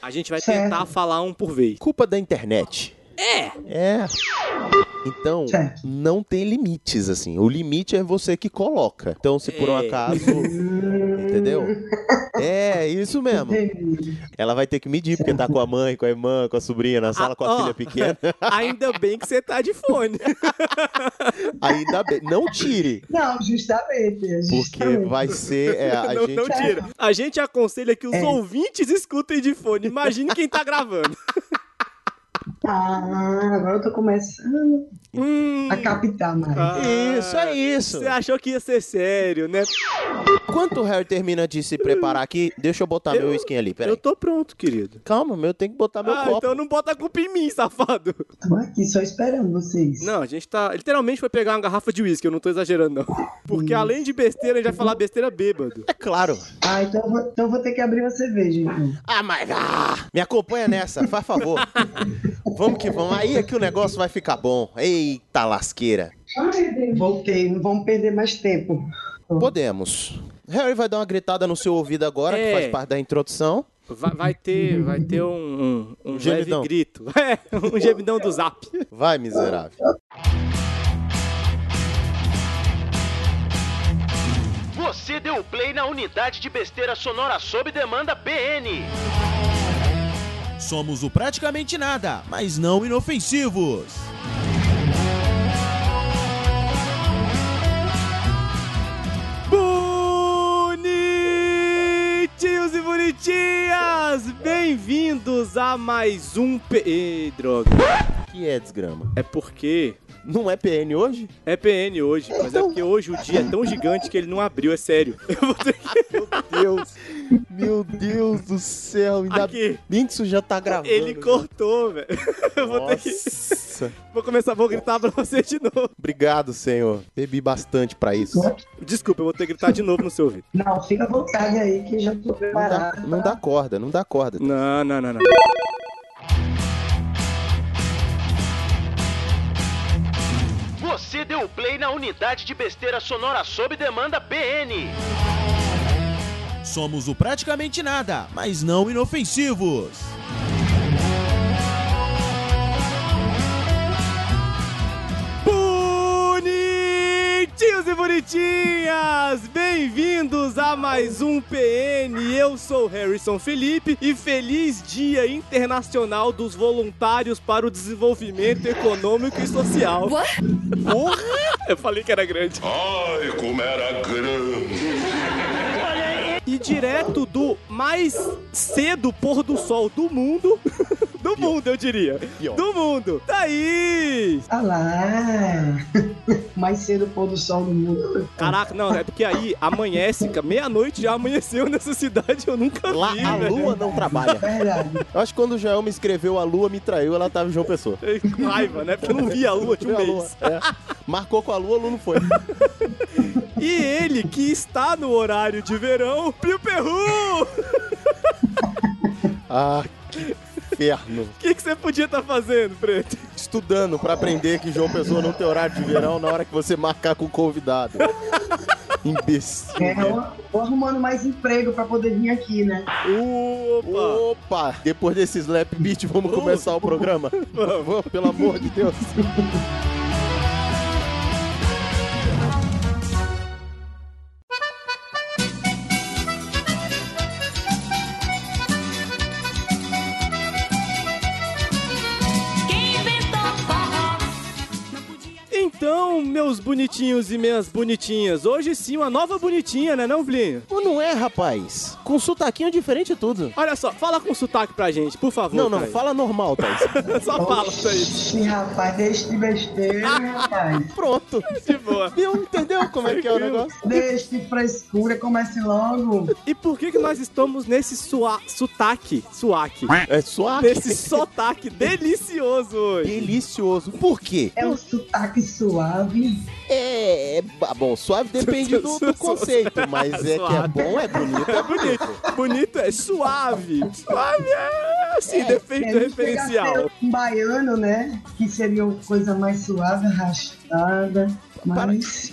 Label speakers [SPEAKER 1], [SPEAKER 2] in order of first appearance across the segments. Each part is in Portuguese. [SPEAKER 1] A gente vai
[SPEAKER 2] Certo.
[SPEAKER 1] tentar falar um por vez.
[SPEAKER 3] Culpa da internet.
[SPEAKER 1] É!
[SPEAKER 3] É. Então,
[SPEAKER 2] Certo.
[SPEAKER 3] não tem limites, assim. O limite é você que coloca. Então, se por um
[SPEAKER 1] É.
[SPEAKER 3] acaso. Entendeu?
[SPEAKER 2] Hum,
[SPEAKER 3] É, isso mesmo. Ela vai ter que medir, porque tá com a mãe, com a irmã, com a sobrinha na sala, com a
[SPEAKER 1] Ah, ó.
[SPEAKER 3] filha pequena.
[SPEAKER 1] Ainda bem que você tá de fone.
[SPEAKER 3] Ainda bem. Não tire,
[SPEAKER 2] Não, justamente. é
[SPEAKER 3] porque
[SPEAKER 2] justamente.
[SPEAKER 3] vai ser. é, a
[SPEAKER 1] não,
[SPEAKER 3] gente...
[SPEAKER 1] não tira. A gente aconselha que os
[SPEAKER 2] É.
[SPEAKER 1] ouvintes escutem de fone. Imagine quem tá gravando.
[SPEAKER 2] Ah, agora eu tô começando
[SPEAKER 1] Hum,
[SPEAKER 2] a captar mais.
[SPEAKER 1] Ah.
[SPEAKER 3] Isso, é isso.
[SPEAKER 1] você achou que ia ser sério, né?
[SPEAKER 3] Enquanto o Harry termina de se preparar aqui, deixa eu botar meu skin ali, peraí.
[SPEAKER 1] Eu tô pronto, querido.
[SPEAKER 3] Calma, meu, eu tenho que botar meu
[SPEAKER 1] ah,
[SPEAKER 3] copo.
[SPEAKER 1] então não bota a culpa em mim, safado.
[SPEAKER 2] Tô aqui só esperando vocês.
[SPEAKER 1] Não, a gente tá. Literalmente foi pegar uma garrafa de uísque, eu não tô exagerando, não. Porque
[SPEAKER 2] Hum.
[SPEAKER 1] além de besteira, a gente vai falar besteira bêbado.
[SPEAKER 3] É claro.
[SPEAKER 2] Ah, então eu, vou, então eu vou ter que abrir uma cerveja, então.
[SPEAKER 3] Ah, mas... Ah, me acompanha nessa, faz favor. vamos que vamos. Aí é que o negócio vai ficar bom. Eita lasqueira.
[SPEAKER 2] Voltei, não vamos perder mais tempo.
[SPEAKER 3] Podemos. Harry vai dar uma gritada no seu ouvido agora,
[SPEAKER 1] É.
[SPEAKER 3] que faz parte da introdução.
[SPEAKER 1] Vai, vai ter, vai ter um, um, um leve
[SPEAKER 3] Gemidão.
[SPEAKER 1] grito. É, um gemidão do zap.
[SPEAKER 3] Vai, miserável.
[SPEAKER 4] Você deu play na unidade de besteira sonora sob demanda BN.
[SPEAKER 3] Somos o praticamente nada, mas não inofensivos.
[SPEAKER 1] Bonitinhos e bonitinhas! Bem-vindos a mais um. P... Ei, droga.
[SPEAKER 3] Que é desgrama.
[SPEAKER 1] É porque
[SPEAKER 3] Não é PN hoje?
[SPEAKER 1] é PN hoje, mas é porque hoje o dia é tão gigante que ele não abriu, é sério. Eu vou ter que.
[SPEAKER 3] Deus. Meu Deus do céu. Ainda
[SPEAKER 1] Aqui.
[SPEAKER 3] bem que isso já tá gravando.
[SPEAKER 1] Ele cortou, velho. Eu vou ter que.
[SPEAKER 3] Nossa.
[SPEAKER 1] Vou começar, vou gritar pra você de novo.
[SPEAKER 3] Obrigado, senhor. Bebi bastante pra isso. Não
[SPEAKER 1] Desculpa, eu vou ter que gritar de novo no seu ouvido.
[SPEAKER 2] Não, fica à vontade aí que já tô
[SPEAKER 3] dá,
[SPEAKER 2] preparado.
[SPEAKER 3] não dá corda, não dá corda.
[SPEAKER 1] Não, não, não, não.
[SPEAKER 4] Você deu play na unidade de besteira sonora sob demanda BN.
[SPEAKER 3] Somos o praticamente nada, mas não inofensivos.
[SPEAKER 1] Bonitinhos e bonitinhas! Bem-vindos a mais um PN. Eu sou Harrison Felipe e feliz Dia Internacional dos Voluntários para o Desenvolvimento Econômico e Social. Porra! Eu falei que era grande.
[SPEAKER 5] Ai, como era grande.
[SPEAKER 1] E direto do mais cedo pôr do sol do mundo. Do mundo, eu diria.
[SPEAKER 3] Pior.
[SPEAKER 1] Do mundo. Thaís!
[SPEAKER 2] Ah lá! Mais cedo o pôr do sol do mundo.
[SPEAKER 1] Caraca, não, é porque aí amanhece, cara, meia-noite já amanheceu nessa cidade, eu nunca
[SPEAKER 3] Lá
[SPEAKER 1] vi,
[SPEAKER 3] a
[SPEAKER 1] velho.
[SPEAKER 3] lua não trabalha.
[SPEAKER 2] É Verdade.
[SPEAKER 3] Eu acho que quando o Joel me escreveu a lua me traiu, ela tava em João Pessoa.
[SPEAKER 1] É Raiva, né? Porque eu não vi a lua de um
[SPEAKER 3] Foi a lua,
[SPEAKER 1] mês.
[SPEAKER 3] é. Marcou com a lua, a lua não foi.
[SPEAKER 1] E ele, que está no horário de verão, Pio Perru! O
[SPEAKER 3] Ah, que inferno.
[SPEAKER 1] que, que você podia estar fazendo, preto?
[SPEAKER 3] Estudando pra aprender que João Pessoa não tem horário de verão na hora que você marcar com o convidado. Imbecil.
[SPEAKER 2] É, ou, ou arrumando mais emprego pra poder vir aqui, né?
[SPEAKER 1] Opa!
[SPEAKER 3] Opa! Depois desse slap beat, vamos começar o programa? Vamos, pelo amor de Deus.
[SPEAKER 6] Quem inventou forró? Não podia
[SPEAKER 1] Então, meus bonitinhos e minhas bonitinhas, hoje sim uma nova bonitinha, né não, Vlinho?
[SPEAKER 3] Ou não é, rapaz? Com sotaquinho diferente e tudo.
[SPEAKER 1] Olha só, fala com sotaque pra gente, por favor.
[SPEAKER 3] Não, não,
[SPEAKER 1] Thaís.
[SPEAKER 3] fala normal, Thaís.
[SPEAKER 1] Só fala, Thaís.
[SPEAKER 2] Oxi, rapaz, deixa de besteira, rapaz.
[SPEAKER 3] Pronto.
[SPEAKER 1] De boa.
[SPEAKER 3] Viu? Entendeu como é que é o negócio?
[SPEAKER 2] Deixa de frescura, comece logo.
[SPEAKER 1] E por que que nós estamos nesse sua... sotaque, suaque,
[SPEAKER 3] É suave.
[SPEAKER 1] nesse sotaque delicioso hoje?
[SPEAKER 3] Delicioso. Por quê?
[SPEAKER 2] É um sotaque suave.
[SPEAKER 3] É. é, ba- Bom, suave depende do, do conceito, mas é que é bom, é bonito, é bonito.
[SPEAKER 1] Bonito é suave. Suave é assim, defeito do
[SPEAKER 2] É, chega a ser
[SPEAKER 1] referencial.
[SPEAKER 2] Um baiano, né? Que seria uma coisa mais suave, arrastada. Mas.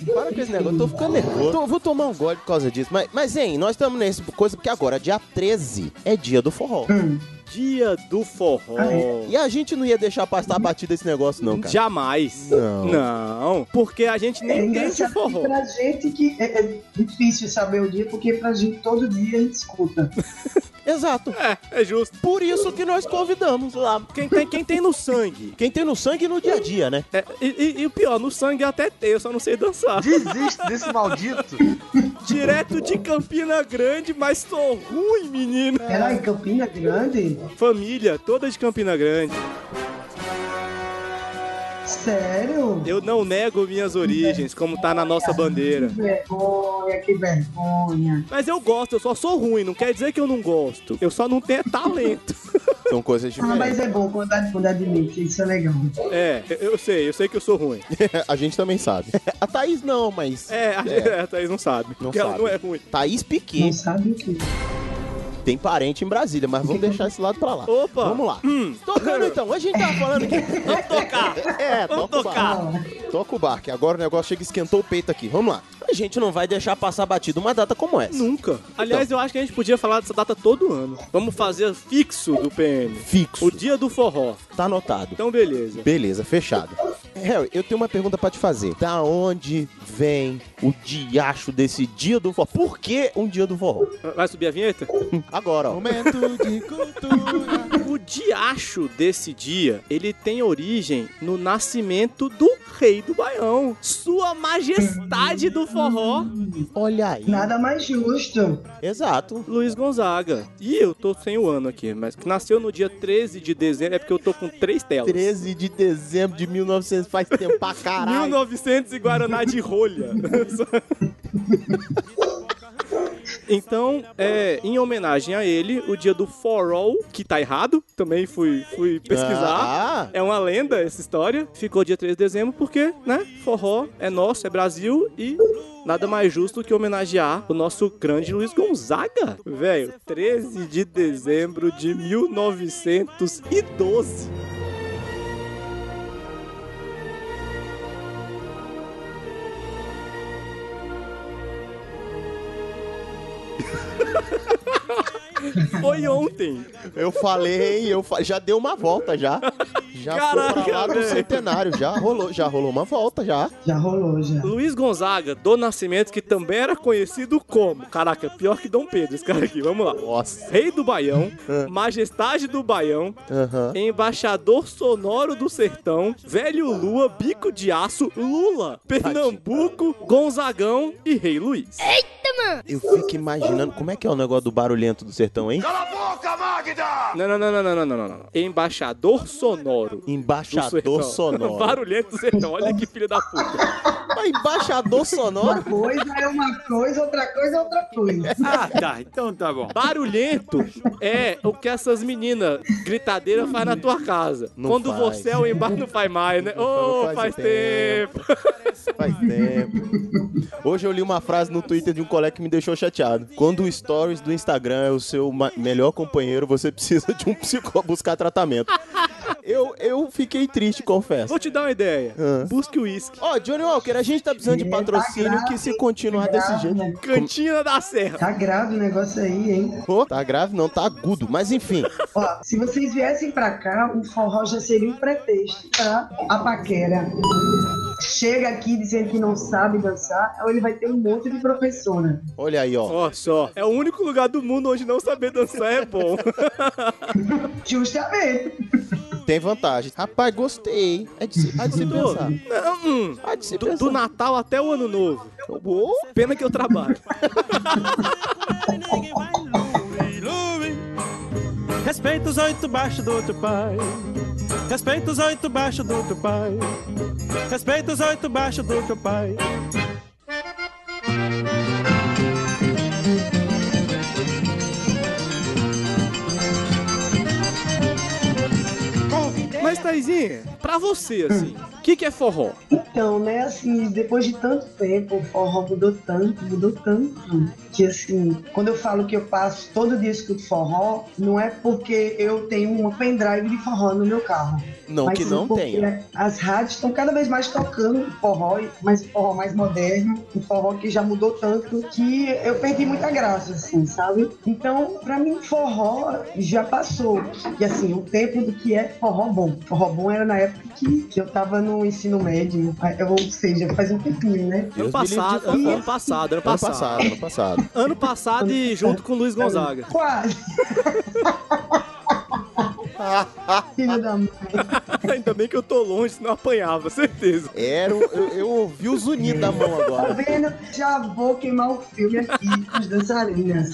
[SPEAKER 3] Para com esse negócio, eu tô ficando nervoso. Tô- vou tomar um gole por causa disso. Mas, mas hein, nós estamos nesse coisa porque agora, dia 13, é dia do forró.
[SPEAKER 2] Hum,
[SPEAKER 1] Dia do forró.
[SPEAKER 2] Ah,
[SPEAKER 3] E a gente não ia deixar passar batido esse negócio, não, cara.
[SPEAKER 1] Jamais.
[SPEAKER 3] Não.
[SPEAKER 1] Não, porque a gente
[SPEAKER 2] É
[SPEAKER 1] nem entende de
[SPEAKER 2] engraçado que
[SPEAKER 1] forró.
[SPEAKER 2] pra gente que é, é difícil saber o dia, porque pra gente todo dia a gente escuta.
[SPEAKER 3] Exato.
[SPEAKER 1] É, é justo.
[SPEAKER 3] Por isso que nós convidamos lá.
[SPEAKER 1] Quem tem, quem tem no sangue.
[SPEAKER 3] Quem tem no sangue no dia a dia, né?
[SPEAKER 1] É, e, e- e o pior, no sangue eu até tem, eu só não sei dançar.
[SPEAKER 7] Desiste desse maldito.
[SPEAKER 1] Direto de Campina Grande, mas tô ruim, menino.
[SPEAKER 3] É.
[SPEAKER 2] Era em Campina Grande?
[SPEAKER 1] Família toda de Campina Grande.
[SPEAKER 2] Sério?
[SPEAKER 1] Eu não nego minhas origens, como tá na nossa bandeira.
[SPEAKER 2] Que vergonha, que vergonha.
[SPEAKER 1] Mas eu gosto, eu só sou ruim, não quer dizer que eu não gosto. Eu só não tenho talento.
[SPEAKER 3] São coisas
[SPEAKER 2] Ah,
[SPEAKER 3] diferentes.
[SPEAKER 2] mas é bom quando, quando admite, isso é legal.
[SPEAKER 1] É, eu, eu sei, eu sei que eu sou ruim.
[SPEAKER 3] A gente também sabe. A Thaís não, mas.
[SPEAKER 1] É, a, é. a Thaís não sabe.
[SPEAKER 3] Não
[SPEAKER 1] porque ela
[SPEAKER 3] sabe.
[SPEAKER 1] não é ruim.
[SPEAKER 3] Thaís
[SPEAKER 2] Não
[SPEAKER 3] Piquet
[SPEAKER 2] sabe o que.
[SPEAKER 3] tem parente em Brasília, mas vamos deixar esse lado pra lá.
[SPEAKER 1] Opa!
[SPEAKER 3] Vamos lá. Tocando então. A gente tava falando que.
[SPEAKER 1] Vamos tocar!
[SPEAKER 3] É,
[SPEAKER 1] Vamos
[SPEAKER 3] toca o
[SPEAKER 1] tocar.
[SPEAKER 3] barco. Toca o bar, que agora o negócio chega e esquentou o peito aqui. Vamos lá. A gente não vai deixar passar batido uma data como essa.
[SPEAKER 1] Nunca. Aliás,
[SPEAKER 3] Então.
[SPEAKER 1] eu acho que a gente podia falar dessa data todo ano. Vamos fazer fixo do PN.
[SPEAKER 3] Fixo.
[SPEAKER 1] O dia do forró.
[SPEAKER 3] Tá anotado.
[SPEAKER 1] Então, beleza.
[SPEAKER 3] Beleza, fechado. Harry, eu tenho uma pergunta pra te fazer. Da onde vem o diacho desse dia do forró? Por que um dia do forró?
[SPEAKER 1] Vai subir a vinheta?
[SPEAKER 3] Agora, ó.
[SPEAKER 7] Momento de cultura.
[SPEAKER 1] O diacho desse dia, ele tem origem no nascimento do rei do Baião. Sua majestade do forró,
[SPEAKER 3] Olha aí.
[SPEAKER 2] Nada mais justo.
[SPEAKER 3] Exato.
[SPEAKER 1] Luiz Gonzaga. E eu tô sem o ano aqui, mas que nasceu no dia 13 de dezembro, é porque eu tô com três telas.
[SPEAKER 3] 13 de dezembro de 1900, faz tempo pra caralho.
[SPEAKER 1] 1900 e Guaraná de rolha. Então, é, em homenagem a ele, o dia do Forol, que tá errado, também fui, fui pesquisar.
[SPEAKER 3] Ah,
[SPEAKER 1] É uma lenda essa história. Ficou dia 3 de dezembro porque, né, forró é nosso, é Brasil e nada mais justo que homenagear o nosso grande Luiz Gonzaga. Velho, 13 de dezembro de 1912. Foi ontem.
[SPEAKER 3] eu falei, eu fa- já deu uma volta já. Já foi
[SPEAKER 1] Caraca,
[SPEAKER 3] pra lá do
[SPEAKER 1] velho.
[SPEAKER 3] centenário, já rolou, já rolou uma volta já.
[SPEAKER 2] Já rolou, já.
[SPEAKER 1] Luiz Gonzaga, do Nascimento, que também era conhecido como. Caraca, pior que Dom Pedro, esse cara aqui, vamos lá.
[SPEAKER 3] Nossa.
[SPEAKER 1] Rei do Baião,
[SPEAKER 3] Ah.
[SPEAKER 1] Majestade do Baião,
[SPEAKER 3] Aham.
[SPEAKER 1] Embaixador Sonoro do Sertão, Velho Lua, Bico de Aço, Lula, Pernambuco, Gonzagão e Rei Luiz.
[SPEAKER 3] Eu fico imaginando como é que é o negócio do barulhento do sertão, hein?
[SPEAKER 1] Não, não, não, não, não, não, não, não, não. Embaixador Sonoro. do
[SPEAKER 3] Embaixador
[SPEAKER 1] Sertão.
[SPEAKER 3] sonoro.
[SPEAKER 1] Barulhento do sertão, olha que filho da puta.
[SPEAKER 3] Mas embaixador
[SPEAKER 2] Uma
[SPEAKER 3] sonoro?
[SPEAKER 2] coisa é uma coisa, outra coisa é outra coisa.
[SPEAKER 7] Ah, tá. Então tá bom.
[SPEAKER 1] Barulhento é o que essas meninas gritadeiras faz na tua casa.
[SPEAKER 3] Não
[SPEAKER 1] Quando
[SPEAKER 3] faz.
[SPEAKER 1] você é o embaixo, não faz mais, né? Ô,
[SPEAKER 3] Não
[SPEAKER 1] faz
[SPEAKER 3] faz tempo.
[SPEAKER 1] tempo.
[SPEAKER 3] Faz tempo. Hoje eu li uma frase no Twitter de um colega que me deixou chateado. Quando o stories do Instagram é o seu ma- melhor companheiro, você precisa de um psicólogo buscar tratamento. Eu, eu fiquei triste, confesso.
[SPEAKER 1] Vou te dar uma ideia.
[SPEAKER 3] Ah.
[SPEAKER 1] Busque o uísque.
[SPEAKER 3] Ó, Johnny Walker, a gente tá precisando de
[SPEAKER 2] Tá
[SPEAKER 3] patrocínio
[SPEAKER 2] grave,
[SPEAKER 3] que se continuar
[SPEAKER 2] tá
[SPEAKER 3] desse
[SPEAKER 2] grave,
[SPEAKER 3] jeito.
[SPEAKER 2] né?
[SPEAKER 1] Cantina da Serra.
[SPEAKER 2] Tá grave o negócio aí, hein?
[SPEAKER 3] Pô, tá grave? Não, tá agudo. Mas enfim.
[SPEAKER 2] Ó, se vocês viessem pra cá, o forró já seria um pretexto pra a paquera. Chega aqui dizendo que não sabe dançar, ou ele vai ter um monte de professora.
[SPEAKER 3] Olha aí, ó.
[SPEAKER 1] Ó, só. É o único lugar do mundo onde não saber dançar é bom.
[SPEAKER 2] Justamente.
[SPEAKER 3] Tem vantagem. Rapaz, gostei. É de se, há de se
[SPEAKER 1] Tô.
[SPEAKER 3] pensar.
[SPEAKER 1] Não, hum.
[SPEAKER 3] Há de se
[SPEAKER 1] do, do
[SPEAKER 3] pensar.
[SPEAKER 1] Natal até o Ano Novo.
[SPEAKER 3] Ô,
[SPEAKER 1] Pena que eu trabalho.
[SPEAKER 8] Respeita os oito baixos do teu pai. Respeita os oito baixos do teu pai. Respeita os oito baixos do teu pai.
[SPEAKER 1] Mas, Taizinha, pra você, assim, que, que é forró?
[SPEAKER 2] Então, né, assim, depois de tanto tempo, o forró mudou tanto, mudou tanto, que assim, quando eu falo que eu passo todo dia escuto forró, não é porque eu tenho um pendrive de forró no meu carro.
[SPEAKER 3] Não
[SPEAKER 2] mas
[SPEAKER 3] que
[SPEAKER 1] um
[SPEAKER 2] sim
[SPEAKER 3] não
[SPEAKER 2] porque
[SPEAKER 1] é
[SPEAKER 3] tenha.
[SPEAKER 2] As rádios estão cada vez mais tocando forró, mas um forró mais moderno, um forró que já mudou tanto que eu perdi muita graça, assim, sabe? Então, pra mim, forró já passou. E assim, o tempo do que é forró bom. Forró bom era na época que, que eu tava no ensino médio, ou seja, faz um tempinho, né?
[SPEAKER 3] Deus
[SPEAKER 1] Ano
[SPEAKER 3] me livre de
[SPEAKER 1] passado,
[SPEAKER 3] forró.
[SPEAKER 1] ano, ano passado, ano
[SPEAKER 3] Ano
[SPEAKER 1] passado.
[SPEAKER 3] passado, ano passado.
[SPEAKER 1] Ano passado e junto com o Luiz Gonzaga.
[SPEAKER 2] Quase. Filho da mãe.
[SPEAKER 1] Ainda bem que eu tô longe, senão eu apanhava, certeza.
[SPEAKER 3] Era, o- eu, eu ouvi o zunido da mão
[SPEAKER 2] Tá
[SPEAKER 3] agora.
[SPEAKER 2] vendo? Já vou queimar o filme aqui com as dançarinas.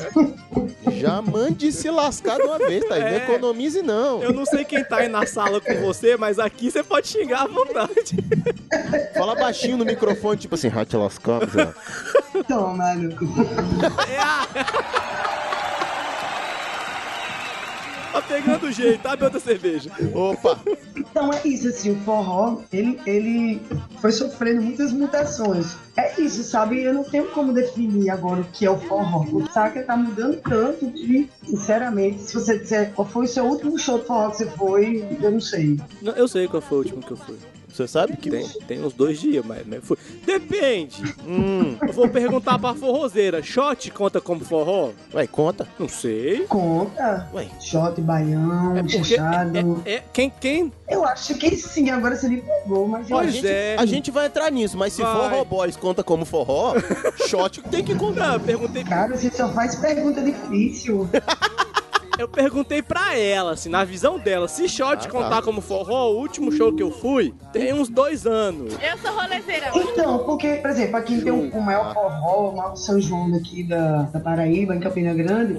[SPEAKER 3] Já mande se lascar de uma vez, tá?
[SPEAKER 1] É.
[SPEAKER 3] Não economize, não.
[SPEAKER 1] Eu não sei quem tá aí na sala com você, mas aqui você pode xingar à vontade.
[SPEAKER 3] Fala baixinho no microfone, tipo assim, ah, te lascar, Zé."
[SPEAKER 2] Toma, maluco.
[SPEAKER 1] É Tá pegando o jeito, tá, outra cerveja.
[SPEAKER 3] Opa!
[SPEAKER 2] Então é isso, assim, o forró, ele, ele foi sofrendo muitas mutações. É isso, sabe? Eu não tenho como definir agora o que é o forró. O saca tá mudando tanto que, sinceramente, se você disser qual foi o seu último show de forró que você foi, eu não sei.
[SPEAKER 1] Não, eu sei qual foi o último que eu fui.
[SPEAKER 3] Você sabe que.
[SPEAKER 1] Tem, tem uns dois dias, mas, mas fui. Depende. Hum, eu vou perguntar pra forrozeira. Shot conta como forró?
[SPEAKER 3] Vai, conta.
[SPEAKER 1] Não sei.
[SPEAKER 2] Conta.
[SPEAKER 3] Ué.
[SPEAKER 2] Shot, baião,
[SPEAKER 1] É porque-
[SPEAKER 2] puxado.
[SPEAKER 1] É, quem, quem?
[SPEAKER 2] Eu acho que sim, agora você me pegou, mas eu
[SPEAKER 1] Pois
[SPEAKER 3] a gente,
[SPEAKER 1] é.
[SPEAKER 3] A gente vai entrar nisso, mas se
[SPEAKER 1] Vai.
[SPEAKER 3] forró boys conta como forró, shot tem que contar.
[SPEAKER 1] Não, eu perguntei,
[SPEAKER 2] Cara, você só faz pergunta difícil.
[SPEAKER 1] eu perguntei pra ela, assim, na visão dela, se shot
[SPEAKER 3] Ah, tá.
[SPEAKER 1] contar como forró, o último show que eu fui tem uns dois anos.
[SPEAKER 6] Eu sou rolezeira.
[SPEAKER 2] Então, porque, por exemplo, aqui tem o, o maior forró, o maior São João daqui da, da Paraíba, em Campina Grande.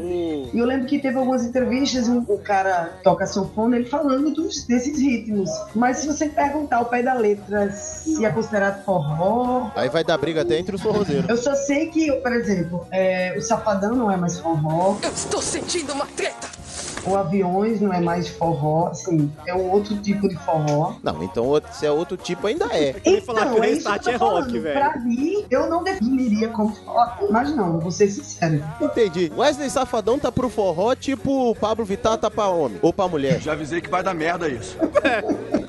[SPEAKER 2] E eu lembro que teve algumas entrevistas, um, o cara toca sanfona, ele falando dos, desses ritmos. Mas se você perguntar ao pé da letra se é considerado forró...
[SPEAKER 3] Aí vai dar briga até entre os forrozeiros.
[SPEAKER 2] Eu só sei que, por exemplo, é, o Safadão não é mais forró,
[SPEAKER 9] Eu estou sentindo uma treta.
[SPEAKER 2] o Aviões não é mais forró, assim, é um outro tipo de forró.
[SPEAKER 3] Não, então outro- se é outro tipo, ainda é.
[SPEAKER 1] Eu ia falar que o
[SPEAKER 2] Então, isso
[SPEAKER 1] Restart
[SPEAKER 2] que eu tô
[SPEAKER 1] é rock,
[SPEAKER 2] falando.
[SPEAKER 1] velho.
[SPEAKER 2] Pra mim, eu não definiria como forró, mas não, vou ser sincero.
[SPEAKER 3] Entendi. Wesley Safadão tá pro forró, tipo o Pablo Vittar tá pra homem. Ou pra mulher.
[SPEAKER 5] Já avisei que vai dar merda isso.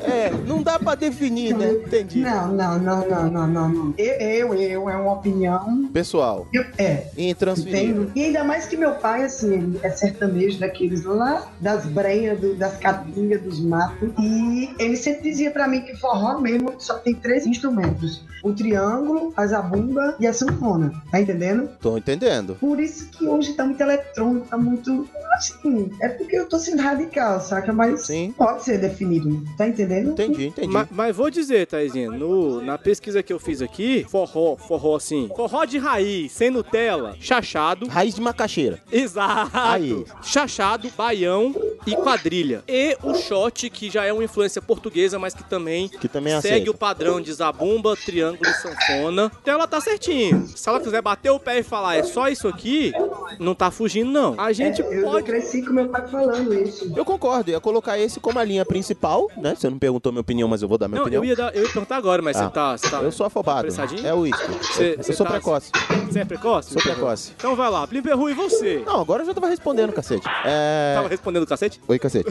[SPEAKER 3] É, não dá pra definir, né?
[SPEAKER 1] Tipo.
[SPEAKER 3] Entendi.
[SPEAKER 2] Não, não, não, não, não, não, não. Eu, eu, eu, é uma opinião.
[SPEAKER 3] Pessoal,
[SPEAKER 2] Eu, é,
[SPEAKER 3] intransferível.
[SPEAKER 2] entendo. E ainda mais que meu pai, assim, ele é sertanejo daqueles lá, das brenhas, do- das capinhas, dos matos. E ele sempre dizia pra mim que forró mesmo só tem três instrumentos: o triângulo, a zabumba e a sanfona. Tá entendendo?
[SPEAKER 3] Tô entendendo.
[SPEAKER 2] Por isso que hoje tá muito eletrônico, tá muito. Assim, é porque eu tô sendo radical, saca? Mas
[SPEAKER 3] Sim.
[SPEAKER 2] pode ser definido. Tá entendendo?
[SPEAKER 3] Entendi, entendi.
[SPEAKER 1] Ma- Mas, vou dizer, Taizinha, no- na pesquisa que eu fiz aqui, forró, forró assim, forró de raiz, sem Nutella, chachado,
[SPEAKER 3] Raiz de macaxeira.
[SPEAKER 1] exato,
[SPEAKER 3] Aí.
[SPEAKER 1] chachado, baião e quadrilha. E o shot, que já é uma influência portuguesa, mas que também
[SPEAKER 3] Que também
[SPEAKER 1] segue
[SPEAKER 3] aceita.
[SPEAKER 1] o padrão de zabumba, triângulo e sanfona. Então ela tá certinho. Se ela quiser bater o pé e falar, é só isso aqui, não tá fugindo, não. A gente
[SPEAKER 2] É, eu, eu
[SPEAKER 1] pode...
[SPEAKER 2] cresci com meu pai falando isso.
[SPEAKER 3] Eu concordo, ia colocar esse como a linha principal, né? Você não perguntou minha opinião, mas eu vou dar minha
[SPEAKER 1] Não, eu
[SPEAKER 3] opinião.
[SPEAKER 1] ia, dar- eu ia perguntar agora, mas
[SPEAKER 3] Ah,
[SPEAKER 1] você tá... Você tá...
[SPEAKER 3] Eu sou afobado.
[SPEAKER 1] Apressadinho?
[SPEAKER 3] É o uísque.
[SPEAKER 1] Cê-
[SPEAKER 3] Eu
[SPEAKER 1] cê
[SPEAKER 3] sou
[SPEAKER 1] tá-
[SPEAKER 3] precoce.
[SPEAKER 1] Você é precoce?
[SPEAKER 3] Sou precoce.
[SPEAKER 1] Então vai lá, Blimper Rui, você.
[SPEAKER 3] Não, agora eu já tava respondendo, cacete. É.
[SPEAKER 1] Tava respondendo o cacete?
[SPEAKER 3] Oi, cacete.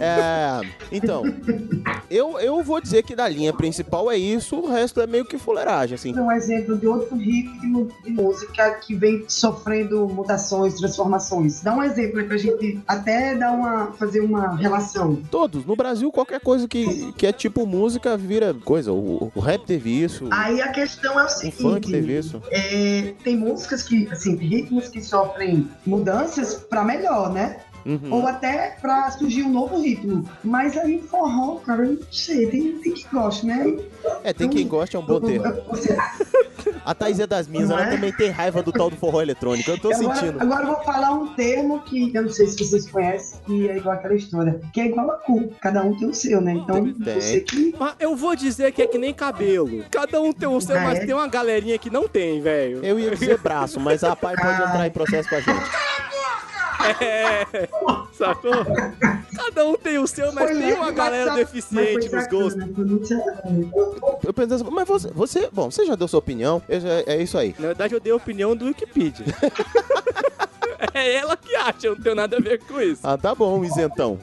[SPEAKER 3] É. Então, eu, eu vou dizer que da linha principal é isso, o resto é meio que fuleiragem, assim.
[SPEAKER 2] É um exemplo de outro ritmo de música que vem sofrendo mutações, transformações. Dá um exemplo aí pra gente até dar uma, fazer uma relação.
[SPEAKER 3] Todos. No Brasil, qualquer coisa que, que é tipo música vira coisa. O, o rap teve isso,
[SPEAKER 2] Aí a questão é o
[SPEAKER 3] o funk teve
[SPEAKER 2] seguinte:
[SPEAKER 3] isso.
[SPEAKER 2] é, tem músicas que, assim, ritmos que sofrem mudanças pra melhor, né?
[SPEAKER 3] Uhum.
[SPEAKER 2] Ou até pra surgir um novo ritmo. Mas aí forró, cara, eu não sei, tem, tem que gosta, né?
[SPEAKER 3] É, tem quem gosta, é um bom termo.
[SPEAKER 2] Você-
[SPEAKER 3] A Thaís é das minhas,
[SPEAKER 2] Não
[SPEAKER 3] ela
[SPEAKER 2] é?
[SPEAKER 3] também tem raiva do tal do forró eletrônico. Eu tô
[SPEAKER 2] agora,
[SPEAKER 3] sentindo.
[SPEAKER 2] Agora eu vou falar um termo que eu não sei se vocês conhecem, que é igual aquela história, que é igual a cu. Cada um tem o seu, né? Então,
[SPEAKER 3] Tem.
[SPEAKER 2] você que.
[SPEAKER 1] Mas eu vou dizer que é que nem cabelo. Cada um tem o seu,
[SPEAKER 2] Ah,
[SPEAKER 1] mas
[SPEAKER 2] é?
[SPEAKER 1] tem uma galerinha que não tem, velho.
[SPEAKER 3] Eu ia dizer braço, mas a pai pode
[SPEAKER 2] Ah.
[SPEAKER 3] entrar em processo com a gente.
[SPEAKER 1] É, sacou? Cada um tem o seu, mas
[SPEAKER 2] Foi
[SPEAKER 1] tem
[SPEAKER 2] leve,
[SPEAKER 1] uma
[SPEAKER 2] mas
[SPEAKER 1] galera
[SPEAKER 2] tá-
[SPEAKER 1] deficiente
[SPEAKER 2] mas foi
[SPEAKER 1] nos gostos.
[SPEAKER 2] bacana, foi muito bacana.
[SPEAKER 3] Eu pensei assim, mas você, você- bom, você já deu sua opinião, eu já- é isso aí.
[SPEAKER 1] Na verdade, eu dei a opinião do Wikipedia. é ela que acha, eu não tenho nada a ver com isso.
[SPEAKER 3] Ah, tá bom, isentão.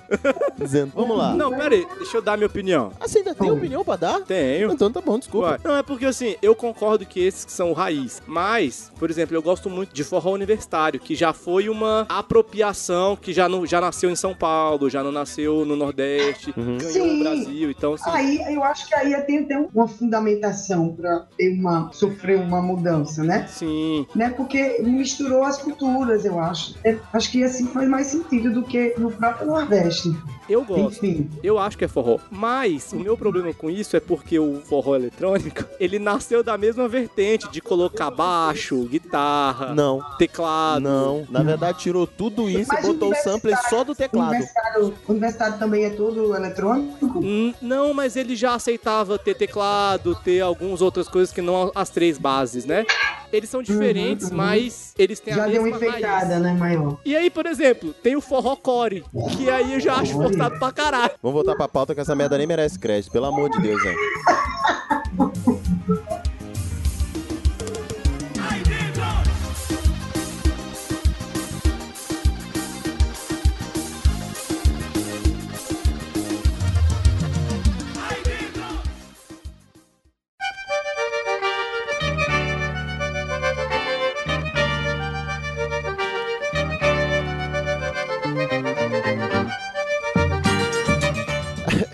[SPEAKER 3] isentão. Vamos lá.
[SPEAKER 1] Não, pera aí, deixa eu dar minha opinião.
[SPEAKER 3] Ah, você ainda tem opinião pra dar?
[SPEAKER 1] Tenho.
[SPEAKER 3] Então tá bom, desculpa.
[SPEAKER 1] Ué, Não, é porque assim, eu concordo que esses que são o raiz. Mas, por exemplo, eu gosto muito de forró universitário, que já foi uma apropriação que já, não, já nasceu em São Paulo, já não nasceu no Nordeste,
[SPEAKER 3] Uhum.
[SPEAKER 1] ganhou
[SPEAKER 2] Sim.
[SPEAKER 1] no Brasil. Então, assim,
[SPEAKER 2] Aí eu acho que aí tem até uma fundamentação para ter uma sofrer uma mudança, né?
[SPEAKER 1] sim.
[SPEAKER 2] né? Porque misturou as culturas, eu acho. É, acho que assim faz mais sentido do que no próprio Nordeste.
[SPEAKER 1] Eu gosto.
[SPEAKER 2] Enfim.
[SPEAKER 1] Eu acho que é forró. Mas o meu problema com isso é porque o forró eletrônico, ele nasceu da mesma vertente de colocar baixo, guitarra,
[SPEAKER 3] Não,
[SPEAKER 1] teclado.
[SPEAKER 3] não. Na verdade, tirou tudo isso
[SPEAKER 2] Ah, Mas
[SPEAKER 3] e botou o sampler
[SPEAKER 2] universitário-
[SPEAKER 3] só do teclado.
[SPEAKER 2] Universitário, universitário também é todo eletrônico?
[SPEAKER 1] Hum, Não, mas ele já aceitava ter teclado, ter algumas outras coisas que não as três bases, né? Eles são diferentes,
[SPEAKER 2] uhum.
[SPEAKER 1] mas eles têm a
[SPEAKER 2] Já deu
[SPEAKER 1] mesma
[SPEAKER 2] uma enfeitada,
[SPEAKER 1] raiz.
[SPEAKER 2] né, maior?
[SPEAKER 1] E aí, por exemplo, tem o forró core, que aí eu já acho
[SPEAKER 2] Olha.
[SPEAKER 1] forçado pra caralho.
[SPEAKER 3] Vamos voltar pra pauta que essa merda nem merece crédito, pelo amor de Deus, velho.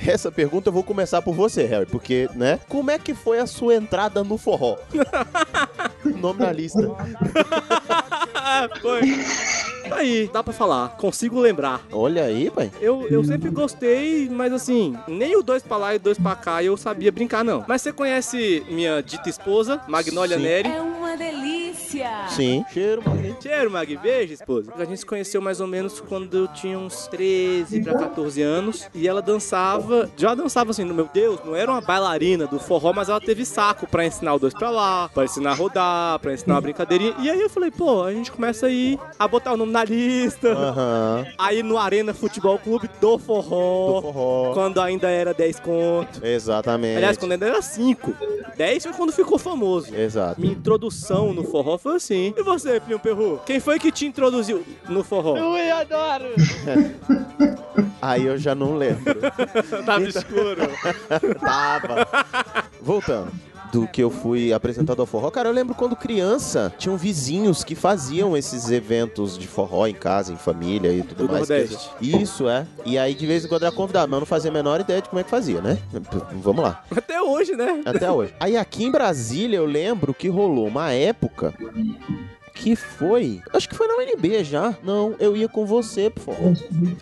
[SPEAKER 3] Essa pergunta eu vou começar por você, Harry, porque, né? Como é que foi a sua entrada no forró? Nome na lista.
[SPEAKER 1] Foi. Aí, dá pra falar, consigo lembrar.
[SPEAKER 3] Olha aí, pai.
[SPEAKER 1] Eu, eu sempre gostei, mas assim, nem o dois pra lá e o dois pra cá eu sabia brincar, não. Mas você conhece minha dita esposa, Magnólia
[SPEAKER 3] Sim.
[SPEAKER 1] Neri?
[SPEAKER 6] É uma delícia.
[SPEAKER 3] Sim. Cheiro, mano.
[SPEAKER 1] Cheiro, Mag, beijo, esposa. A gente se conheceu mais ou menos quando eu tinha uns 13 pra 14 anos. E ela dançava, já dançava assim, no meu Deus, não era uma bailarina do forró, mas ela teve saco pra ensinar o dois pra lá, pra ensinar a rodar, pra ensinar uma brincadeirinha. E aí eu falei, pô, a gente começa aí a botar o nome na
[SPEAKER 3] Ah.
[SPEAKER 1] lista.
[SPEAKER 3] Aham.
[SPEAKER 1] Aí no Arena Futebol Clube do Forró.
[SPEAKER 3] Do forró.
[SPEAKER 1] Quando ainda era 10 conto.
[SPEAKER 3] Exatamente.
[SPEAKER 1] Aliás, quando ainda era 5. 10 foi quando ficou famoso.
[SPEAKER 3] Exato.
[SPEAKER 1] Minha introdução no forró foi assim. E você, Plinio Perru? Quem foi que te introduziu no forró?
[SPEAKER 4] Ui, adoro!
[SPEAKER 3] Aí eu já não lembro.
[SPEAKER 1] Tava escuro.
[SPEAKER 3] Tava. Voltando. Do que eu fui apresentado ao forró. Cara, eu lembro quando criança, tinham vizinhos que faziam esses eventos de forró em casa, em família e tudo
[SPEAKER 1] Do
[SPEAKER 3] mais.
[SPEAKER 1] Nordeste.
[SPEAKER 3] Isso, é. E aí, de vez em quando, era convidado, mas eu não fazia a menor ideia de como é que fazia, né? P- Vamos lá.
[SPEAKER 1] Até hoje, né?
[SPEAKER 3] Até hoje. Aí aqui em Brasília eu lembro que rolou uma época que foi. Acho que foi na UNB já. Não, eu ia com você, pô.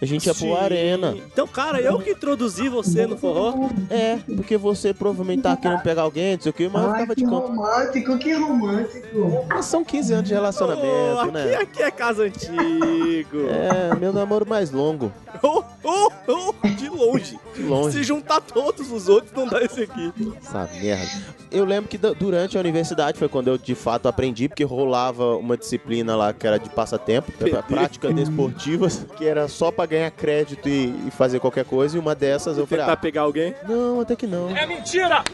[SPEAKER 3] A gente ia
[SPEAKER 1] Sim.
[SPEAKER 3] pro Arena.
[SPEAKER 1] Então, cara, eu que introduzi você no forró.
[SPEAKER 3] É, porque você provavelmente tava querendo pegar alguém, não sei o que, mas eu
[SPEAKER 2] Ai,
[SPEAKER 3] tava
[SPEAKER 2] que
[SPEAKER 3] de canto.
[SPEAKER 2] romântico, que romântico.
[SPEAKER 3] Mas são 15 anos de
[SPEAKER 1] Pô,
[SPEAKER 3] relacionamento,
[SPEAKER 1] aqui,
[SPEAKER 3] né?
[SPEAKER 1] aqui é casa antigo.
[SPEAKER 3] É, meu namoro mais longo.
[SPEAKER 1] Oh, oh, oh, de longe.
[SPEAKER 3] De longe.
[SPEAKER 1] Se juntar todos os outros, não dá esse aqui.
[SPEAKER 3] Essa merda. Eu lembro que du- durante a universidade foi quando eu de fato aprendi, porque rolava uma disciplina lá que era de passatempo, pra- práticas desportivas, que era só pra ganhar crédito e, e fazer qualquer coisa, e uma dessas eu falei,
[SPEAKER 1] Tentar
[SPEAKER 3] ah,
[SPEAKER 1] pegar alguém.
[SPEAKER 3] não, até que não.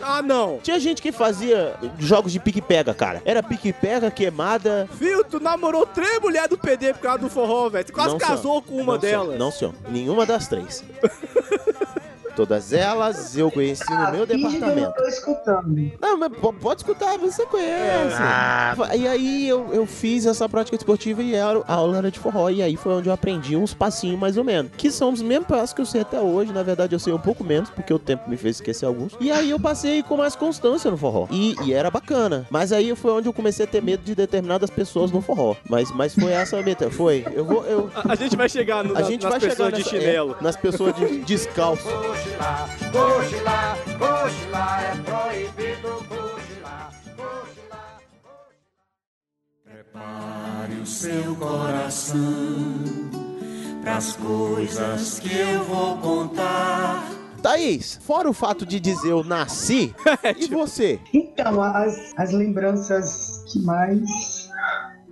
[SPEAKER 1] Ah, não.
[SPEAKER 3] Tinha gente que fazia jogos de pique-pega, cara. Era pique-pega, queimada.
[SPEAKER 1] Viu, tu namorou três mulheres do PD por causa do forró, velho. Tu quase
[SPEAKER 3] Não,
[SPEAKER 1] casou
[SPEAKER 3] senhor.
[SPEAKER 1] com uma
[SPEAKER 3] Não, senhor.
[SPEAKER 1] delas.
[SPEAKER 3] Não, senhor. Nenhuma das três. Todas elas eu conheci no meu
[SPEAKER 2] Finge que eu
[SPEAKER 3] departamento.
[SPEAKER 2] não tô escutando.
[SPEAKER 3] Não, mas po- pode escutar, você conhece. E aí eu, eu fiz essa prática esportiva e era, a aula era de forró. E aí foi onde eu aprendi uns passinhos mais ou menos. Que são os mesmos passos que eu sei até hoje. Na verdade, eu sei um pouco menos, porque o tempo me fez esquecer alguns. E aí eu passei com mais constância no forró. E, e era bacana. Mas aí foi onde eu comecei a ter medo de determinadas pessoas no forró. Mas, mas foi essa a meta. Foi. Eu vou. Eu,
[SPEAKER 1] A, a gente vai chegar no,
[SPEAKER 3] a gente
[SPEAKER 1] nas
[SPEAKER 3] vai chegar
[SPEAKER 1] pessoas de
[SPEAKER 3] nessa-
[SPEAKER 1] chinelo.
[SPEAKER 3] é, nas pessoas de descalço. Thaís, fora o fato de dizer eu nasci, e você?
[SPEAKER 2] Então, as, as lembranças que mais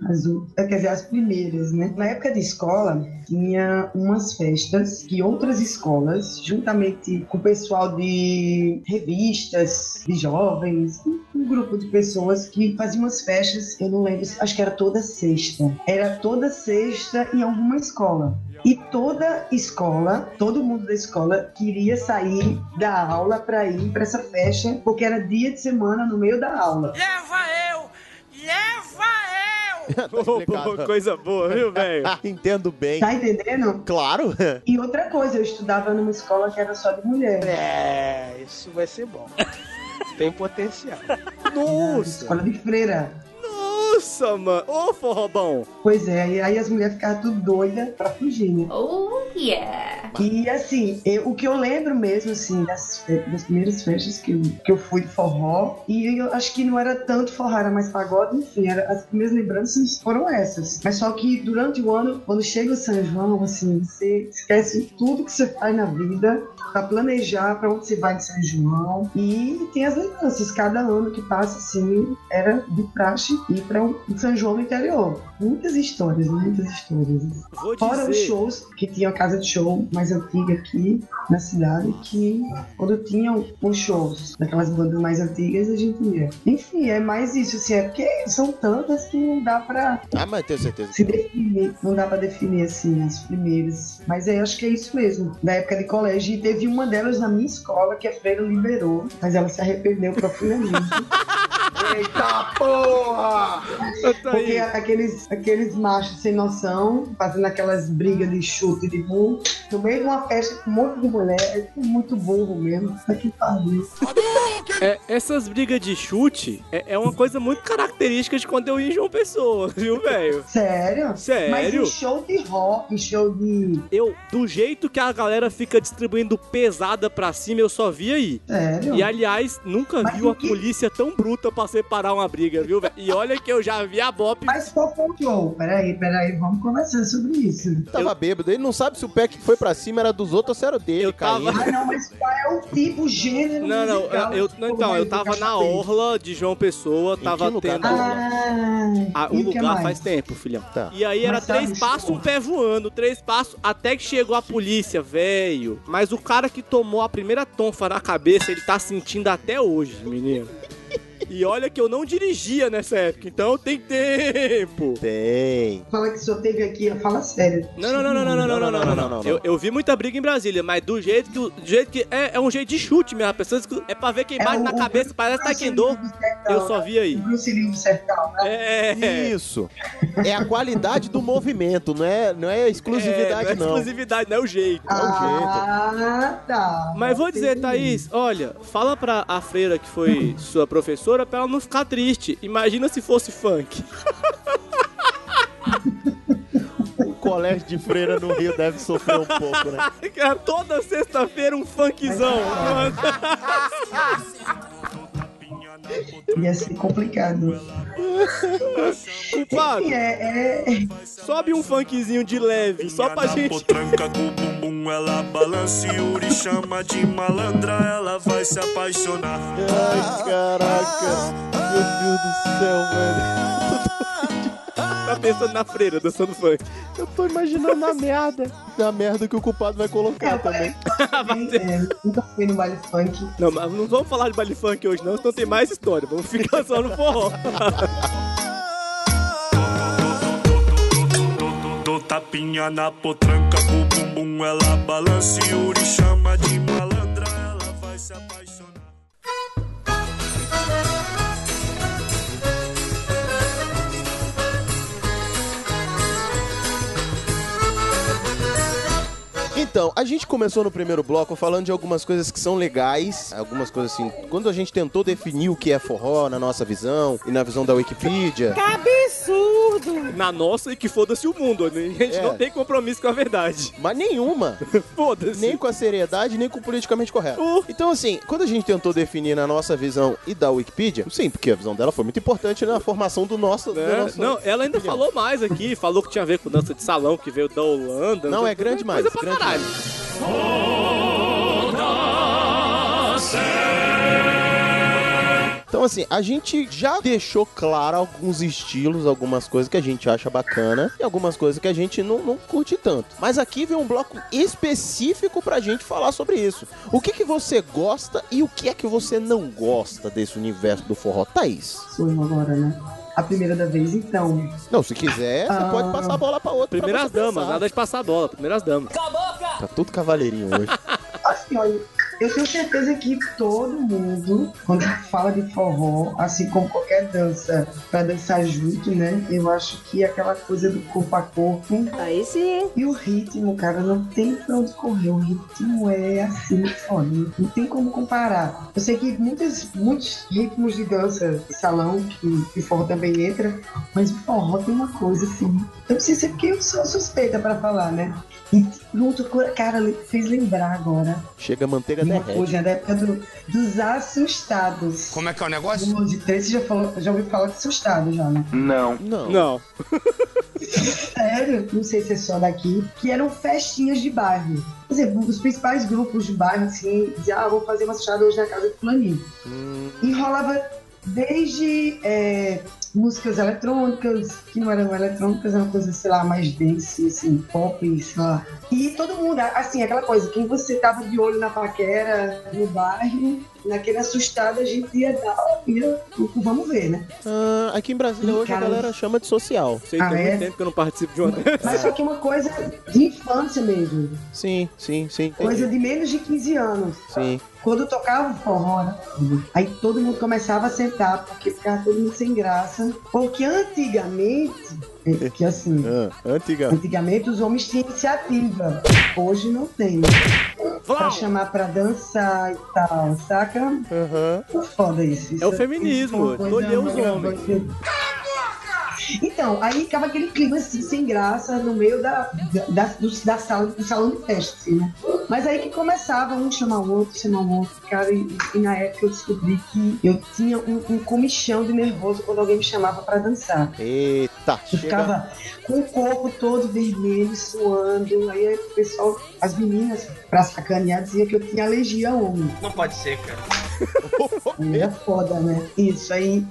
[SPEAKER 2] azul. É, Quer dizer, as primeiras, né? Na época de escola, tinha umas festas que outras escolas, juntamente com o pessoal de revistas, de jovens, um- um grupo de pessoas que faziam umas festas, eu não lembro, acho que era toda sexta. Era toda sexta em alguma escola. E toda escola, todo mundo da escola queria sair da aula para ir para essa festa, porque era dia de semana no meio da aula.
[SPEAKER 9] Leva eu! Leva eu!
[SPEAKER 3] Tá explicado.
[SPEAKER 1] Ô, coisa boa, viu, velho?
[SPEAKER 3] Entendo bem.
[SPEAKER 2] Tá entendendo?
[SPEAKER 3] Claro.
[SPEAKER 2] E outra coisa, eu estudava numa escola que era só de mulher.
[SPEAKER 9] É, isso vai ser bom. Tem potencial.
[SPEAKER 1] Nossa!
[SPEAKER 2] Escola de freira.
[SPEAKER 1] Nossa, mano! Ô, forrobão!
[SPEAKER 2] Pois é, e aí as mulheres ficavam tudo doidas pra fugir, né?
[SPEAKER 10] Oh, yeah.
[SPEAKER 2] E assim, eu- o que eu lembro mesmo, assim, das, fe- das primeiras festas que eu, que eu fui de forró, e eu acho que não era tanto forró, era mais pagode, enfim, era- as primeiras lembranças foram essas. Mas só que durante o ano, quando chega o São João, assim, você esquece tudo que você faz na vida pra planejar pra onde você vai de São João. E tem as lembranças, cada ano que passa, assim, era de praxe ir pra um São João no interior. Muitas histórias, muitas histórias. assim.
[SPEAKER 1] Vou
[SPEAKER 2] Fora os
[SPEAKER 1] dizer.
[SPEAKER 2] shows, que tinha a casa de show mais antiga aqui na cidade, que quando tinham os shows daquelas bandas mais antigas, a gente ia. Enfim, é mais isso, assim, é porque são tantas que não dá pra
[SPEAKER 3] Ah, mas tenho certeza.
[SPEAKER 2] se
[SPEAKER 3] que não.
[SPEAKER 2] definir, não dá pra definir, assim, as primeiras. Mas é, acho que é isso mesmo, da época de colégio. E teve uma delas na minha escola, que a freira liberou, mas ela se arrependeu profundamente.
[SPEAKER 9] Eita porra!
[SPEAKER 1] Tá
[SPEAKER 2] Porque
[SPEAKER 1] aí.
[SPEAKER 2] aqueles, aqueles machos sem noção, fazendo aquelas brigas de chute de burro, no meio de uma festa com um monte de mulher, é tudo muito burro mesmo. Isso aqui pariu.
[SPEAKER 1] É, essas brigas de chute é, é uma coisa muito característica de quando eu ia em João Pessoa, viu, velho?
[SPEAKER 2] Sério? Mas
[SPEAKER 1] Sério?
[SPEAKER 2] em show de rock, em show de.
[SPEAKER 1] Eu, do jeito que a galera fica distribuindo pesada pra cima, eu só vi aí.
[SPEAKER 2] Sério?
[SPEAKER 1] E aliás, nunca
[SPEAKER 2] Então. Mas
[SPEAKER 1] viu
[SPEAKER 2] em
[SPEAKER 1] a
[SPEAKER 2] que-
[SPEAKER 1] polícia tão bruta pra separar uma briga, viu, velho? E olha que eu já vi a Bop.
[SPEAKER 2] Mas qual foi o show? Peraí, peraí, vamos conversar sobre isso.
[SPEAKER 3] Tava bêbado. Ele não sabe se o pé que foi pra cima era dos outros ou se era o dele
[SPEAKER 1] Eu tava-
[SPEAKER 3] caindo.
[SPEAKER 2] Ah, não, mas qual é o tipo, o gênero?
[SPEAKER 1] Não, não,
[SPEAKER 2] musical
[SPEAKER 1] eu,
[SPEAKER 2] que
[SPEAKER 1] não,
[SPEAKER 2] tu
[SPEAKER 1] então,
[SPEAKER 2] vai
[SPEAKER 1] eu tava
[SPEAKER 2] encaixar
[SPEAKER 1] na
[SPEAKER 2] dentro?
[SPEAKER 1] orla de João Pessoa, tava
[SPEAKER 3] que lugar?
[SPEAKER 1] tendo.
[SPEAKER 2] Ah,
[SPEAKER 1] Ah,
[SPEAKER 2] e
[SPEAKER 1] o
[SPEAKER 2] o que
[SPEAKER 1] lugar
[SPEAKER 2] mais?
[SPEAKER 1] faz tempo, filhão.
[SPEAKER 3] Tá.
[SPEAKER 1] E aí era
[SPEAKER 2] Mas sabe,
[SPEAKER 1] três passos, um
[SPEAKER 2] porra.
[SPEAKER 1] pé voando, três passos, até que chegou a polícia, velho. Mas o cara que tomou a primeira tonfa na cabeça, ele tá sentindo até hoje, menino. E olha que eu não dirigia nessa época, então tem tempo.
[SPEAKER 3] Tem.
[SPEAKER 2] Fala que só teve aqui, fala sério.
[SPEAKER 1] Não, não, não, não, não, não, não, não, não, não, não, não. Eu, eu vi muita briga em Brasília, mas do jeito que. o- Do jeito que é, é um jeito de chute mesmo. a pessoa escu- é pra ver quem
[SPEAKER 2] É
[SPEAKER 1] bate
[SPEAKER 2] o-
[SPEAKER 1] na
[SPEAKER 2] o-
[SPEAKER 1] cabeça, parece taekwondo. tá
[SPEAKER 2] então.
[SPEAKER 1] Eu só vi aí.
[SPEAKER 2] O Bruce Lee do Sertão, né?
[SPEAKER 1] É.
[SPEAKER 3] Isso. É a qualidade do movimento, não é, não é exclusividade,
[SPEAKER 1] é, não.
[SPEAKER 3] não.
[SPEAKER 1] É exclusividade, não é o jeito.
[SPEAKER 3] É o jeito.
[SPEAKER 2] Ah, tá.
[SPEAKER 1] Mas vou dizer, Thaís, olha, fala pra a freira que foi sua professora pra ela não ficar triste. Imagina se fosse funk.
[SPEAKER 3] O colégio de freira no Rio deve sofrer um pouco, né?
[SPEAKER 1] Cara, É Toda sexta-feira um funkzão.
[SPEAKER 2] Ia ser complicado.
[SPEAKER 1] Culpado,
[SPEAKER 2] Enfim, é, é,
[SPEAKER 1] sobe um funkzinho de leve, só pra gente.
[SPEAKER 5] Tranca com o bumbum, ela balança e Yuri chama de malandra, ela vai se apaixonar.
[SPEAKER 3] Ai, caraca. Meu Deus do céu, velho.
[SPEAKER 1] Tá pensando na freira dançando funk.
[SPEAKER 3] Eu tô imaginando a merda. É A merda que o culpado vai colocar também.
[SPEAKER 2] é, nunca fui no baile funk.
[SPEAKER 1] Não, mas não vamos falar de baile funk hoje, não, senão tem mais história. Vamos ficar só no forró.
[SPEAKER 5] Dou tapinha na potranca com o bumbum, ela balança e Yuri chama de malandra, ela vai se apaixonar.
[SPEAKER 3] Então, a gente começou no primeiro bloco falando de algumas coisas que são legais, algumas coisas assim. Quando a gente tentou definir o que é forró na nossa visão e na visão da Wikipedia,
[SPEAKER 1] Na nossa e que foda-se o mundo. né? A gente
[SPEAKER 3] É.
[SPEAKER 1] não tem compromisso com a verdade.
[SPEAKER 3] mas nenhuma,
[SPEAKER 1] Foda-se.
[SPEAKER 3] nem com a seriedade, nem com o politicamente correto.
[SPEAKER 1] Uh.
[SPEAKER 3] Então, assim, quando a gente tentou definir na nossa visão e da Wikipedia, sim, porque a visão dela foi muito importante na formação do nosso.
[SPEAKER 1] né?
[SPEAKER 3] do nosso-
[SPEAKER 1] Não, ela ainda
[SPEAKER 3] opinião.
[SPEAKER 1] falou mais aqui, falou que tinha a ver com dança de salão, que veio da Holanda.
[SPEAKER 3] Não,
[SPEAKER 1] sei
[SPEAKER 3] é
[SPEAKER 1] o quê,
[SPEAKER 3] grande
[SPEAKER 1] coisa
[SPEAKER 3] mais,
[SPEAKER 1] pra
[SPEAKER 3] grande
[SPEAKER 1] caralho.
[SPEAKER 3] Então Então, assim, a gente já deixou claro alguns estilos, algumas coisas que a gente acha bacana e algumas coisas que a gente não, não curte tanto. Mas aqui vem um bloco específico pra gente falar sobre isso. O que, que você gosta e o que é que você não gosta desse universo do forró, Thaís?
[SPEAKER 2] Sou eu agora, né? A primeira da vez, então.
[SPEAKER 3] Não, se quiser, você
[SPEAKER 2] Ah.
[SPEAKER 3] pode passar a bola pra outra. pra
[SPEAKER 1] Primeiras
[SPEAKER 3] você pensar.
[SPEAKER 1] damas, nada de passar a bola, primeiras damas.
[SPEAKER 3] Tá tudo cavaleirinho hoje.
[SPEAKER 2] Assim, olha, eu tenho certeza que todo mundo, quando fala de forró, assim como qualquer dança, pra dançar junto, né? Eu acho que aquela coisa do corpo a corpo
[SPEAKER 6] Aí sim.
[SPEAKER 2] E o ritmo, cara, não tem pra onde correr. O ritmo é assim, foda. Não tem como comparar. Eu sei que muitos, muitos ritmos de dança de salão, que, que forró também entra, mas o forró tem uma coisa assim. Eu não sei se é porque eu sou suspeita pra falar, né? E junto, com- cara, le- fez lembrar agora
[SPEAKER 3] Chega a manteiga
[SPEAKER 2] de uma
[SPEAKER 3] derrete.
[SPEAKER 2] coisa da época do- dos assustados.
[SPEAKER 5] Como é que é o negócio?
[SPEAKER 2] Do de três, você já, falou, já ouviu falar de assustado, já, né?
[SPEAKER 9] Não.
[SPEAKER 3] Não.
[SPEAKER 1] Não.
[SPEAKER 2] sério, não sei se é só daqui, que eram festinhas de bairro. Quer dizer, os principais grupos de bairro, assim, diziam, ah, vou fazer uma assistada hoje na casa do fulaninho. E rolava desde é, músicas eletrônicas, que não eram eletrônicas, eram coisas, sei lá, mais dance, assim, pop, sei lá. E todo mundo, assim, aquela coisa, quem você tava de olho na paquera, no bairro, naquele assustado, a gente ia dar, ia, vamos ver, né?
[SPEAKER 3] Ah, aqui em Brasília
[SPEAKER 2] Ih,
[SPEAKER 3] hoje a
[SPEAKER 2] cara.
[SPEAKER 3] galera chama de social.
[SPEAKER 1] Sei
[SPEAKER 2] Ah,
[SPEAKER 1] tem
[SPEAKER 2] é?
[SPEAKER 1] muito tempo que eu não participo de uma
[SPEAKER 2] Mas só que uma coisa de infância mesmo.
[SPEAKER 3] Sim, sim, sim.
[SPEAKER 2] coisa de menos de 15 anos.
[SPEAKER 3] Sim.
[SPEAKER 2] Quando eu tocava forró, né? aí todo mundo começava a sentar, porque ficava todo mundo sem graça. Porque antigamente, é, que assim,
[SPEAKER 3] Ah, antiga.
[SPEAKER 2] antigamente os homens tinham iniciativa, hoje não tem. Pra chamar pra dançar e tal, saca?
[SPEAKER 3] Aham.
[SPEAKER 2] Pô, foda isso. isso
[SPEAKER 1] o feminismo,
[SPEAKER 2] isso é uma coisa
[SPEAKER 1] tolher os
[SPEAKER 2] maravilhosa. Então, aí ficava aquele clima assim, sem graça, no meio da, da, da- do, da sala, do salão de festa, assim, né? Mas aí que começava um chamar o outro, chamar o outro, cara, e, e na época eu descobri que eu tinha um, um comichão de nervoso quando alguém me chamava pra dançar.
[SPEAKER 3] Eita,
[SPEAKER 2] Eu
[SPEAKER 3] chega.
[SPEAKER 2] ficava com o corpo todo vermelho, suando. Aí o pessoal, as meninas, pra sacanear, diziam que eu tinha alergia a homem.
[SPEAKER 9] Não pode ser, cara.
[SPEAKER 2] Aí é foda, né? Isso aí.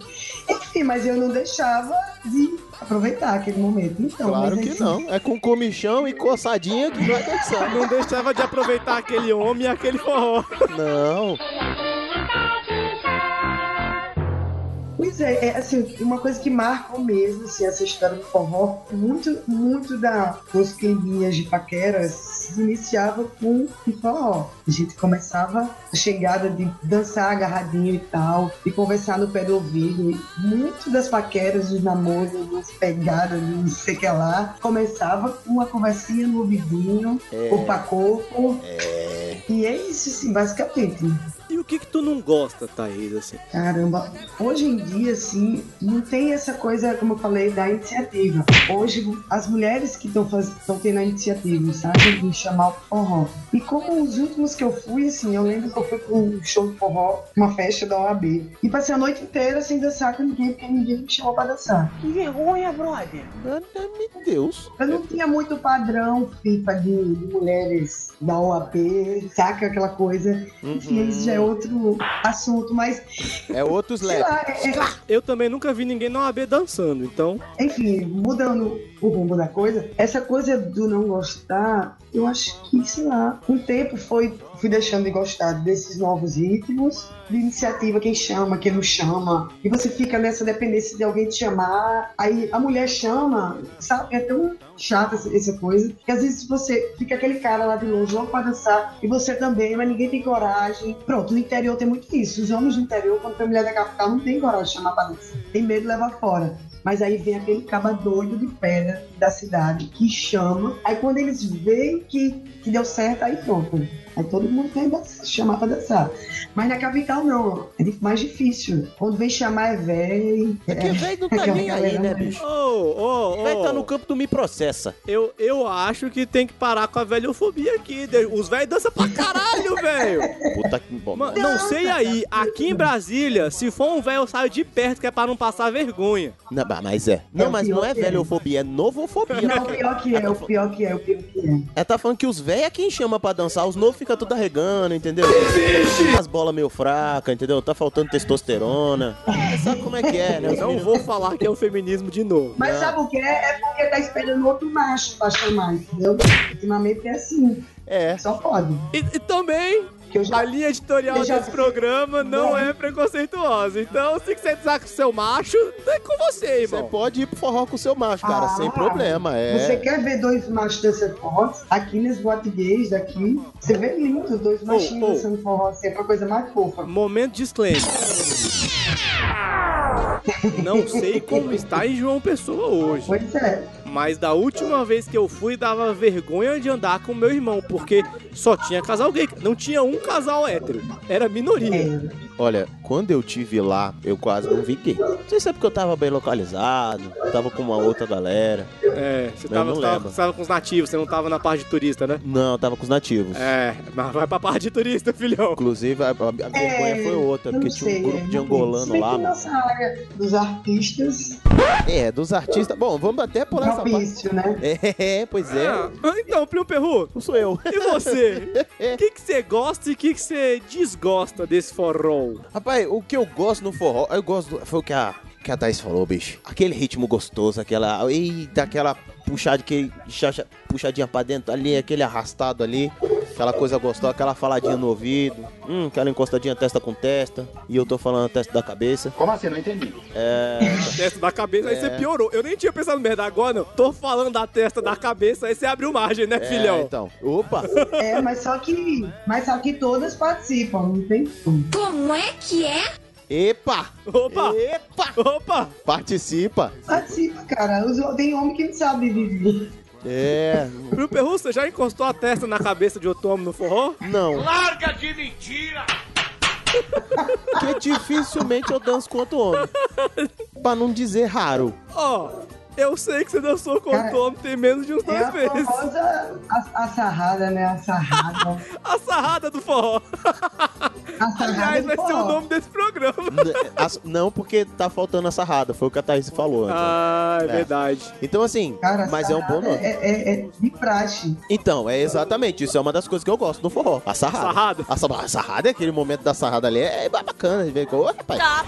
[SPEAKER 2] Enfim, mas eu não deixava de aproveitar aquele momento. Então,
[SPEAKER 3] Claro
[SPEAKER 2] mas
[SPEAKER 3] que
[SPEAKER 2] assim,
[SPEAKER 3] não. É com comichão e coçadinha que é vai dançar.
[SPEAKER 1] Não deixava de aproveitar aquele homem e aquele forró.
[SPEAKER 3] Não.
[SPEAKER 2] Pois é, é assim, uma coisa que marcou mesmo assim, essa história do forró, muito, muito da, dos climinhas de paquera se iniciava com o forró. A gente começava a chegada de dançar agarradinho e tal, e conversar no pé do ouvido. E muito das paqueras, dos namoros, das pegadas, de não sei o que lá, começava com uma conversinha no ouvidinho,
[SPEAKER 3] É.
[SPEAKER 2] corpo a corpo. E é isso, assim, basicamente.
[SPEAKER 1] E o que que tu não gosta, Thaís, assim?
[SPEAKER 2] Caramba, hoje em dia, assim, não tem essa coisa, como eu falei, da iniciativa. Hoje, as mulheres que estão estão tendo a iniciativa, sabe? De chamar o forró. E como os últimos que eu fui, assim, eu lembro que eu fui pra um show de forró, uma festa da OAB. E passei a noite inteira sem dançar com ninguém, porque ninguém me chamou pra dançar.
[SPEAKER 9] Que vergonha, brother.
[SPEAKER 3] Ah, Meu Deus.
[SPEAKER 2] Eu não tinha muito padrão FIFA de, de mulheres da OAB, saca? Aquela coisa. Enfim, isso já é outro assunto, mas,
[SPEAKER 3] Uhum. É outro
[SPEAKER 2] sei
[SPEAKER 3] slap.
[SPEAKER 2] lá, é, é-
[SPEAKER 1] Eu também nunca vi ninguém na OAB dançando, então...
[SPEAKER 2] enfim, mudando o rumo da coisa, essa coisa do não gostar, eu acho que, sei lá, um tempo foi, fui deixando de gostar desses novos ritmos, de iniciativa, quem chama, quem não chama, e você fica nessa dependência de alguém te chamar, aí a mulher chama, sabe? É tão chata essa- essa coisa, que às vezes você fica aquele cara lá de longe, louco pra dançar, e você também, mas ninguém tem coragem. Pronto, no interior tem muito isso, os homens do interior, quando tem mulher da capital, não tem coragem de chamar pra dançar, tem medo de levar fora. Mas aí vem aquele caba doido de pedra da cidade que chama. Aí quando eles veem que, que deu certo, aí pronto. Aí todo mundo quer dan- chamar pra dançar. Mas na capital não, é di- mais difícil. Quando vem chamar é velho.
[SPEAKER 3] É que velho não tá
[SPEAKER 2] aquela
[SPEAKER 3] nem aí,
[SPEAKER 2] galera
[SPEAKER 3] né,
[SPEAKER 2] mais-
[SPEAKER 3] bicho?
[SPEAKER 1] Ô, ô,
[SPEAKER 3] Velho tá no
[SPEAKER 1] ô,
[SPEAKER 3] campo do me processa.
[SPEAKER 1] eu, eu acho que tem que parar com a velhofobia aqui. De- Os velhos dançam pra caralho, velho.
[SPEAKER 3] Puta que bom.
[SPEAKER 1] Ma- Não sei aí, aqui em Brasília, se for um velho, eu saio de perto, que é pra não passar vergonha.
[SPEAKER 3] Não, mas é. Não, mas não é velhofobia, é novofobia.
[SPEAKER 2] Não, o pior que é, o pior que é, o pior que
[SPEAKER 3] Ela tá falando que os velhos é quem chama pra dançar, os novos fica tudo arregando, entendeu? As bolas meio fracas, entendeu? Tá faltando testosterona. Ah, sabe como é que é, né? Os
[SPEAKER 1] Não
[SPEAKER 3] meninos-
[SPEAKER 1] vou falar que é o feminismo de novo.
[SPEAKER 2] Mas sabe o que é? É porque tá esperando outro macho pra chamar, entendeu? Ultimamente é assim.
[SPEAKER 3] É.
[SPEAKER 2] Só pode.
[SPEAKER 1] E, e também,
[SPEAKER 2] Que eu
[SPEAKER 1] a
[SPEAKER 2] já...
[SPEAKER 1] linha editorial
[SPEAKER 2] Deixa eu-
[SPEAKER 1] desse programa não é preconceituosa. Então, se quiser desar com o seu macho, é com você,
[SPEAKER 3] Você
[SPEAKER 1] irmão.
[SPEAKER 3] pode ir pro forró com o seu macho, cara,
[SPEAKER 2] Ah,
[SPEAKER 3] sem problema. É.
[SPEAKER 2] Você quer ver dois machos dançando forró? Aqui nesse boate gays daqui, você vê lindo os dois machinhos
[SPEAKER 1] oh.
[SPEAKER 2] dançando forró, assim, é a coisa mais fofa.
[SPEAKER 1] Momento disclaimer. Não sei como está em João Pessoa hoje,
[SPEAKER 2] Pois é.
[SPEAKER 1] mas da última vez que eu fui dava vergonha de andar com meu irmão, porque só tinha casal gay, não tinha um casal hétero, era minoria.
[SPEAKER 2] é.
[SPEAKER 3] Olha, quando eu tive lá, eu quase não vi gay. Não sei se é porque eu tava bem localizado, tava com uma outra galera.
[SPEAKER 1] É, você
[SPEAKER 3] Eu
[SPEAKER 1] tava,
[SPEAKER 3] não
[SPEAKER 1] você tava-
[SPEAKER 3] lembro.
[SPEAKER 1] você tava com os nativos, você não tava na parte de turista, né?
[SPEAKER 3] Não, eu tava com os nativos.
[SPEAKER 1] É, mas vai pra parte de turista, filhão.
[SPEAKER 3] Inclusive, a, a- a vergonha foi outra,
[SPEAKER 2] É, não
[SPEAKER 3] porque tinha
[SPEAKER 2] sei,
[SPEAKER 3] um grupo de
[SPEAKER 2] é. Se
[SPEAKER 3] angolano
[SPEAKER 2] bem
[SPEAKER 3] lá,
[SPEAKER 2] que
[SPEAKER 3] mano.
[SPEAKER 2] nossa área dos artistas,
[SPEAKER 3] É, dos artistas. Bom, vamos até pular essa parte.
[SPEAKER 2] propício, né?
[SPEAKER 3] É, pois é.
[SPEAKER 1] Ah, então, Plio Perru,
[SPEAKER 3] Não sou eu.
[SPEAKER 1] e você? O que que você gosta e o que que você desgosta desse forró?
[SPEAKER 3] Rapaz, o que eu gosto no forró, eu gosto do, foi o que a que a Thaís falou, bicho. Aquele ritmo gostoso, aquela, eita, aquela puxada que chacha- puxadinha pra dentro ali, aquele arrastado ali, aquela coisa gostosa, aquela faladinha no ouvido, hum, aquela encostadinha testa com testa, e eu tô falando testa da cabeça.
[SPEAKER 7] Como assim? Não entendi.
[SPEAKER 1] Testa da cabeça, aí
[SPEAKER 3] É.
[SPEAKER 1] você piorou. Eu nem tinha pensado merda agora, não. Tô falando da testa da cabeça, aí você abriu margem, né,
[SPEAKER 3] É,
[SPEAKER 1] filhão?
[SPEAKER 3] então. Opa.
[SPEAKER 2] É, mas só que. Mas só que todas participam, não tem como.
[SPEAKER 6] Como é que é?
[SPEAKER 3] Epa.
[SPEAKER 1] Opa!
[SPEAKER 3] Epa.
[SPEAKER 1] Opa!
[SPEAKER 3] Participa.
[SPEAKER 2] Participa, cara. Os- Tem homem que não sabe viver.
[SPEAKER 3] É.
[SPEAKER 1] Plio Perru, você já encostou a testa na cabeça de outro homem no forró?
[SPEAKER 3] Não.
[SPEAKER 4] Larga de mentira!
[SPEAKER 3] Porque dificilmente eu danço com outro homem. Pra não dizer raro.
[SPEAKER 1] Ó, eu sei que você dançou com
[SPEAKER 2] Cara,
[SPEAKER 1] outro homem tem menos de uns
[SPEAKER 2] É
[SPEAKER 1] dois
[SPEAKER 2] a
[SPEAKER 1] meses.
[SPEAKER 2] famosa a, a sarrada, né? A sarrada.
[SPEAKER 1] A sarrada do forró.
[SPEAKER 2] A sarrada é
[SPEAKER 1] Aliás,
[SPEAKER 2] do
[SPEAKER 1] vai ser o
[SPEAKER 2] forró.
[SPEAKER 1] nome desse programa.
[SPEAKER 3] N- as- Não, porque tá faltando a sarrada, foi o que a Thaís falou. Antônio.
[SPEAKER 1] Ah, é,
[SPEAKER 3] É.
[SPEAKER 1] verdade.
[SPEAKER 3] Então, assim,
[SPEAKER 2] Cara, a
[SPEAKER 3] mas é um bom
[SPEAKER 2] sarrada
[SPEAKER 3] nome.
[SPEAKER 2] É, é- é de praxe.
[SPEAKER 3] Então, é exatamente, isso é uma das coisas que eu gosto no forró. A sarrada.
[SPEAKER 1] Sarrada.
[SPEAKER 3] A, sa- a sarrada, é aquele momento da sarrada ali, é bacana. de ver com- Ô, rapaz.
[SPEAKER 6] Stop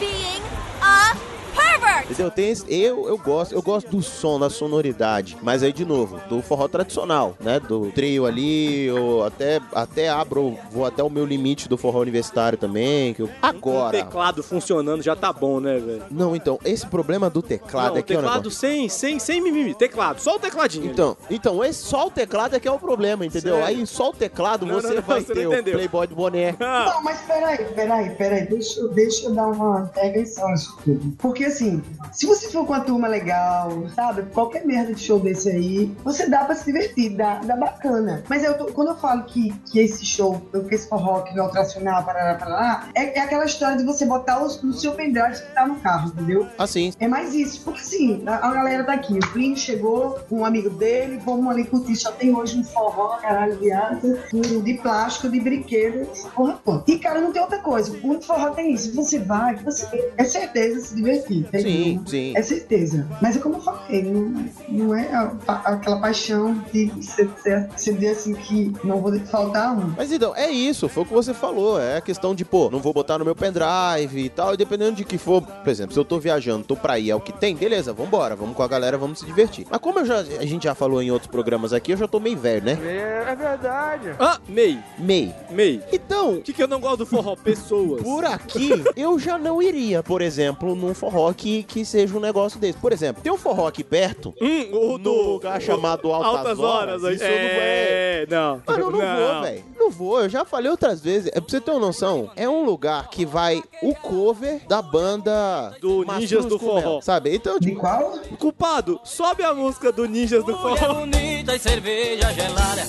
[SPEAKER 6] being a pervert!
[SPEAKER 3] Entendeu? Tem esse- eu, eu gosto, eu gosto do som, da sonoridade. Mas aí, de novo, do forró tradicional, né? Do trio ali, eu até, até abro, vou até o meu limite do forró universitário também. Que eu,
[SPEAKER 1] O
[SPEAKER 3] agora.
[SPEAKER 1] Uhum, um teclado funcionando já tá bom, né, velho?
[SPEAKER 3] Não, então, esse problema do teclado
[SPEAKER 1] Não,
[SPEAKER 3] é que é um negócio.
[SPEAKER 1] teclado sem, sem, sem mimimi. Teclado, só o tecladinho.
[SPEAKER 3] Então, então esse, só o teclado é que é o problema, entendeu?
[SPEAKER 1] Sério?
[SPEAKER 3] Aí só o teclado
[SPEAKER 1] Não,
[SPEAKER 3] você
[SPEAKER 1] não, não,
[SPEAKER 3] vai
[SPEAKER 1] você não
[SPEAKER 3] ter o
[SPEAKER 1] entendeu.
[SPEAKER 3] Playboy de boné.
[SPEAKER 1] Ah.
[SPEAKER 2] Não, mas peraí, peraí, peraí. Deixa, eu- deixa eu dar uma intervenção nisso tudo. um Porque assim, se você for com uma turma legal, sabe? Qualquer merda de show desse aí, você dá pra se divertir, dá, dá bacana. Mas eu tô- quando eu falo que, que esse show, que esse forró que não é tradicional, parará, parará, é, é aquela história de você botar os, no seu pendrive que tá no carro, entendeu?
[SPEAKER 3] Assim,
[SPEAKER 2] É mais isso, porque assim, a, a galera tá aqui, o primo chegou, com um amigo dele, vamos ali curtir, só tem hoje um forró, caralho, viado, um de plástico, de brinquedo, porra, pô. E cara, não tem outra coisa, o forró tem isso, você vai, você tem, é certeza se divertir, entendeu?
[SPEAKER 3] sim, sim.
[SPEAKER 2] É certeza. Mas é como eu falei, não, não é a- a- aquela paixão de você você- você dizer assim que não vou faltar um.
[SPEAKER 3] Mas então, é isso, foi o que você falou. É a questão de, pô, não vou botar no meu pendrive e tal. E dependendo de que for, por exemplo, se eu tô viajando, tô pra ir, é o que tem, beleza, vambora, vamos com a galera, vamos se divertir. Mas como eu já, a gente já falou em outros programas aqui, eu já tô meio velho, né?
[SPEAKER 9] É verdade.
[SPEAKER 1] Ah, MEI,
[SPEAKER 3] Meio.
[SPEAKER 1] MEI.
[SPEAKER 3] Então,
[SPEAKER 1] O que, que eu não gosto do forró? Pessoas.
[SPEAKER 3] Por aqui, eu já não iria, por exemplo, num forró que, que seja um negócio desse. Por exemplo, tem um forró aqui perto,
[SPEAKER 1] Hum, o do...
[SPEAKER 3] num lugar chamado Altas,
[SPEAKER 1] Altas horas.
[SPEAKER 3] Horas. Isso eu não é.
[SPEAKER 1] é, não.
[SPEAKER 3] Mano, eu não, vou, velho. Não vou, eu já falei outras vezes. É pra você ter uma noção, é um lugar que vai o cover da banda
[SPEAKER 1] Do
[SPEAKER 3] Mastruz
[SPEAKER 1] Ninjas do
[SPEAKER 3] com Mel,
[SPEAKER 1] Forró.
[SPEAKER 3] Sabe? Então,
[SPEAKER 2] De
[SPEAKER 3] tipo,
[SPEAKER 2] qual?
[SPEAKER 1] Culpado, sobe a música do Ninjas do Forró.
[SPEAKER 10] bonita e cerveja gelada.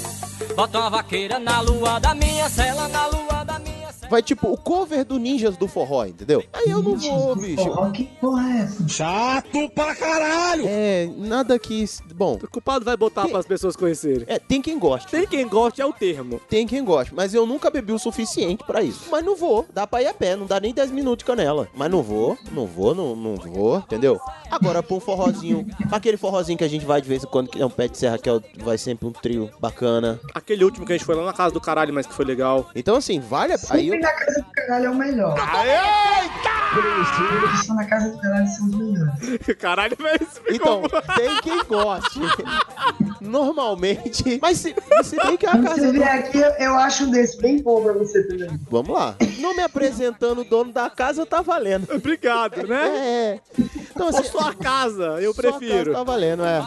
[SPEAKER 10] Bota uma vaqueira na lua da minha cela, na lua da minha cela.
[SPEAKER 3] Vai tipo o cover do Ninjas do Forró, entendeu? Aí eu não vou, bicho.
[SPEAKER 2] Forró, que porra é essa?
[SPEAKER 5] Chato pra caralho!
[SPEAKER 3] É, nada que. Bom,
[SPEAKER 1] O culpado vai botar
[SPEAKER 3] Tem-
[SPEAKER 1] pras pessoas conhecerem.
[SPEAKER 3] é, tem quem goste.
[SPEAKER 1] Tem quem goste, é o termo.
[SPEAKER 3] Tem quem gosta, mas eu nunca bebi o suficiente pra isso. Mas não vou, dá pra ir a pé, não dá nem 10 minutos de canela. Mas não vou, não vou, não, não vou, entendeu? Agora pra um forrozinho, pra aquele forrozinho que a gente vai de vez em quando, que é um pé de serra, que é o- vai sempre um trio bacana.
[SPEAKER 1] Aquele último que a gente foi lá na casa do caralho, mas que foi legal.
[SPEAKER 3] Então assim, vale a aí
[SPEAKER 2] Sempre
[SPEAKER 3] eu-
[SPEAKER 2] na casa do caralho é o melhor. Eles estão na casa do caralho são os melhores.
[SPEAKER 1] Caralho, mas
[SPEAKER 3] Então,
[SPEAKER 1] ficou-
[SPEAKER 3] tem quem goste. Normalmente. Mas se, se bem que é a
[SPEAKER 2] Quando você
[SPEAKER 3] casa.
[SPEAKER 2] vier aqui, eu, eu acho um desse bem bom pra você também.
[SPEAKER 3] Vamos lá. Não me apresentando o dono da casa, tá valendo.
[SPEAKER 1] Obrigado, né?
[SPEAKER 3] É, é. Então,
[SPEAKER 1] Ou
[SPEAKER 3] assim,
[SPEAKER 1] sua casa, eu
[SPEAKER 3] só a casa
[SPEAKER 1] prefiro.
[SPEAKER 3] Tá valendo, é.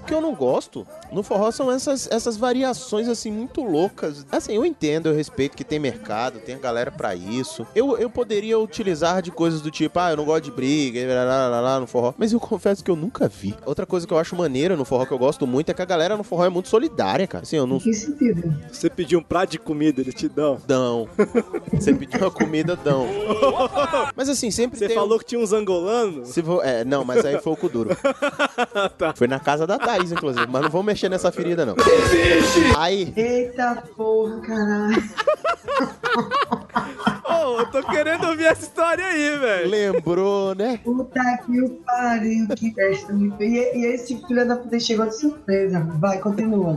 [SPEAKER 3] O que eu não gosto no forró são essas, essas variações, assim, muito loucas. Assim, eu entendo, eu respeito que tem mercado, tem a galera pra isso. Eu, eu poderia utilizar de coisas do tipo, ah, eu não gosto de briga, e lá, lá, lá, lá, no forró. Mas eu confesso que eu nunca vi. Outra coisa que eu acho maneira no forró, que eu gosto muito, é que a galera no forró é muito solidária, cara. Assim, eu não
[SPEAKER 2] Em que sentido?
[SPEAKER 1] Você pediu um prato de comida, eles te dão.
[SPEAKER 3] Dão. Você pediu uma comida, dão. Mas assim, sempre
[SPEAKER 1] Você
[SPEAKER 3] tem. um-
[SPEAKER 1] falou que tinha uns angolanos?
[SPEAKER 3] Se vo- É, não, mas aí foi o cu duro.
[SPEAKER 1] Tá.
[SPEAKER 3] Foi na casa da Thaís, inclusive. Mas não vamos mexer nessa ferida, não. Aí.
[SPEAKER 2] Eita porra, caralho.
[SPEAKER 1] Ô, eu tô querendo ouvir essa história aí, velho.
[SPEAKER 3] Lembrou, né?
[SPEAKER 2] Puta que o pariu, que festa me fez. E, e esse filho da puta chegou de surpresa. Vai, continua.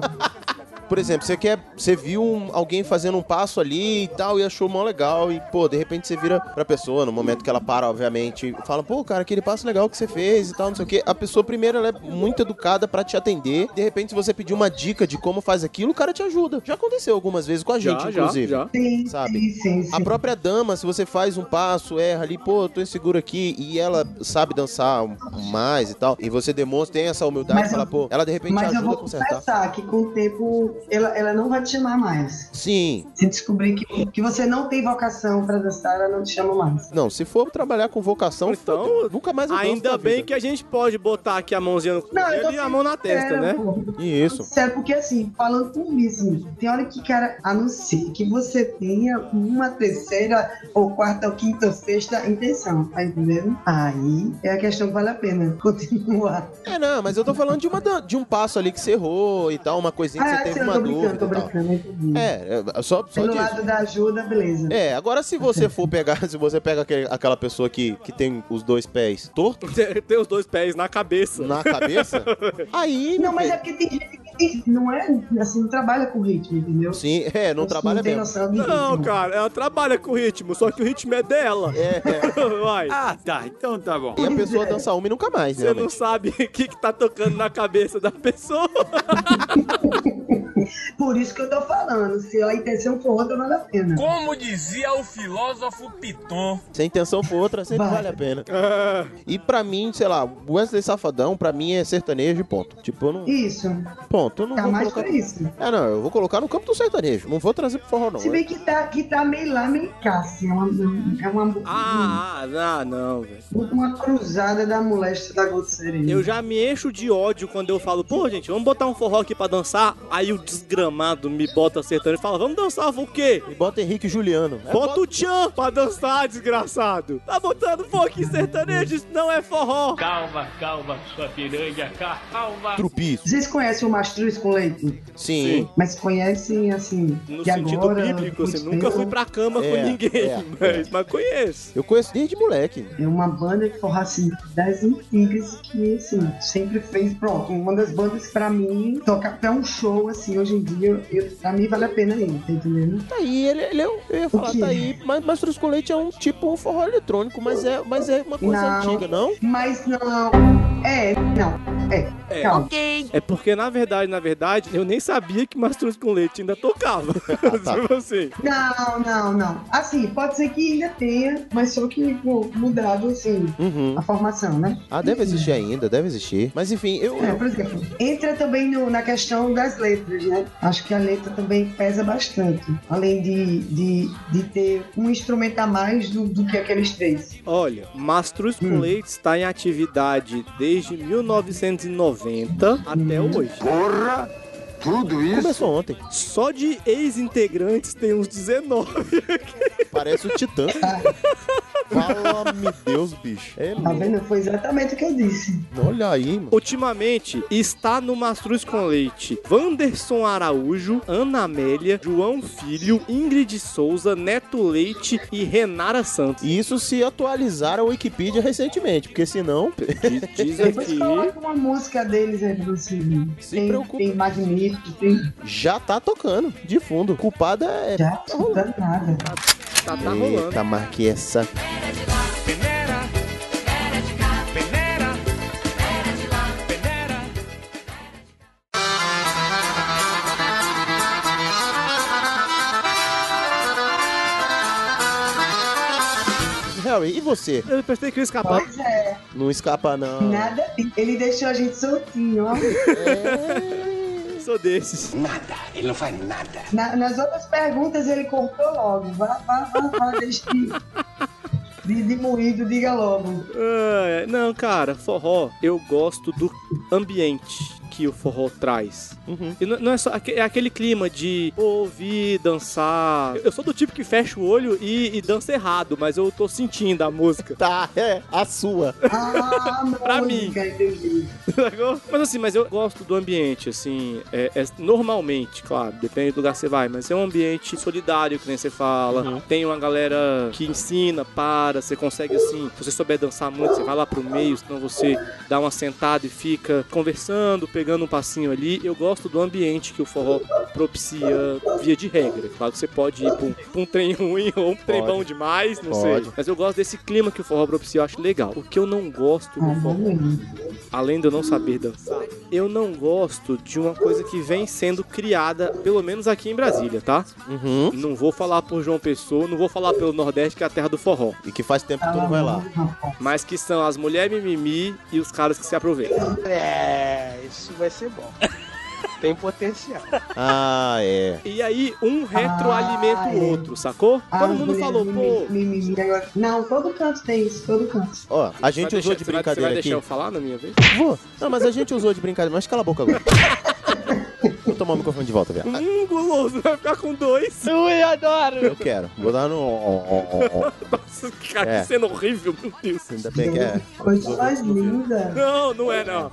[SPEAKER 3] Por exemplo, você quer. Você viu um- alguém fazendo um passo ali e tal, e achou mó legal. E, pô, de repente você vira pra pessoa, no momento que ela para, obviamente, e fala, pô, cara, aquele passo legal que você fez e tal, não sei o quê. A pessoa, primeiro, ela é muito educada pra te atender. De repente, se você pedir uma dica de como faz aquilo, o cara te ajuda. Já aconteceu algumas vezes com a gente, inclusive.
[SPEAKER 1] já.
[SPEAKER 2] Sim,
[SPEAKER 3] Sabe?
[SPEAKER 2] sim, sim. sim.
[SPEAKER 3] A própria dama, se você faz um passo, erra ali, pô, eu tô inseguro aqui, e ela sabe dançar um- mais e tal, e você demonstra, tem essa humildade,
[SPEAKER 2] Mas
[SPEAKER 3] fala,
[SPEAKER 2] eu-
[SPEAKER 3] pô, ela de repente
[SPEAKER 2] Mas eu
[SPEAKER 3] ajuda a
[SPEAKER 2] vou
[SPEAKER 3] consertar.
[SPEAKER 2] confessar que com o tempo ela, ela não vai te chamar mais.
[SPEAKER 3] Sim.
[SPEAKER 2] Se descobrir que, que você não tem vocação pra dançar, ela não te chama mais.
[SPEAKER 3] Não, se for trabalhar com vocação,
[SPEAKER 1] Então,
[SPEAKER 3] fodeu. nunca mais eu danço
[SPEAKER 1] Ainda
[SPEAKER 3] na
[SPEAKER 1] bem
[SPEAKER 3] vida.
[SPEAKER 1] que a gente pode botar aqui a mãozinha no
[SPEAKER 2] Não, eu
[SPEAKER 1] cotovelo
[SPEAKER 2] tô
[SPEAKER 1] e a mão na testa, né?
[SPEAKER 2] Pô.
[SPEAKER 3] Isso.
[SPEAKER 2] Sério, porque assim, falando comigo, assim, tem hora que, cara, a não ser que você tenha uma terceira, ou quarta, ou quinta, ou sexta intenção, tá entendendo? Aí é a questão que vale a pena continuar.
[SPEAKER 3] É, não, mas eu tô falando de, uma, dan- de um passo ali que você errou e tal, uma coisinha que
[SPEAKER 2] Ah,
[SPEAKER 3] você teve
[SPEAKER 2] sim, eu
[SPEAKER 3] uma
[SPEAKER 2] tô brincando,
[SPEAKER 3] dúvida
[SPEAKER 2] tô
[SPEAKER 3] e tal.
[SPEAKER 2] brincando, entendi.
[SPEAKER 3] É, é, só, só
[SPEAKER 2] Pelo
[SPEAKER 3] disso.
[SPEAKER 2] lado da ajuda, beleza.
[SPEAKER 3] É, agora se você for pegar, se você pega aquele- aquela pessoa que, que tem os dois pés torto
[SPEAKER 1] Tem os dois pés na cabeça.
[SPEAKER 3] na cabeça, aí.
[SPEAKER 2] Não,
[SPEAKER 3] meu
[SPEAKER 2] mas
[SPEAKER 3] filho,
[SPEAKER 2] é porque tem gente que tem- não é assim, não trabalha com ritmo, entendeu?
[SPEAKER 3] Sim, é, não trabalha
[SPEAKER 2] não tem
[SPEAKER 3] mesmo.
[SPEAKER 2] noção de
[SPEAKER 1] Não,
[SPEAKER 2] ritmo.
[SPEAKER 1] cara, ela trabalha com ritmo, só que o ritmo é dela.
[SPEAKER 3] É, é.
[SPEAKER 1] Vai.
[SPEAKER 7] Ah, tá. Então tá bom.
[SPEAKER 3] E a
[SPEAKER 2] é.
[SPEAKER 3] pessoa dança uma e nunca mais,
[SPEAKER 1] Você não
[SPEAKER 3] realmente.
[SPEAKER 1] sabe o que, que tá tocando na cabeça da pessoa.
[SPEAKER 2] Por isso que eu tô falando, se a intenção for outra, vale a pena.
[SPEAKER 5] Como dizia o filósofo Piton.
[SPEAKER 3] Se a intenção for outra, sempre
[SPEAKER 2] Vai.
[SPEAKER 3] vale a pena. E pra mim, sei lá, Wesley Safadão, pra mim é sertanejo e ponto. Tipo, eu não.
[SPEAKER 2] Isso,
[SPEAKER 3] Ponto, eu não
[SPEAKER 2] tá
[SPEAKER 3] vou
[SPEAKER 2] mais pra
[SPEAKER 3] colocar.
[SPEAKER 2] isso.
[SPEAKER 3] É, não, eu vou colocar no campo do sertanejo. Não vou trazer pro forró, não.
[SPEAKER 2] Se bem que tá, que tá meio lá, meio cá, assim, é uma, é uma,
[SPEAKER 1] Ah, ah, não, velho.
[SPEAKER 2] uma cruzada da moléstia da Gosserim.
[SPEAKER 1] Eu já me encho de ódio quando eu falo, pô, gente, vamos botar um forró aqui pra dançar. Aí o desgramado me bota sertanejo e fala, vamos dançar o quê?
[SPEAKER 3] E bota Henrique e Juliano. É,
[SPEAKER 1] Bota o tchan pra dançar, desgraçado. Tá botando funk sertanejo, isso não é forró.
[SPEAKER 5] Calma, calma, sua piranha, calma.
[SPEAKER 3] Trupiz.
[SPEAKER 2] Vocês conhecem o Mastruz com leite?
[SPEAKER 3] Sim.
[SPEAKER 2] Mas conhecem, assim,
[SPEAKER 1] No
[SPEAKER 2] de
[SPEAKER 1] sentido
[SPEAKER 2] agora,
[SPEAKER 1] bíblico, assim,
[SPEAKER 2] muito
[SPEAKER 1] nunca
[SPEAKER 2] tempo.
[SPEAKER 1] fui pra cama
[SPEAKER 3] É,
[SPEAKER 1] com ninguém,
[SPEAKER 3] é,
[SPEAKER 1] mas, mas conheço.
[SPEAKER 3] Eu conheço desde moleque.
[SPEAKER 2] É uma banda de forró, assim, das antigas que, assim, sempre fez, pronto, uma das bandas pra mim, tocar até um show, assim, hoje em dia, eu, pra mim vale a pena ir, tá entendendo?
[SPEAKER 3] Tá aí, ele, ele é um- eu ia falar,
[SPEAKER 2] quê?
[SPEAKER 3] tá aí. Mas Mastruz com Leite é um tipo um forró eletrônico, mas é, mas é uma coisa
[SPEAKER 2] Não.
[SPEAKER 3] antiga, não?
[SPEAKER 2] Mas não, é, não, é,
[SPEAKER 1] É.
[SPEAKER 2] Calma.
[SPEAKER 6] Ok.
[SPEAKER 1] É porque, na verdade, na verdade, eu nem sabia que mastruz com leite ainda tocava.
[SPEAKER 3] tá.
[SPEAKER 1] Assim.
[SPEAKER 2] Não, não, não. Assim, pode ser que ainda tenha, mas só que pô, mudado, assim,
[SPEAKER 3] Uhum.
[SPEAKER 2] a formação, né?
[SPEAKER 3] Ah, deve existir ainda, deve existir. Mas enfim, eu.
[SPEAKER 2] É, por exemplo, entra também no- na questão das letras, né? Acho que a letra também pesa bastante. Além de, de, de ter um instrumento a mais do, do que aqueles três.
[SPEAKER 1] Olha, mastruz com
[SPEAKER 2] Hum.
[SPEAKER 1] leite está em atividade desde 1990 até
[SPEAKER 3] Hum.
[SPEAKER 1] hoje.
[SPEAKER 5] Porra, tudo
[SPEAKER 3] Começou ontem.
[SPEAKER 1] Só de ex-integrantes tem uns 19.
[SPEAKER 3] Parece o Titã. Fala-me Deus, bicho. É,
[SPEAKER 2] Ah. Tá
[SPEAKER 3] mano.
[SPEAKER 2] vendo? Foi exatamente o que eu disse.
[SPEAKER 3] Olha aí, mano.
[SPEAKER 1] Ultimamente está no Mastruz com Leite Wanderson Araújo, Ana Amélia, João Filho, Ingrid Souza, Neto Leite e Renara Santos.
[SPEAKER 3] E isso se atualizaram a Wikipedia recentemente, porque senão.
[SPEAKER 1] Diz, diz
[SPEAKER 2] Depois
[SPEAKER 1] aqui.
[SPEAKER 2] coloca uma música deles aí pra você ver.
[SPEAKER 3] Se
[SPEAKER 2] tem,
[SPEAKER 3] preocupa.
[SPEAKER 2] Tem Magnífico, tem...
[SPEAKER 3] Já tá tocando, de fundo. Culpada é.
[SPEAKER 2] Já, não dá nada.
[SPEAKER 1] Tá, tá rolando.
[SPEAKER 3] Eita, Marquesa. Harry, e você?
[SPEAKER 1] Eu pensei que ia escapar.
[SPEAKER 2] Pois é,
[SPEAKER 3] Não escapa, não.
[SPEAKER 2] nada. Ele deixou a gente soltinho, ó.
[SPEAKER 1] Sou desses.
[SPEAKER 2] Na- nas outras perguntas ele cortou logo. Vá, vá, vá, vá, deixe de, de, de moído, diga logo.
[SPEAKER 1] Ah, não, cara, forró, eu gosto do ambiente que o forró traz.
[SPEAKER 3] Uhum.
[SPEAKER 1] E não, não é só aque- é aquele clima de ouvir, dançar. Eu sou do tipo que fecha o olho e, e dança errado, mas eu tô sentindo a música.
[SPEAKER 3] Tá, é, a sua.
[SPEAKER 2] Ah,
[SPEAKER 1] Pra
[SPEAKER 2] música, entendi.
[SPEAKER 1] sacou? mas assim, mas eu gosto do ambiente, assim, é, é- normalmente, claro, depende do lugar que você vai, mas é um ambiente solidário, que nem você fala. Tem uma galera que ensina, para, você consegue assim, se você souber dançar muito, você vai lá pro meio, senão você dá uma sentada e fica conversando, pegando um passinho ali. Eu gosto do ambiente que o forró propicia via de regra. Claro que você pode ir pra um, pra um trem ruim ou um trem bom demais, não
[SPEAKER 3] Pode.
[SPEAKER 1] sei. Mas eu gosto desse clima que o forró propicia, eu acho legal. O que eu não gosto do
[SPEAKER 2] Ah,
[SPEAKER 1] forró
[SPEAKER 2] beleza.
[SPEAKER 1] além de eu não saber dançar, eu não gosto de uma coisa que vem sendo criada, pelo menos aqui em Brasília, tá?
[SPEAKER 3] Uhum.
[SPEAKER 1] Não vou falar por João Pessoa, não vou falar pelo Nordeste, que é a terra do forró.
[SPEAKER 3] E que faz tempo que
[SPEAKER 2] Ah,
[SPEAKER 3] tu não Então vai lá.
[SPEAKER 2] não.
[SPEAKER 1] Mas que são as mulheres mimimi e os caras que se aproveitam.
[SPEAKER 9] É, isso vai ser bom. Tem potencial.
[SPEAKER 3] Ah, é.
[SPEAKER 1] E aí, um retroalimenta
[SPEAKER 2] Ah,
[SPEAKER 1] o
[SPEAKER 2] é.
[SPEAKER 1] outro, sacou?
[SPEAKER 2] Ah,
[SPEAKER 1] Todo mundo
[SPEAKER 2] mulher,
[SPEAKER 1] falou,
[SPEAKER 2] mi-
[SPEAKER 1] pô.
[SPEAKER 2] mi- mi- mi- agora- Não, todo canto tem isso, todo canto.
[SPEAKER 3] Ó, a gente
[SPEAKER 1] vai deixar-
[SPEAKER 3] usou de
[SPEAKER 1] você vai- Você vai
[SPEAKER 3] brincadeira
[SPEAKER 1] deixar eu
[SPEAKER 3] aqui.
[SPEAKER 1] falar na minha vez?
[SPEAKER 3] Vou. Não, mas a gente usou de brincadeira. Mas cala a boca agora. Vou tomar o microfone de volta, velho.
[SPEAKER 1] Hum, guloso, vai ficar com dois.
[SPEAKER 9] Ui, adoro!
[SPEAKER 3] Eu quero. Vou dar no. ó, ó, ó, ó.
[SPEAKER 1] Nossa, cara,
[SPEAKER 3] É.
[SPEAKER 1] que cena horrível, meu Deus.
[SPEAKER 3] Ainda bem que é.
[SPEAKER 2] Coisa mais linda.
[SPEAKER 1] Não, não é não.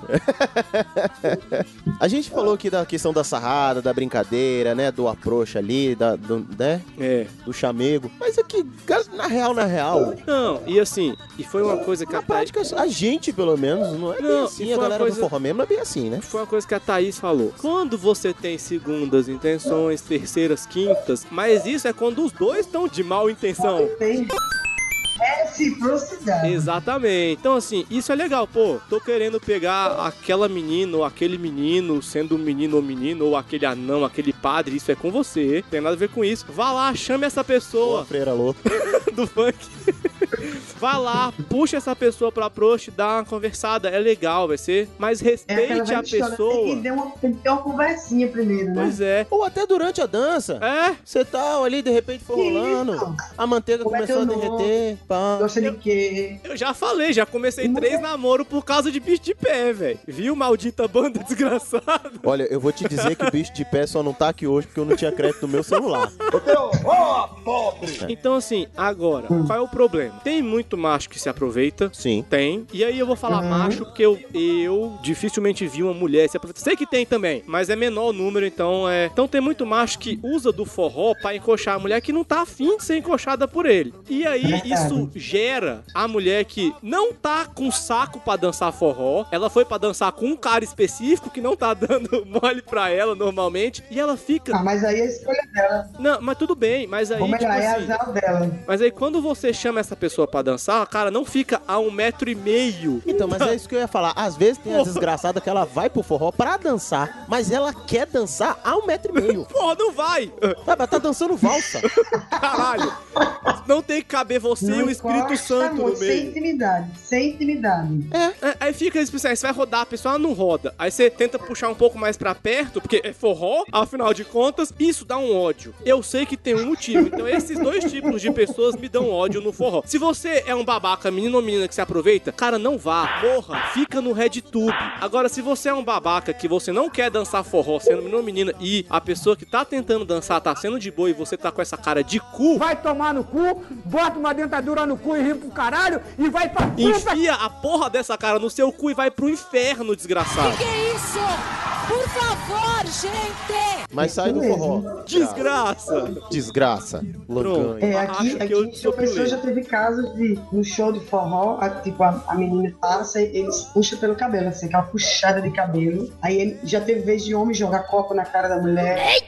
[SPEAKER 3] A gente falou aqui da questão da sarrada, da brincadeira, né? Do approach ali, da, do, né?
[SPEAKER 1] É.
[SPEAKER 3] Do chamego. Mas aqui, cara, na real, na real,
[SPEAKER 1] Não, e assim, e foi uma coisa que a
[SPEAKER 3] na
[SPEAKER 1] Thaís,
[SPEAKER 3] prática, a gente, pelo menos, não é bem
[SPEAKER 1] Não, e
[SPEAKER 3] assim.
[SPEAKER 1] foi
[SPEAKER 3] A
[SPEAKER 1] uma
[SPEAKER 3] galera
[SPEAKER 1] coisa-
[SPEAKER 3] do forró mesmo não é bem assim, né?
[SPEAKER 1] Foi uma coisa que a Thaís falou. Quando você tem segundas intenções, terceiras, quintas, mas isso é quando os dois estão de mal intenção.
[SPEAKER 2] Tem reciprocidade.
[SPEAKER 1] Exatamente. Então, assim, isso é legal, pô. Tô querendo pegar aquela menina ou aquele menino, sendo um menino ou menino, ou aquele anão, aquele padre, isso é com você. Tem nada a ver com isso. Vá lá, chame essa
[SPEAKER 3] Pô, a
[SPEAKER 1] pessoa
[SPEAKER 3] freira louca.
[SPEAKER 1] do funk. Vá lá, puxa essa pessoa pra proxa, dá uma conversada. É legal, vai ser. Mas respeite
[SPEAKER 2] É velha
[SPEAKER 1] a
[SPEAKER 2] história, Tem que, né?
[SPEAKER 1] pessoa.
[SPEAKER 2] ter uma, tem que ter uma conversinha primeiro, né?
[SPEAKER 1] Pois é.
[SPEAKER 3] Ou até durante a dança.
[SPEAKER 1] É,
[SPEAKER 3] Você tá ali, de repente, foi
[SPEAKER 2] Que
[SPEAKER 3] rolando.
[SPEAKER 2] isso?
[SPEAKER 3] A manteiga
[SPEAKER 2] Como é
[SPEAKER 3] começou a
[SPEAKER 2] teu nome?
[SPEAKER 3] derreter. Pá.
[SPEAKER 2] Gosta de quê?
[SPEAKER 1] Eu já falei, já comecei
[SPEAKER 2] Não.
[SPEAKER 1] três namoros por causa de bicho de pé, velho. Viu, maldita banda desgraçada?
[SPEAKER 3] Olha, eu vou te dizer que o bicho de pé só não tá aqui hoje porque eu não tinha crédito no meu celular.
[SPEAKER 1] Então, assim, agora, qual é o problema? Tem muito macho que se aproveita.
[SPEAKER 3] Sim.
[SPEAKER 1] Tem. E aí eu vou falar macho, porque eu, eu dificilmente vi uma mulher se aproveitar. Sei que tem também, mas é menor o número, então é. Então tem muito macho que usa do forró pra encoxar a mulher que não tá afim de ser encoxada por ele. E aí
[SPEAKER 2] Verdade.
[SPEAKER 1] isso gera a mulher que não tá com saco pra dançar forró, ela foi pra dançar com um cara específico que não tá dando mole pra ela normalmente, e ela fica.
[SPEAKER 2] Ah, mas aí é a escolha dela.
[SPEAKER 1] Não, mas tudo bem, mas aí.
[SPEAKER 2] Ou melhor,
[SPEAKER 1] tipo
[SPEAKER 2] é
[SPEAKER 1] assim,
[SPEAKER 2] azar dela.
[SPEAKER 1] mas aí quando você chama essa pessoa pra dançar, cara, não fica a um metro e meio.
[SPEAKER 3] Então, mas é isso que eu ia falar. Às vezes tem a desgraçada que ela vai pro forró pra dançar, mas ela quer dançar a um metro e meio.
[SPEAKER 1] Porra, não vai!
[SPEAKER 3] Sabe, ela tá dançando valsa.
[SPEAKER 1] Caralho! Não tem que caber você e o Espírito
[SPEAKER 2] encosta,
[SPEAKER 1] Santo
[SPEAKER 2] amor,
[SPEAKER 1] no
[SPEAKER 2] Sem
[SPEAKER 1] meio.
[SPEAKER 2] intimidade, sem intimidade.
[SPEAKER 1] É, Aí fica esse pessoal, aí você vai rodar, a pessoa não roda. Aí você tenta puxar um pouco mais pra perto, porque é forró, afinal de contas, isso dá um ódio. Eu sei que tem um motivo, então esses dois tipos de pessoas me dão ódio no forró. Se você é um babaca, menino ou menina que se aproveita, cara, não vá, morra, fica no RedTube. Agora, se você é um babaca que você não quer dançar forró sendo menino ou menina e a pessoa que tá tentando dançar tá sendo de boa e você tá com essa cara de cu,
[SPEAKER 10] Vai tomar no cu, bota uma dentadura no cu e ri pro caralho e vai pra puta
[SPEAKER 1] enfia a porra dessa cara no seu cu e vai pro inferno, desgraçado.
[SPEAKER 6] Que isso? Por favor, gente!
[SPEAKER 3] Mas sai do forró.
[SPEAKER 1] Desgraça!
[SPEAKER 3] Desgraça. Loganha.
[SPEAKER 2] É,
[SPEAKER 1] Acho
[SPEAKER 2] aqui,
[SPEAKER 1] que
[SPEAKER 2] aqui
[SPEAKER 1] eu
[SPEAKER 2] a
[SPEAKER 1] sou
[SPEAKER 2] pessoa
[SPEAKER 1] pileiro.
[SPEAKER 2] já teve casos de no show de forró, a, tipo, a, a menina passa e eles puxam pelo cabelo, assim, aquela puxada de cabelo. Aí ele, já teve vez de homem jogar copo na cara da mulher.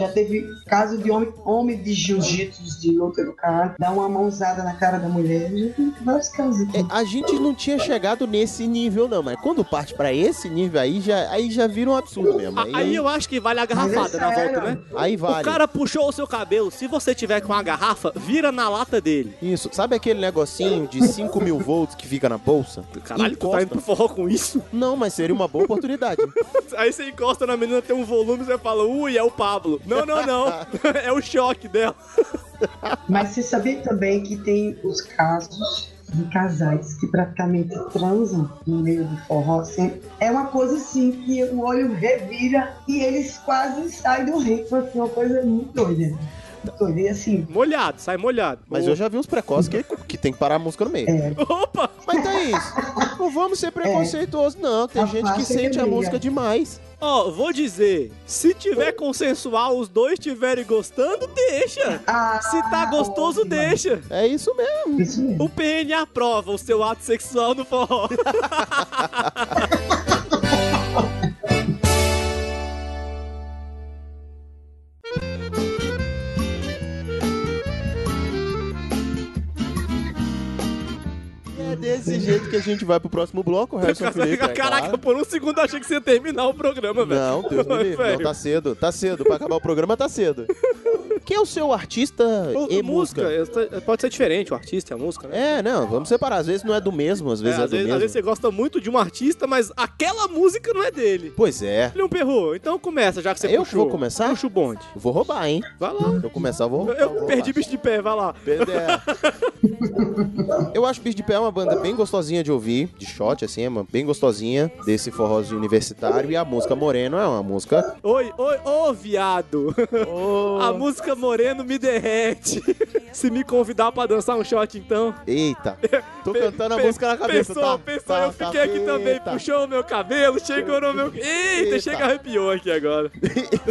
[SPEAKER 2] Já teve caso de homem, homem de jiu-jitsu, de luta do cara, dar uma mãozada na cara da mulher. Já teve vários casos aqui.
[SPEAKER 3] É, a gente não tinha chegado nesse nível, não, mas quando parte pra esse nível aí, já, aí já vira um absurdo mesmo.
[SPEAKER 1] A- Aí eu acho que vale a garrafada
[SPEAKER 2] é
[SPEAKER 1] na volta,
[SPEAKER 2] sério.
[SPEAKER 1] né?
[SPEAKER 3] aí vale.
[SPEAKER 1] O cara puxou o seu cabelo. Se você tiver com a garrafa, vira na lata dele.
[SPEAKER 3] Isso. Sabe aquele negocinho de 5 mil volts que fica na bolsa?
[SPEAKER 1] Caralho, tu tá indo pro forró com isso?
[SPEAKER 3] Não, mas seria uma boa oportunidade.
[SPEAKER 1] Aí você encosta na menina, tem um volume, você fala, ui, é o Pablo. Não, não, não. é o choque dela.
[SPEAKER 2] Mas você sabia também que tem os casos de casais que praticamente transam no meio do forró, assim. É uma coisa assim que o olho revira e eles quase saem do rico, assim, uma coisa muito doida. Muito doida. E assim,
[SPEAKER 1] Molhado, sai molhado.
[SPEAKER 3] Mas eu já vi uns precoces que, que tem que parar a música no meio.
[SPEAKER 1] Opa!
[SPEAKER 3] Mas tem isso. Não vamos ser preconceituosos, não. Tem
[SPEAKER 2] A
[SPEAKER 3] gente
[SPEAKER 2] faixa
[SPEAKER 3] que
[SPEAKER 2] que
[SPEAKER 3] sente a
[SPEAKER 2] briga.
[SPEAKER 3] música demais.
[SPEAKER 1] Ó, vou dizer, se tiver consensual, os dois estiverem gostando, deixa.
[SPEAKER 2] ah,
[SPEAKER 1] Se tá gostoso,
[SPEAKER 2] ótimo.
[SPEAKER 1] deixa.
[SPEAKER 3] É isso mesmo.
[SPEAKER 2] Isso mesmo.
[SPEAKER 1] O PN aprova o seu ato sexual no forró.
[SPEAKER 3] E é desse jeito que a gente vai pro próximo bloco, Harrison Felipe. é
[SPEAKER 1] Caraca,
[SPEAKER 3] claro.
[SPEAKER 1] por um segundo eu achei que você ia terminar o programa, velho.
[SPEAKER 3] Não, Deus me livre. Não,
[SPEAKER 1] Velho.
[SPEAKER 3] tá cedo. Tá cedo. Pra acabar o programa, tá cedo. Quem é o seu artista
[SPEAKER 1] O-
[SPEAKER 3] e
[SPEAKER 1] música,
[SPEAKER 3] música?
[SPEAKER 1] esta- pode ser diferente, o artista e a música, né?
[SPEAKER 3] É, não, vamos separar. Às vezes não é do mesmo, às
[SPEAKER 1] É,
[SPEAKER 3] vezes é,
[SPEAKER 1] às,
[SPEAKER 3] do
[SPEAKER 1] vezes, às
[SPEAKER 3] mesmo.
[SPEAKER 1] vezes você gosta muito de um artista, mas aquela música não é dele.
[SPEAKER 3] Pois é.
[SPEAKER 1] Leon Perro, então começa, já que você
[SPEAKER 3] Eu
[SPEAKER 1] puxou.
[SPEAKER 3] vou começar?
[SPEAKER 1] Puxa o bonde.
[SPEAKER 3] Eu vou roubar, hein?
[SPEAKER 1] Vai lá.
[SPEAKER 3] Se eu começar, eu vou
[SPEAKER 1] Eu,
[SPEAKER 3] roubar.
[SPEAKER 1] eu
[SPEAKER 3] vou
[SPEAKER 1] perdi
[SPEAKER 3] roubar.
[SPEAKER 1] bicho de pé, vai lá.
[SPEAKER 3] Perder. Eu acho Bicho de Pé é uma banda bem gostosinha de ouvir, de shot, assim, é uma bem gostosinha, desse forrozinho universitário. E a música Moreno é uma música.
[SPEAKER 1] Oi, oi, ô, viado. A música Moreno me derrete. Se me convidar pra dançar um shot, então.
[SPEAKER 3] Eita! Tô cantando a
[SPEAKER 1] Pe-
[SPEAKER 3] música na cabeça.
[SPEAKER 1] Pensou,
[SPEAKER 3] tá?
[SPEAKER 1] pensou,
[SPEAKER 3] Tá,
[SPEAKER 1] eu
[SPEAKER 3] tá,
[SPEAKER 1] fiquei aqui
[SPEAKER 3] eita.
[SPEAKER 1] também. Puxou o meu cabelo, chegou no meu. Eita,
[SPEAKER 3] Eita.
[SPEAKER 1] chega arrepiou aqui agora.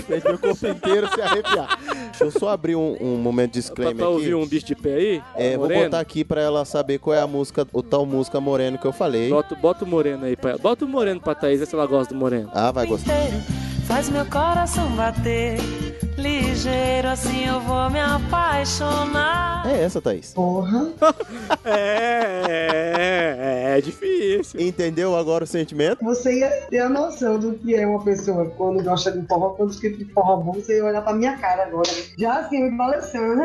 [SPEAKER 3] Fez meu corpo inteiro se arrepiar. Deixa eu só abrir um, um momento de
[SPEAKER 1] Pra,
[SPEAKER 3] disclaimer
[SPEAKER 1] pra
[SPEAKER 3] aqui.
[SPEAKER 1] ouvir um bicho de pé aí?
[SPEAKER 3] É, vou
[SPEAKER 1] Moreno.
[SPEAKER 3] botar aqui pra ela saber qual é a música, o tal música Moreno que eu falei.
[SPEAKER 1] Bota, bota o moreno aí, pra, bota o moreno pra Thaís, vê se ela gosta do moreno.
[SPEAKER 3] Ah, vai gostar.
[SPEAKER 10] Faz meu coração bater ligeiro, assim eu vou me apaixonar.
[SPEAKER 3] É essa, Thaís.
[SPEAKER 2] Porra.
[SPEAKER 1] É, é, é difícil.
[SPEAKER 3] Entendeu agora o sentimento?
[SPEAKER 2] Você ia ter a noção do que é uma pessoa quando gosta de forró, quando escuta de forró bom, você ia olhar pra minha cara agora. Já assim, me balançando.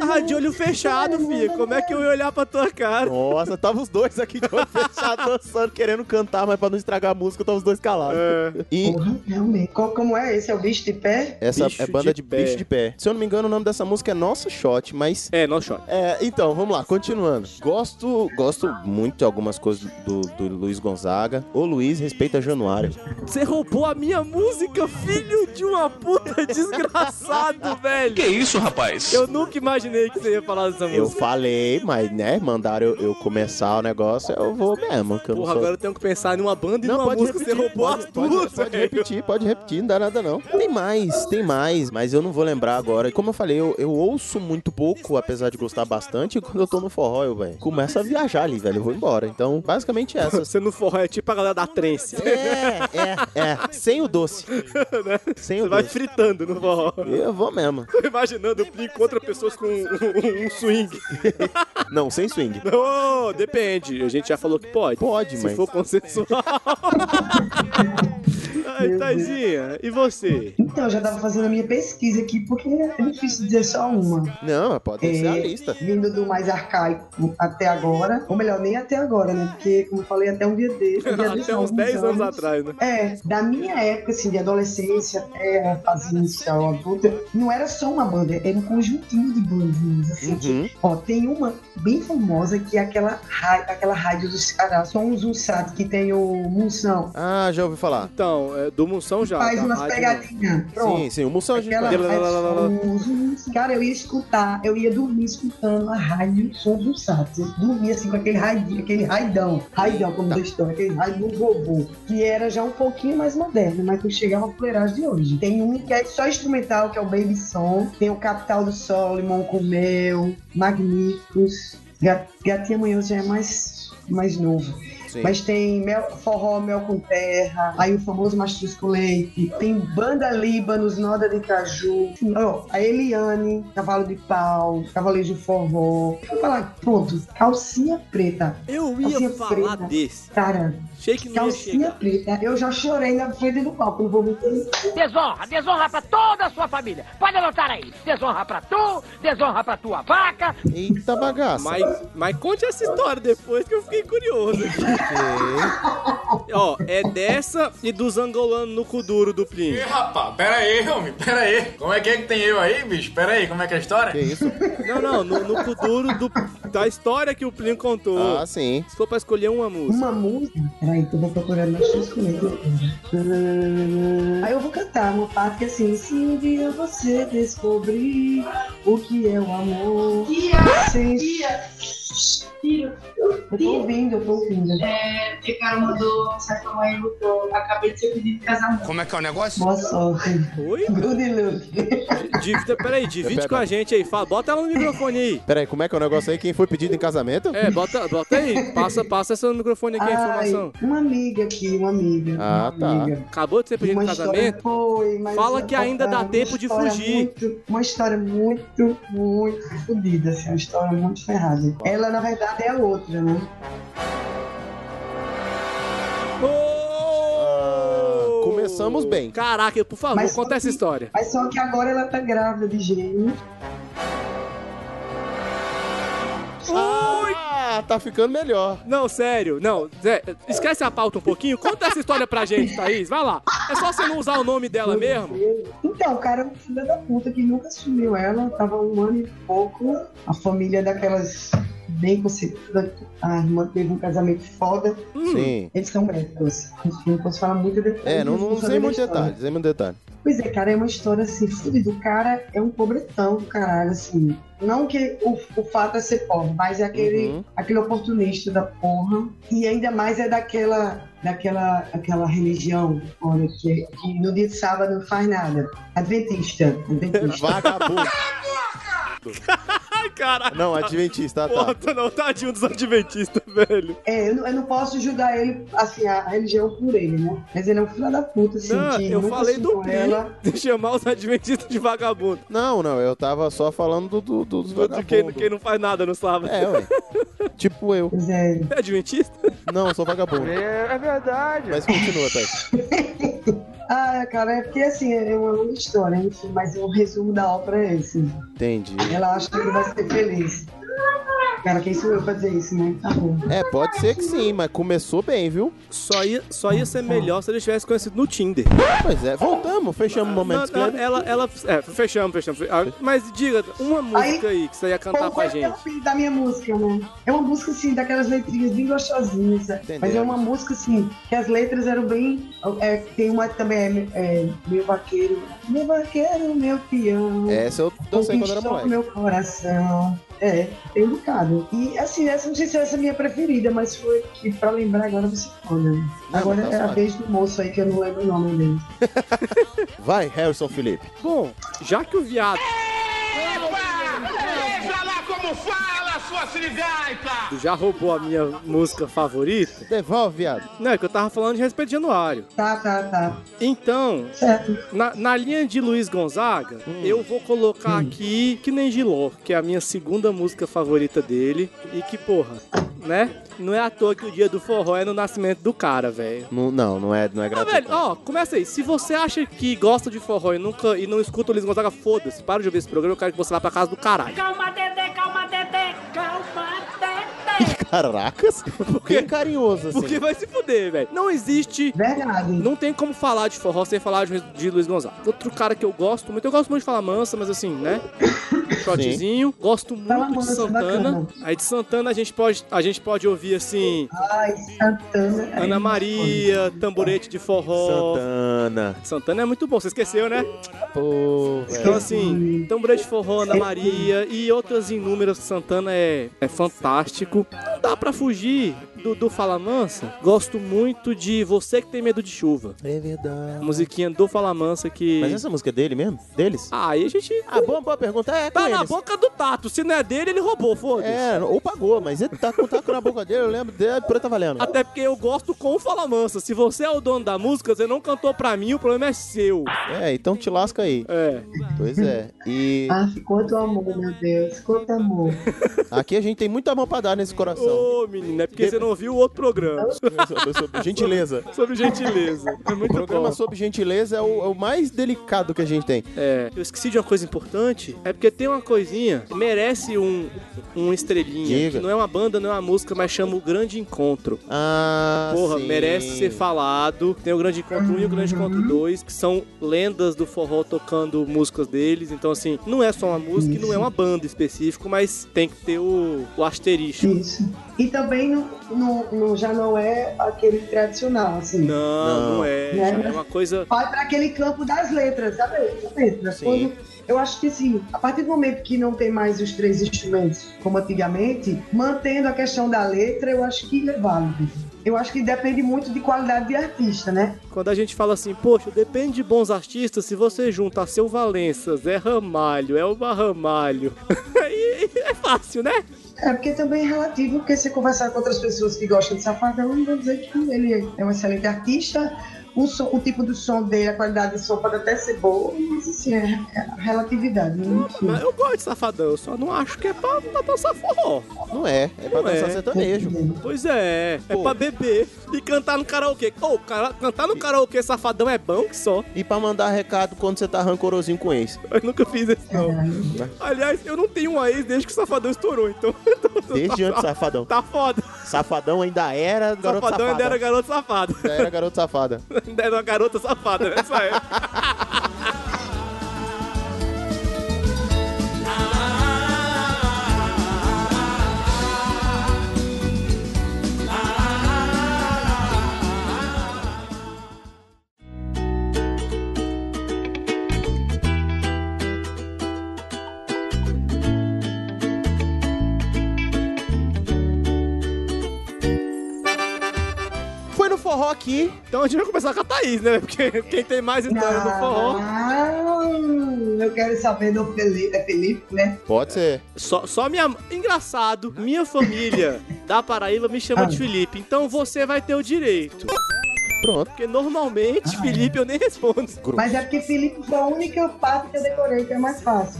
[SPEAKER 1] Ah, de olho fechado, filho. Como é que eu ia olhar pra tua cara?
[SPEAKER 3] Nossa, tava os dois aqui de olho fechado dançando, querendo cantar, mas pra não estragar a música, tava os dois calados.
[SPEAKER 1] É.
[SPEAKER 3] E
[SPEAKER 2] Porra, realmente. Co- Como é esse? É o bicho de pé?
[SPEAKER 3] essa
[SPEAKER 1] Bicho
[SPEAKER 3] é banda
[SPEAKER 1] de
[SPEAKER 3] de,
[SPEAKER 1] pé.
[SPEAKER 3] bicho de pé. Se eu não me engano, o nome dessa música é Nosso Shot, mas.
[SPEAKER 1] É, não chora.
[SPEAKER 3] É, então, vamos lá, continuando. Gosto, gosto muito de algumas coisas do, do Luiz Gonzaga. Ô Luiz, respeita Januário.
[SPEAKER 1] Você roubou a minha música, filho de uma puta desgraçado, velho. Que isso, rapaz? Eu nunca imaginei que você ia falar dessa
[SPEAKER 3] Eu
[SPEAKER 1] música.
[SPEAKER 3] falei, mas né, mandaram eu, eu começar o negócio, eu vou mesmo. Que eu não
[SPEAKER 1] Porra,
[SPEAKER 3] sou-
[SPEAKER 1] agora eu tenho que pensar numa banda e
[SPEAKER 3] Então Não,
[SPEAKER 1] numa
[SPEAKER 3] pode
[SPEAKER 1] música.
[SPEAKER 3] repetir,
[SPEAKER 1] você roubou
[SPEAKER 3] pode,
[SPEAKER 1] as
[SPEAKER 3] pode-
[SPEAKER 1] duas,
[SPEAKER 3] pode
[SPEAKER 1] velho.
[SPEAKER 3] repetir, pode repetir, não dá nada não. Tem mais, tem mais, mas eu não vou lembrar agora. Como eu falei, eu, eu ouço muito pouco, apesar de gostar bastante, e quando eu tô no forró, eu, velho, começo a viajar ali, velho, eu vou embora. Então, basicamente essas.
[SPEAKER 1] Você no forró é tipo a galera da trance.
[SPEAKER 3] É, é, é, sem o doce. Sem
[SPEAKER 1] né? Você
[SPEAKER 3] o
[SPEAKER 1] vai
[SPEAKER 3] doce.
[SPEAKER 1] fritando no forró.
[SPEAKER 3] Eu vou mesmo.
[SPEAKER 1] Tô imaginando o Plin contra pessoas com um, um- um swing.
[SPEAKER 3] Não, sem swing.
[SPEAKER 1] Ô, depende. A gente já falou que pode.
[SPEAKER 3] Pode,
[SPEAKER 1] Se
[SPEAKER 3] mas-
[SPEAKER 1] for consensual. Ai, Taizinha, e você?
[SPEAKER 2] Então, eu já tava fazendo a minha pesquisa aqui, porque é difícil dizer só uma.
[SPEAKER 3] Não, pode ser a
[SPEAKER 2] É,
[SPEAKER 3] lista.
[SPEAKER 2] Vindo do mais arcaico até agora. Ou melhor, nem até agora, né? Porque, como eu falei, até um dia desse. Um dia desse,
[SPEAKER 1] Até
[SPEAKER 2] não,
[SPEAKER 1] uns 10 anos atrás, né?
[SPEAKER 2] É, da minha época, assim, de adolescência até a fase inicial adulta, não era só uma banda, era um conjuntinho de bandinhas, assim.
[SPEAKER 3] Uhum.
[SPEAKER 2] Ó, tem uma bem famosa que é aquela, ra- aquela rádio dos caras, Sons Unsat, um que tem o Munção.
[SPEAKER 3] Ah, já ouvi falar.
[SPEAKER 1] Então, é, do Munção já.
[SPEAKER 2] Faz
[SPEAKER 1] da
[SPEAKER 2] umas
[SPEAKER 1] rádio, né?
[SPEAKER 2] pegadinhas. Pronto.
[SPEAKER 3] Sim, sim. O Moção a gente
[SPEAKER 2] Aquela
[SPEAKER 3] vai-
[SPEAKER 1] Lá, lá, lá, lá, lá.
[SPEAKER 2] Sons Uns- Cara, eu ia escutar, eu ia dormir escutando a rádio Sons Unsat. Eu dormia assim com aquele raidinho, aquele raidão, raidão,
[SPEAKER 3] Tá.
[SPEAKER 2] como vocês estão, aquele raio do vovô, que era já um pouquinho mais moderno, mas não chegava à fuleiragem de hoje. Tem um que é só instrumental, que é o Baby Song, tem o Capital do Solomon com Mel, Magníficos, Ga- Gatinha Manhosa já é mais, mais novo.
[SPEAKER 3] Sim.
[SPEAKER 2] Mas tem mel, forró, mel com terra, aí o famoso Mastros com leite, tem banda Líbanos, Noda de Caju, ó, a Eliane, Cavalo de Pau, Cavaleiro de Forró. Eu falar, pronto, calcinha preta.
[SPEAKER 1] Eu ia
[SPEAKER 2] Calcinha
[SPEAKER 1] falar
[SPEAKER 2] preta.
[SPEAKER 1] desse.
[SPEAKER 2] Cara,
[SPEAKER 1] Achei que não ia
[SPEAKER 2] calcinha
[SPEAKER 1] chegar.
[SPEAKER 2] preta. Eu já chorei na frente do palco, não vou mentir.
[SPEAKER 10] Desonra, desonra pra toda a sua família. Pode anotar aí. Desonra pra tu, desonra pra tua vaca.
[SPEAKER 3] Eita bagaça.
[SPEAKER 1] Mas, mas conte essa história depois que eu fiquei curioso.
[SPEAKER 3] Ok.
[SPEAKER 1] Ó, é dessa e dos angolanos no Kuduro do Plínio.
[SPEAKER 11] Rapaz, pera aí, homem, pera aí. Como é que é que tem eu aí, bicho? Pera aí, como é que é a história?
[SPEAKER 3] Que isso?
[SPEAKER 1] Não, não, no, no Kuduro do- da história que o Plínio contou.
[SPEAKER 3] Ah, sim.
[SPEAKER 1] Se for pra escolher uma música.
[SPEAKER 2] Uma música. Peraí, que eu vou procurar Mastros com leite. Aí eu vou cantar uma parte que assim, se um dia você descobrir o que é o amor. Sem Eu tô ouvindo, eu tô ouvindo.
[SPEAKER 12] o cara mandou, sabe como é, lutou, acabei de ser pedido de casamento.
[SPEAKER 11] Como é que é o negócio?
[SPEAKER 2] Boa sorte.
[SPEAKER 1] Oi?
[SPEAKER 2] Good luck.
[SPEAKER 1] Dívida, peraí, divide com a gente aí. Fala, bota ela no microfone aí.
[SPEAKER 3] Peraí, como é que é o negócio aí? Quem foi pedido em casamento?
[SPEAKER 1] É, bota, bota aí. Passa, passa essa no microfone aqui é a
[SPEAKER 2] Ai,
[SPEAKER 1] informação.
[SPEAKER 2] uma amiga aqui, uma amiga.
[SPEAKER 3] Ah,
[SPEAKER 2] uma
[SPEAKER 3] tá.
[SPEAKER 2] amiga.
[SPEAKER 1] Acabou de ser pedido
[SPEAKER 2] Uma
[SPEAKER 1] em
[SPEAKER 2] história
[SPEAKER 1] casamento?
[SPEAKER 2] foi, mas é
[SPEAKER 1] Fala que ainda dá
[SPEAKER 2] uma
[SPEAKER 1] tempo de
[SPEAKER 2] história
[SPEAKER 1] fugir.
[SPEAKER 2] muito- uma história muito, muito fodida, assim, uma história muito ferrada. Ela, na verdade, é a outra, né? Ah,
[SPEAKER 1] Ô!
[SPEAKER 3] Começamos bem.
[SPEAKER 1] Caraca, por favor,
[SPEAKER 2] Mas-
[SPEAKER 1] conta essa história.
[SPEAKER 2] Mas só que agora ela tá grávida de gêmeo.
[SPEAKER 1] Oi!
[SPEAKER 3] Ah, tá ficando melhor.
[SPEAKER 1] Não, sério, não. Zé, esquece a pauta um pouquinho. Conta essa história pra gente, Thaís. Vai lá. É só você não usar o nome dela mesmo.
[SPEAKER 2] Então, o cara é um filho da puta que nunca assumiu ela. Tava um ano e pouco. A família daquelas bem conseguida. A irmã teve um casamento foda.
[SPEAKER 3] Sim.
[SPEAKER 2] Eles são médicos. Enfim, não posso falar muito detalhe.
[SPEAKER 3] É, não,
[SPEAKER 2] mas
[SPEAKER 3] não
[SPEAKER 2] vocês
[SPEAKER 3] sei
[SPEAKER 2] sabem
[SPEAKER 3] muito
[SPEAKER 2] da história.
[SPEAKER 3] detalhe, sei muito detalhe.
[SPEAKER 2] Pois é, cara, é uma história assim, fudido. O cara é um pobretão do caralho, assim. Não que o, o fato é ser pobre, mas é aquele,
[SPEAKER 3] Uhum.
[SPEAKER 2] aquele oportunista da porra. E ainda mais é daquela, daquela aquela religião, olha, que, que no dia de sábado não faz nada. Adventista. Adventista.
[SPEAKER 3] Vagabundo.
[SPEAKER 1] Ai, cara.
[SPEAKER 3] Não, adventista, ah, tá.
[SPEAKER 1] Bota não, tadinho dos adventistas, velho.
[SPEAKER 2] É, eu, não- eu não posso julgar ele, assim, a religião por ele, né? Mas ele é um filho da puta, assim,
[SPEAKER 1] Não,
[SPEAKER 2] que
[SPEAKER 1] eu
[SPEAKER 2] nunca
[SPEAKER 1] falei
[SPEAKER 2] assumiu
[SPEAKER 1] do
[SPEAKER 2] ela.
[SPEAKER 1] Plínio de chamar os adventistas de vagabundo.
[SPEAKER 3] Não, não, eu tava só falando do, do, dos
[SPEAKER 1] De quem,
[SPEAKER 3] vagabundos.
[SPEAKER 1] quem não faz nada no sábado.
[SPEAKER 3] É, ué. tipo eu.
[SPEAKER 2] Pois é.
[SPEAKER 1] É adventista?
[SPEAKER 3] Não, eu sou vagabundo.
[SPEAKER 9] É, é verdade.
[SPEAKER 3] Mas continua, tá. Thaís.
[SPEAKER 2] Ah, cara, é porque assim, é uma longa história, enfim, mas o resumo da ópera é esse.
[SPEAKER 3] Entendi.
[SPEAKER 2] Ela acha que vai ser feliz. Cara, quem sou eu pra dizer isso, né? Tá bom.
[SPEAKER 3] É, pode ser que sim, mas começou bem, viu?
[SPEAKER 1] Só ia, só ia ser melhor se ele tivesse conhecido no Tinder.
[SPEAKER 3] Pois é, voltamos, fechamos o momento
[SPEAKER 1] Não, não,
[SPEAKER 3] esquerdo.
[SPEAKER 1] ela, ela. É, fechamos, fechamos. fe- ah, Mas diga, uma música aí que você ia cantar
[SPEAKER 2] Bom,
[SPEAKER 1] pra
[SPEAKER 2] qual é o
[SPEAKER 1] gente.
[SPEAKER 2] apelido da minha música, né? É uma música, assim, daquelas letrinhas bem gostosinhas. sabe?
[SPEAKER 3] Entendemos.
[SPEAKER 2] Mas é uma música, assim, que as letras eram bem... é, tem uma que também, é, é, meu vaqueiro, meu vaqueiro, meu peão.
[SPEAKER 3] Essa eu dancei então quando era
[SPEAKER 2] Conquistou
[SPEAKER 3] moleque.
[SPEAKER 2] meu coração. É, tem um bocado. E assim, essa não sei se essa é a minha preferida, mas foi que pra lembrar agora você foda. Agora
[SPEAKER 3] mas
[SPEAKER 2] é
[SPEAKER 3] tá
[SPEAKER 2] a
[SPEAKER 3] suave.
[SPEAKER 2] vez do moço aí que eu não lembro o nome dele.
[SPEAKER 3] Vai, Harrison Felipe.
[SPEAKER 1] Bom, já que o viado.
[SPEAKER 10] Epa! Entra lá como fala, sua
[SPEAKER 13] negócio de gaita!
[SPEAKER 1] Tu já roubou a minha música favorita?
[SPEAKER 3] Devolve, viado.
[SPEAKER 1] Não, é que eu tava falando de respeito de Januário.
[SPEAKER 2] Tá, tá, tá.
[SPEAKER 1] Então, na, na linha de Luiz Gonzaga,
[SPEAKER 10] Hum.
[SPEAKER 1] eu vou colocar aqui Que Nem Giló, que é a minha segunda música favorita dele. E que, porra, né? Não é à toa que o dia do forró é no nascimento do cara, velho.
[SPEAKER 3] Não, não, não é, não é
[SPEAKER 1] Ah,
[SPEAKER 3] gratuito.
[SPEAKER 1] velho, ó, começa aí. Se você acha que gosta de forró e, nunca, e não escuta o Luiz Gonzaga, foda-se. Para de ouvir esse programa, eu quero que você vá pra casa do caralho.
[SPEAKER 13] Calma, Dedé, calma, Dedé, calma, Dedé.
[SPEAKER 3] Caracas. Bem carinhoso, assim.
[SPEAKER 1] Porque vai se fuder, velho. Não existe.
[SPEAKER 2] Verdade.
[SPEAKER 1] Não tem como falar de forró sem falar de, de Luiz Gonzaga. Outro cara que eu gosto muito, eu gosto muito de falar mansa, mas assim, né? Shotzinho. Gosto
[SPEAKER 2] Fala
[SPEAKER 1] muito de
[SPEAKER 2] Mansa, é
[SPEAKER 1] Santana.
[SPEAKER 2] bacana. Ah,
[SPEAKER 1] Aí de Santana a gente pode, a gente pode ouvir assim.
[SPEAKER 2] Ai, Santana.
[SPEAKER 1] Ana Maria, tamborete de forró.
[SPEAKER 3] Santana.
[SPEAKER 1] Santana é muito bom, você esqueceu, né?
[SPEAKER 3] Pô, velho.
[SPEAKER 1] Então, assim, tamborete de forró, Ana Maria e outras inúmeras. Santana é, é fantástico. Não dá pra fugir do, do Fala Mansa. Gosto muito de Você Que Tem Medo de Chuva.
[SPEAKER 3] É verdade.
[SPEAKER 1] Musiquinha do Fala Mansa que...
[SPEAKER 3] Mas essa música é dele mesmo? Deles?
[SPEAKER 1] Ah, aí a gente...
[SPEAKER 3] Ah, boa, boa pergunta. É,
[SPEAKER 1] Tá
[SPEAKER 3] com
[SPEAKER 1] na
[SPEAKER 3] eles.
[SPEAKER 1] boca do Tato. Se não é dele, ele roubou, foda-se.
[SPEAKER 3] É, ou pagou, mas ele tá com o taco na boca dele, eu lembro dele, por tá valendo.
[SPEAKER 1] Até porque eu gosto com o Fala Mansa. Se você é o dono da música, você não cantou pra mim, o problema é seu.
[SPEAKER 3] É, então te lasca aí.
[SPEAKER 1] É.
[SPEAKER 3] Pois é. E
[SPEAKER 2] Ah, quanto amor, meu Deus, quanto amor.
[SPEAKER 3] aqui a gente tem muita mão pra dar nesse coração.
[SPEAKER 1] Ô, menino, é porque você não viu o outro programa.
[SPEAKER 3] Sobre gentileza.
[SPEAKER 1] Sobre gentileza. É muito
[SPEAKER 3] o programa
[SPEAKER 1] bom.
[SPEAKER 3] sobre gentileza é o, é o mais delicado que a gente tem.
[SPEAKER 1] É, eu esqueci de uma coisa importante. É porque tem uma coisinha, merece um, um estrelinha.
[SPEAKER 3] Diga.
[SPEAKER 1] Que não é uma banda, não é uma música, mas chama o Grande Encontro.
[SPEAKER 3] Ah,
[SPEAKER 1] Porra,
[SPEAKER 3] sim.
[SPEAKER 1] merece ser falado. Tem o Grande Encontro 1 e o Grande Encontro 2, que são lendas do forró tocando músicas deles. Então, assim, não é só uma música e não é uma banda específico, mas tem que ter o, o asterisco.
[SPEAKER 2] Isso. E também não, não, não- já não é aquele tradicional, assim.
[SPEAKER 1] Não, não, é.
[SPEAKER 2] Né?
[SPEAKER 1] já É uma coisa.
[SPEAKER 2] Vai para aquele campo das letras, sabe? Das letras.
[SPEAKER 1] Sim.
[SPEAKER 2] Quando- eu acho que assim, a partir do momento que não tem mais os três instrumentos como antigamente, mantendo a questão da letra, eu acho que é válido. Eu acho que depende muito de qualidade de artista, né?
[SPEAKER 1] Quando a gente fala assim, poxa, depende de bons artistas, se você junta seu Valença, Zé Ramalho, Elba Ramalho, aí é fácil, né?
[SPEAKER 2] É porque também é relativo, porque se conversar com outras pessoas que gostam de Safadão, vão dizer que ele é um excelente artista, o, som- o tipo do som dele, a qualidade do som pode até ser boa, mas assim, é, é a relatividade. Né?
[SPEAKER 1] Mas é eu gosto de safadão, eu só não acho que é pra, pra dançar forró.
[SPEAKER 3] Não é, é pra
[SPEAKER 1] Não
[SPEAKER 3] dançar
[SPEAKER 1] é.
[SPEAKER 3] sertanejo.
[SPEAKER 1] Pois é, é
[SPEAKER 3] Pô.
[SPEAKER 1] pra beber e cantar no karaokê. Ô, cara, cantar no karaokê safadão é bom que só.
[SPEAKER 3] E pra mandar recado quando você tá rancorosinho com ex.
[SPEAKER 1] Eu nunca fiz isso, não. É. Aliás, eu não tenho uma ex desde que o safadão estourou, então.
[SPEAKER 3] Desde antes, safadão.
[SPEAKER 1] Tá foda.
[SPEAKER 3] Safadão ainda era garoto
[SPEAKER 1] safadão
[SPEAKER 3] safada.
[SPEAKER 1] ainda era garoto safado.
[SPEAKER 3] Ainda era garoto safada.
[SPEAKER 1] Ainda era uma garota safada nessa época.
[SPEAKER 3] Foi no forró aqui.
[SPEAKER 1] Então a gente vai começar com a Thaís, né? Porque quem tem mais história
[SPEAKER 3] Ah.
[SPEAKER 1] do forró.
[SPEAKER 2] Não, Ah, eu quero saber do Felipe, é Felipe, né?
[SPEAKER 3] Pode ser.
[SPEAKER 1] Só, só minha. Engraçado, minha família da Paraíba me chama de
[SPEAKER 3] Ah.
[SPEAKER 1] Felipe. Então você vai ter o direito.
[SPEAKER 3] Pronto. Ah.
[SPEAKER 1] Porque normalmente, Felipe, eu nem respondo.
[SPEAKER 2] Mas é porque Felipe foi a única parte que eu decorei, que é mais fácil.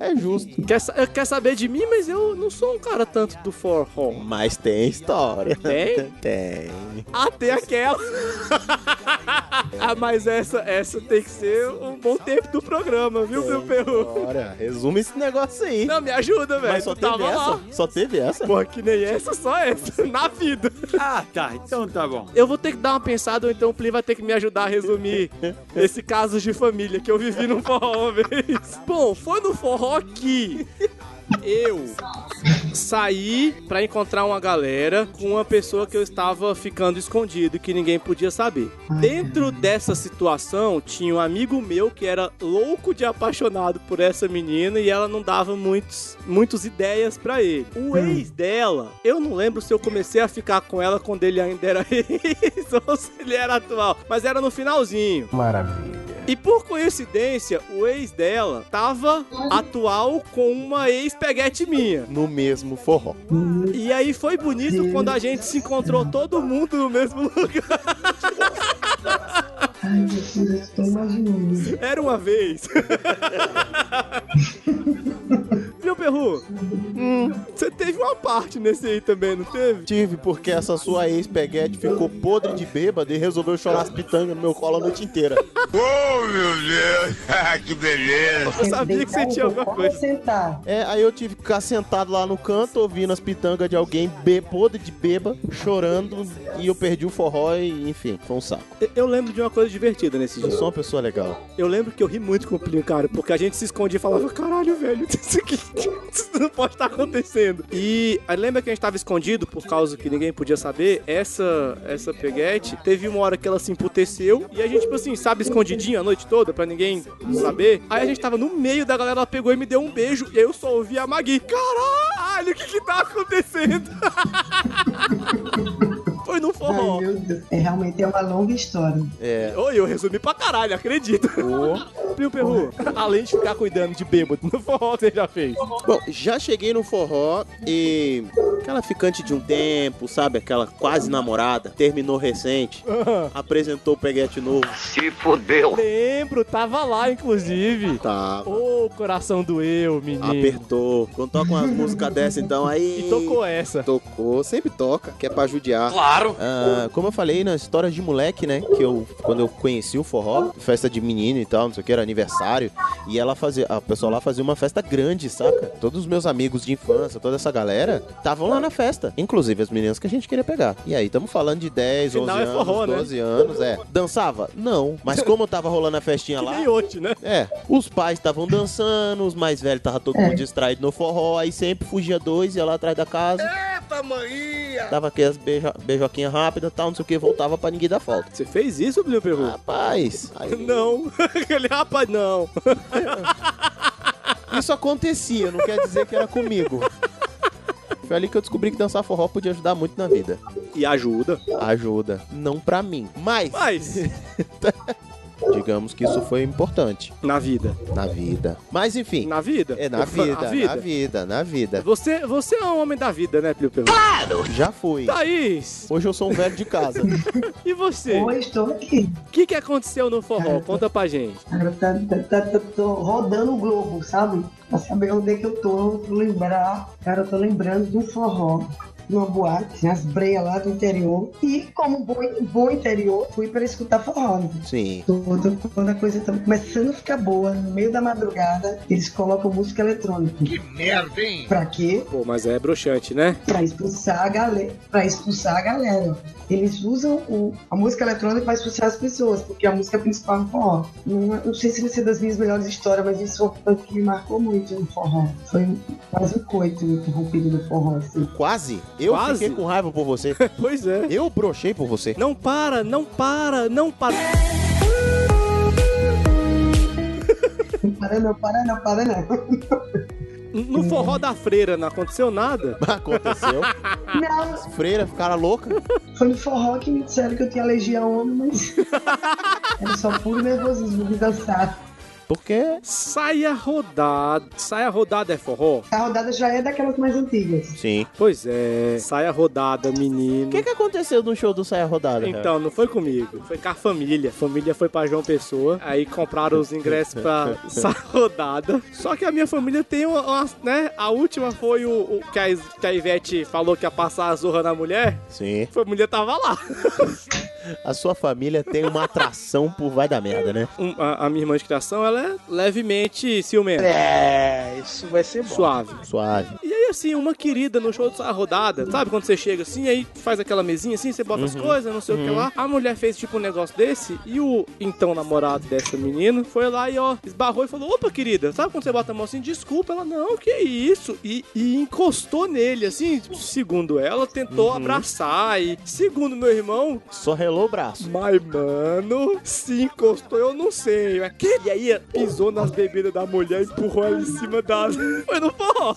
[SPEAKER 3] É justo.
[SPEAKER 1] Quer, sa- quer saber de mim, mas eu não sou um cara tanto do forró.
[SPEAKER 3] Mas tem história.
[SPEAKER 1] Tem?
[SPEAKER 3] Tem.
[SPEAKER 1] Até aquela. ah, mas essa, essa tem que ser um bom tempo do programa, viu, meu perro?
[SPEAKER 3] Bora, resume esse negócio aí.
[SPEAKER 1] Não, me ajuda, velho.
[SPEAKER 3] Mas só
[SPEAKER 1] Tu
[SPEAKER 3] teve
[SPEAKER 1] tava
[SPEAKER 3] essa?
[SPEAKER 1] lá.
[SPEAKER 3] Só teve essa?
[SPEAKER 1] Porra, que nem essa, só essa. Na vida.
[SPEAKER 7] Ah, tá. Então tá bom.
[SPEAKER 1] Eu vou ter que dar uma pensada, ou então o Pli vai ter que me ajudar a resumir esse caso de família que eu vivi no forró uma vez. Bom, foi no forró que eu saí pra encontrar uma galera com uma pessoa que eu estava ficando escondido e que ninguém podia saber. Dentro dessa situação, tinha um amigo meu que era louco de apaixonado por essa menina e ela não dava muitos, muitos ideias pra ele. O ex dela, eu não lembro se eu comecei a ficar com ela quando ele ainda era ex ou se ele era atual, mas era no finalzinho.
[SPEAKER 14] Maravilha.
[SPEAKER 1] E por coincidência, o ex dela tava atual com uma ex-peguete minha.
[SPEAKER 3] No mesmo forró.
[SPEAKER 1] E aí foi bonito quando a gente se encontrou todo mundo no mesmo lugar.
[SPEAKER 2] Ai, meu Deus, tô imaginando.
[SPEAKER 1] Era uma vez. Viu, Perru? Você teve uma parte nesse aí também, não teve?
[SPEAKER 3] Tive, porque essa sua ex-peguete ficou podre de bêbada e resolveu chorar as pitangas no meu colo a noite inteira.
[SPEAKER 14] Oh, meu Deus! que beleza!
[SPEAKER 1] Eu sabia que você tinha alguma coisa. Tá
[SPEAKER 2] sentar.
[SPEAKER 3] É, aí eu tive que ficar sentado lá no canto ouvindo as pitangas de alguém bê- podre de beba, chorando, e eu perdi o forró e, enfim, foi um saco.
[SPEAKER 1] Eu- Eu lembro de uma coisa divertida nesse
[SPEAKER 3] Eu
[SPEAKER 1] dia.
[SPEAKER 3] sou uma pessoa legal.
[SPEAKER 1] Eu lembro que eu ri muito com o Plínio, cara, porque a gente se escondia e falava, caralho, velho, isso aqui isso não pode estar acontecendo. E aí lembra que a gente tava escondido, por causa que ninguém podia saber, essa essa peguete, teve uma hora que ela se emputeceu, e a gente, tipo assim, sabe, escondidinho a noite toda, pra ninguém saber. Aí a gente tava no meio da galera, ela pegou e me deu um beijo, e eu só ouvi a Magui, caralho, o que que tá acontecendo? Foi no forró.
[SPEAKER 2] Ai, meu Deus. É, realmente é uma longa história.
[SPEAKER 3] É.
[SPEAKER 1] Oi, eu resumi pra caralho, acredito. Viu, Perru? Além de ficar cuidando de bêbado no forró, você já fez.
[SPEAKER 3] Bom, já cheguei no forró e aquela ficante de um tempo, sabe? Aquela quase namorada, terminou recente, apresentou o peguete novo.
[SPEAKER 14] Se fudeu!
[SPEAKER 1] Lembro, tava lá, inclusive.
[SPEAKER 3] Tá.
[SPEAKER 1] Ô, coração doeu, menino.
[SPEAKER 3] Apertou. Quando toca umas músicas dessa, então aí.
[SPEAKER 1] E tocou essa.
[SPEAKER 3] Tocou, sempre toca, que é pra judiar.
[SPEAKER 1] Claro.
[SPEAKER 3] Ah, como eu falei nas histórias de moleque, né? Que eu, quando eu conheci o forró, festa de menino e tal, não sei o que, era aniversário. E ela fazia, a pessoa lá fazia uma festa grande, saca? Todos os meus amigos de infância, toda essa galera, estavam lá na festa. Inclusive as meninas que a gente queria pegar. E aí, estamos falando de 10,
[SPEAKER 1] Afinal,
[SPEAKER 3] 11
[SPEAKER 1] é forró, né?
[SPEAKER 3] anos, 12 anos, é. Dançava? Não. Mas como tava rolando a festinha lá,
[SPEAKER 1] E hoje, né?
[SPEAKER 3] é, os pais estavam dançando, os mais velhos tava todo mundo distraído no forró, aí sempre fugia dois, ia lá atrás da casa,
[SPEAKER 14] Eita, Maria!
[SPEAKER 3] dava aquelas beijo, beijoquinhas rápidas tal, não sei o que, voltava pra ninguém dar falta.
[SPEAKER 1] Você fez isso, Bruno Perru?
[SPEAKER 3] Rapaz, aí-
[SPEAKER 1] Não. Aquele rapaz, não.
[SPEAKER 3] isso acontecia, não quer dizer que era comigo. Foi ali que eu descobri que dançar forró podia ajudar muito na vida.
[SPEAKER 1] E ajuda.
[SPEAKER 3] Ajuda. Não pra mim, mas
[SPEAKER 1] Mas,
[SPEAKER 3] digamos que isso foi importante
[SPEAKER 1] na vida.
[SPEAKER 3] na vida. Mas enfim,
[SPEAKER 1] Na vida?
[SPEAKER 3] é na
[SPEAKER 1] Eu fa-
[SPEAKER 3] vida,
[SPEAKER 1] a vida?
[SPEAKER 3] na vida, na vida.
[SPEAKER 1] Você, você é um homem da vida, né, Plínio Perru?
[SPEAKER 3] Já fui.
[SPEAKER 1] Tá. Thaís,
[SPEAKER 3] Hoje eu sou um velho de casa.
[SPEAKER 1] e você?
[SPEAKER 2] Oi, estou aqui.
[SPEAKER 1] O que, que aconteceu no forró? Conta pra gente.
[SPEAKER 2] Agora tá, tá- tá- tá- tô rodando o globo, sabe? Pra saber onde é que eu tô, pra lembrar. Cara, eu tô lembrando de um forró. Numa boate, nas breias lá do interior. E como bom, bom interior, fui pra escutar forró. né?
[SPEAKER 3] Sim.
[SPEAKER 2] Tudo, quando a coisa tá começando a ficar boa, no meio da madrugada, eles colocam música eletrônica.
[SPEAKER 14] Merda, hein?
[SPEAKER 2] Pra quê?
[SPEAKER 1] Pô, mas é broxante, né?
[SPEAKER 2] Pra expulsar a galera. Pra expulsar a galera. Eles usam o- a música eletrônica para expulsar as pessoas, porque a música principal é o forró. Não, não sei se vai ser das minhas melhores histórias, mas isso foi o que me marcou muito no forró. Foi quase um coito interrompido no forró, assim.
[SPEAKER 3] Quase? Eu
[SPEAKER 1] Quase?
[SPEAKER 3] fiquei com raiva por você.
[SPEAKER 1] Pois é.
[SPEAKER 3] Eu brochei por você.
[SPEAKER 1] Não para, não para, não para.
[SPEAKER 2] Para não, para não, para não.
[SPEAKER 1] No forró da freira não aconteceu nada?
[SPEAKER 3] Aconteceu.
[SPEAKER 2] Não,
[SPEAKER 3] Freira, ficaram louca.
[SPEAKER 2] Foi no forró que me disseram que eu tinha alergia a homem, mas. Era só puro nervosismo de dançar.
[SPEAKER 3] Porque.
[SPEAKER 1] Saia rodada. Saia rodada é forró?
[SPEAKER 2] A rodada já é daquelas mais antigas.
[SPEAKER 3] Sim.
[SPEAKER 1] Pois é. Saia rodada, menino.
[SPEAKER 3] O que, é? que aconteceu no show do Saia Rodada? cara?
[SPEAKER 1] Então, não foi comigo, foi com a família. A família foi pra João Pessoa, aí compraram os ingressos pra essa rodada. Só que a minha família tem uma, uma- né? A última foi o, o que, a, que a Ivete falou que ia passar a zorra na mulher.
[SPEAKER 3] Sim.
[SPEAKER 1] A família tava lá.
[SPEAKER 3] A sua família tem uma atração por vai da merda, né?
[SPEAKER 1] Um- a, a minha irmã de criação, ela é levemente ciumenta.
[SPEAKER 9] É, isso vai ser bom.
[SPEAKER 1] Suave.
[SPEAKER 3] Suave.
[SPEAKER 1] E aí, assim, uma querida no show da rodada, sabe? Quando você chega assim, aí faz aquela mesinha assim, você bota as coisas, não sei o que lá. A mulher fez tipo um negócio desse e o então namorado dessa menina foi lá e ó, esbarrou e falou: Opa, querida, sabe quando você bota a mão assim? Desculpa. Ela, não, que isso? E, e encostou nele, assim, tipo, segundo ela, tentou abraçar. E segundo meu irmão,
[SPEAKER 3] Só relou o braço.
[SPEAKER 1] mas, mano, se encostou, eu não sei. Mas que- E aí, pisou nas bebidas da mulher, empurrou ela em cima da. Foi no forró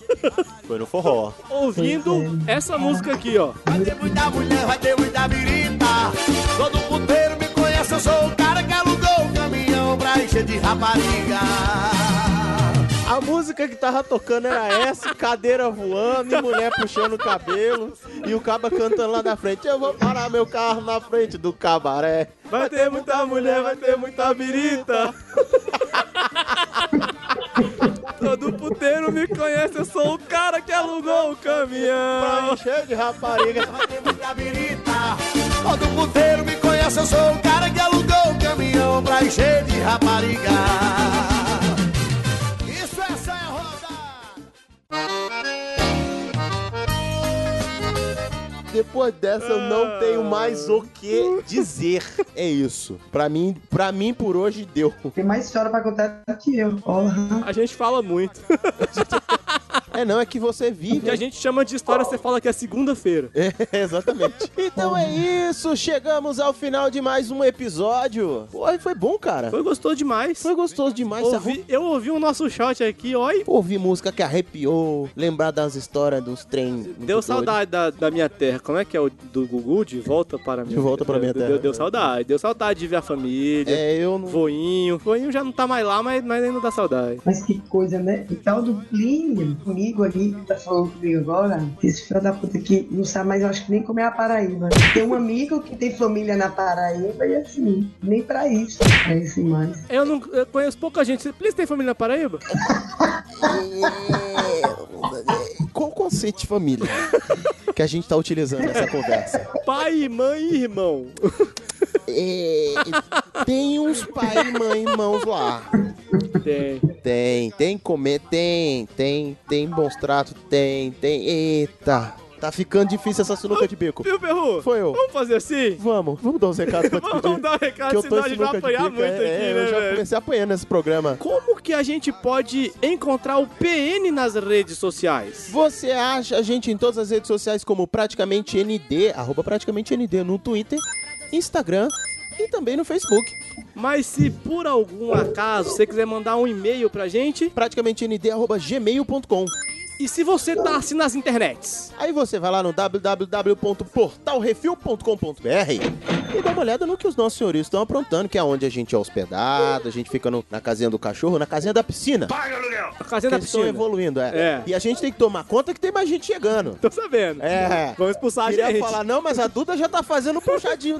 [SPEAKER 3] Foi no forró.
[SPEAKER 1] ouvindo essa música aqui, ó.
[SPEAKER 14] Vai ter muita mulher, vai ter muita birita. Todo puteiro me conhece, eu sou o cara que alugou o caminhão pra ir.
[SPEAKER 15] delícia de rapariga.
[SPEAKER 3] A música que tava tocando era essa, cadeira voando e mulher puxando o cabelo e o caba cantando lá na frente. Eu vou parar meu carro na frente do cabaré.
[SPEAKER 1] Vai ter muita mulher, vai ter muita birita. Todo puteiro me conhece, eu sou o cara que alugou o caminhão.
[SPEAKER 3] Cheio de rapariga.
[SPEAKER 15] Todo puteiro me conhece, eu sou o cara que alugou o caminhão pra encher de rapariga. Isso essa é roda.
[SPEAKER 3] Depois dessa eu não tenho mais o que dizer. É isso. Pra mim, pra mim por hoje deu.
[SPEAKER 2] Tem mais história pra contar do que eu. Porra.
[SPEAKER 1] A gente fala muito.
[SPEAKER 3] É não, é que você vive.
[SPEAKER 1] Que a gente chama de história, você fala que é segunda-feira.
[SPEAKER 3] É, exatamente. Então é isso, chegamos ao final de mais um episódio. Pô, foi bom, cara.
[SPEAKER 1] Foi gostoso demais.
[SPEAKER 3] Foi gostoso demais.
[SPEAKER 1] Ouvi- eu ouvi o nosso shot aqui, ó, e
[SPEAKER 3] Ouvi música que arrepiou, lembrar das histórias dos trem.
[SPEAKER 1] deu saudade da, da minha terra. Como é que é o do Gugu? De volta para minha
[SPEAKER 3] De volta pra minha terra.
[SPEAKER 1] Deu, deu saudade. Deu saudade de ver a família.
[SPEAKER 3] É, eu não...
[SPEAKER 1] Voinho. Voinho já não tá mais lá, mas, mas ainda dá saudade.
[SPEAKER 2] Mas que coisa, né? O tal do Plínio, comigo ali, que tá falando comigo agora, esse filho da puta que não sabe mais, eu acho que nem como é a Paraíba. Tem um amigo que tem família na Paraíba e assim, nem pra isso parece mais.
[SPEAKER 1] Eu não eu conheço pouca gente. Você please, tem família na Paraíba?
[SPEAKER 3] Qual o conceito de família que a gente tá utilizando nessa conversa?
[SPEAKER 1] Pai, mãe e irmão.
[SPEAKER 3] É, tem uns pai, mãe, irmãos lá.
[SPEAKER 1] Tem.
[SPEAKER 3] Tem, tem comer, tem, tem, tem bons tratos, tem, tem. Eita, tá ficando difícil essa sinuca de bico.
[SPEAKER 1] Viu, Perru?
[SPEAKER 3] Foi eu.
[SPEAKER 1] Vamos fazer assim?
[SPEAKER 3] Vamos, vamos dar uns recados pra te
[SPEAKER 1] Vamos
[SPEAKER 3] pedir.
[SPEAKER 1] dar um recado, senão a gente vai apanhar muito
[SPEAKER 3] é,
[SPEAKER 1] aqui,
[SPEAKER 3] é,
[SPEAKER 1] né,
[SPEAKER 3] Eu já
[SPEAKER 1] velho?
[SPEAKER 3] comecei apanhando nesse programa.
[SPEAKER 1] Como que a gente pode encontrar o PN nas redes sociais?
[SPEAKER 3] Você acha a gente em todas as redes sociais como praticamente ND, arroba praticamente ND no Twitter, Instagram e também no Facebook.
[SPEAKER 1] Mas se por algum acaso você quiser mandar um e-mail pra gente,
[SPEAKER 3] Praticamente ND, arroba gmail.com.
[SPEAKER 1] e se você tá assim nas internets?
[SPEAKER 3] Aí você vai lá no www.portalrefil.com.br e dá uma olhada no que os nossos senhores estão aprontando, que é onde a gente é hospedado, a gente fica no- na casinha do cachorro, na casinha da piscina.
[SPEAKER 1] A casinha
[SPEAKER 3] Que
[SPEAKER 1] da
[SPEAKER 3] eles estão
[SPEAKER 1] piscina.
[SPEAKER 3] evoluindo, é.
[SPEAKER 1] Tá É.
[SPEAKER 3] E a gente tem que tomar conta que tem mais gente chegando.
[SPEAKER 1] Tô sabendo.
[SPEAKER 3] É.
[SPEAKER 1] Vamos expulsar a
[SPEAKER 3] Queria
[SPEAKER 1] gente. É.
[SPEAKER 3] falar, não, mas a Duda já tá fazendo o puxadinho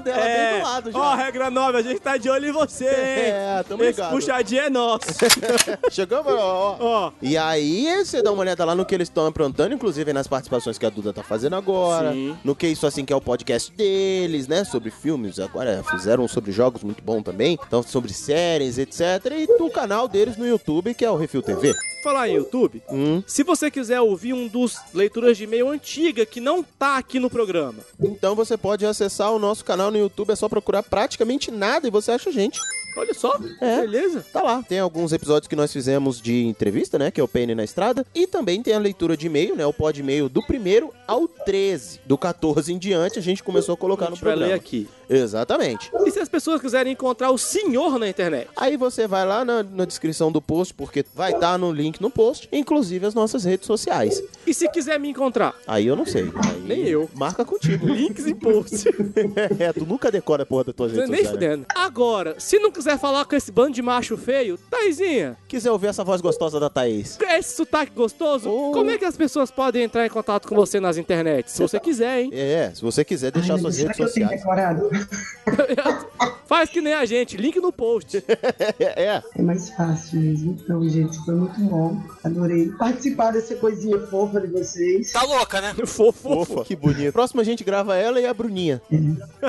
[SPEAKER 3] dela bem do lado já.
[SPEAKER 1] Ó, regra nova, a gente tá de olho em você, hein?
[SPEAKER 3] É, tamo
[SPEAKER 1] Esse
[SPEAKER 3] ligado.
[SPEAKER 1] puxadinho é nosso.
[SPEAKER 3] Chegamos, ó, ó.
[SPEAKER 1] Ó,
[SPEAKER 3] E aí, você dá uma olhada lá no que eles estão aprontando, inclusive nas participações que a Duda tá fazendo agora,
[SPEAKER 1] Sim.
[SPEAKER 3] no que isso assim que é o podcast deles, né? Sobre filmes, agora fizeram um sobre jogos muito bom também, então sobre séries, etc. E do canal deles no YouTube, que é o Refil TV.
[SPEAKER 1] falar em YouTube,
[SPEAKER 3] Hum.
[SPEAKER 1] se você quiser ouvir um dos leituras de e-mail antiga que não tá aqui no programa,
[SPEAKER 3] Então você pode acessar o nosso canal no YouTube, é só procurar praticamente nada e você acha a gente.
[SPEAKER 1] olha só,
[SPEAKER 3] É.
[SPEAKER 1] beleza?
[SPEAKER 3] Tá lá. Tem alguns episódios que nós fizemos de entrevista, né? Que é o PN na Estrada. E também tem a leitura de e-mail, né? O pod e-mail do primeiro ao 13. Do 14 em diante, a gente começou
[SPEAKER 1] A
[SPEAKER 3] a colocar Tá no
[SPEAKER 1] gente vai ler
[SPEAKER 3] programa.
[SPEAKER 1] aqui.
[SPEAKER 3] Exatamente.
[SPEAKER 1] E se as pessoas quiserem encontrar o senhor na internet?
[SPEAKER 3] Aí você vai lá na, na descrição do post, porque vai estar no link no post, inclusive as nossas redes sociais.
[SPEAKER 1] E se quiser me encontrar?
[SPEAKER 3] Aí eu não sei. Aí
[SPEAKER 1] Nem eu.
[SPEAKER 3] Marca contigo.
[SPEAKER 1] Links e posts.
[SPEAKER 3] é, tu nunca decora a porra da tua rede
[SPEAKER 1] Nem
[SPEAKER 3] social. Né?
[SPEAKER 1] fudendo. Agora, se não quiser falar com esse bando de macho feio, Taizinha,
[SPEAKER 3] Quiser ouvir essa voz gostosa da Thaís?
[SPEAKER 1] esse sotaque É, tá gostoso,
[SPEAKER 3] Oh.
[SPEAKER 1] como é que as pessoas podem entrar em contato com você nas internet? Se você quiser, hein?
[SPEAKER 3] É, se você quiser deixar
[SPEAKER 2] Ai, meu Deus,
[SPEAKER 3] suas
[SPEAKER 2] será
[SPEAKER 3] redes
[SPEAKER 2] que eu tenho
[SPEAKER 3] sociais.
[SPEAKER 2] decorado?
[SPEAKER 1] Faz que nem a gente, link no post.
[SPEAKER 3] é.
[SPEAKER 2] É mais fácil mesmo. Então, gente, foi muito bom. Adorei participar dessa coisinha fofa de vocês.
[SPEAKER 9] Tá louca, né?
[SPEAKER 1] Fofo.
[SPEAKER 3] Fofa. Que bonito. Próximo a gente grava ela e a Bruninha.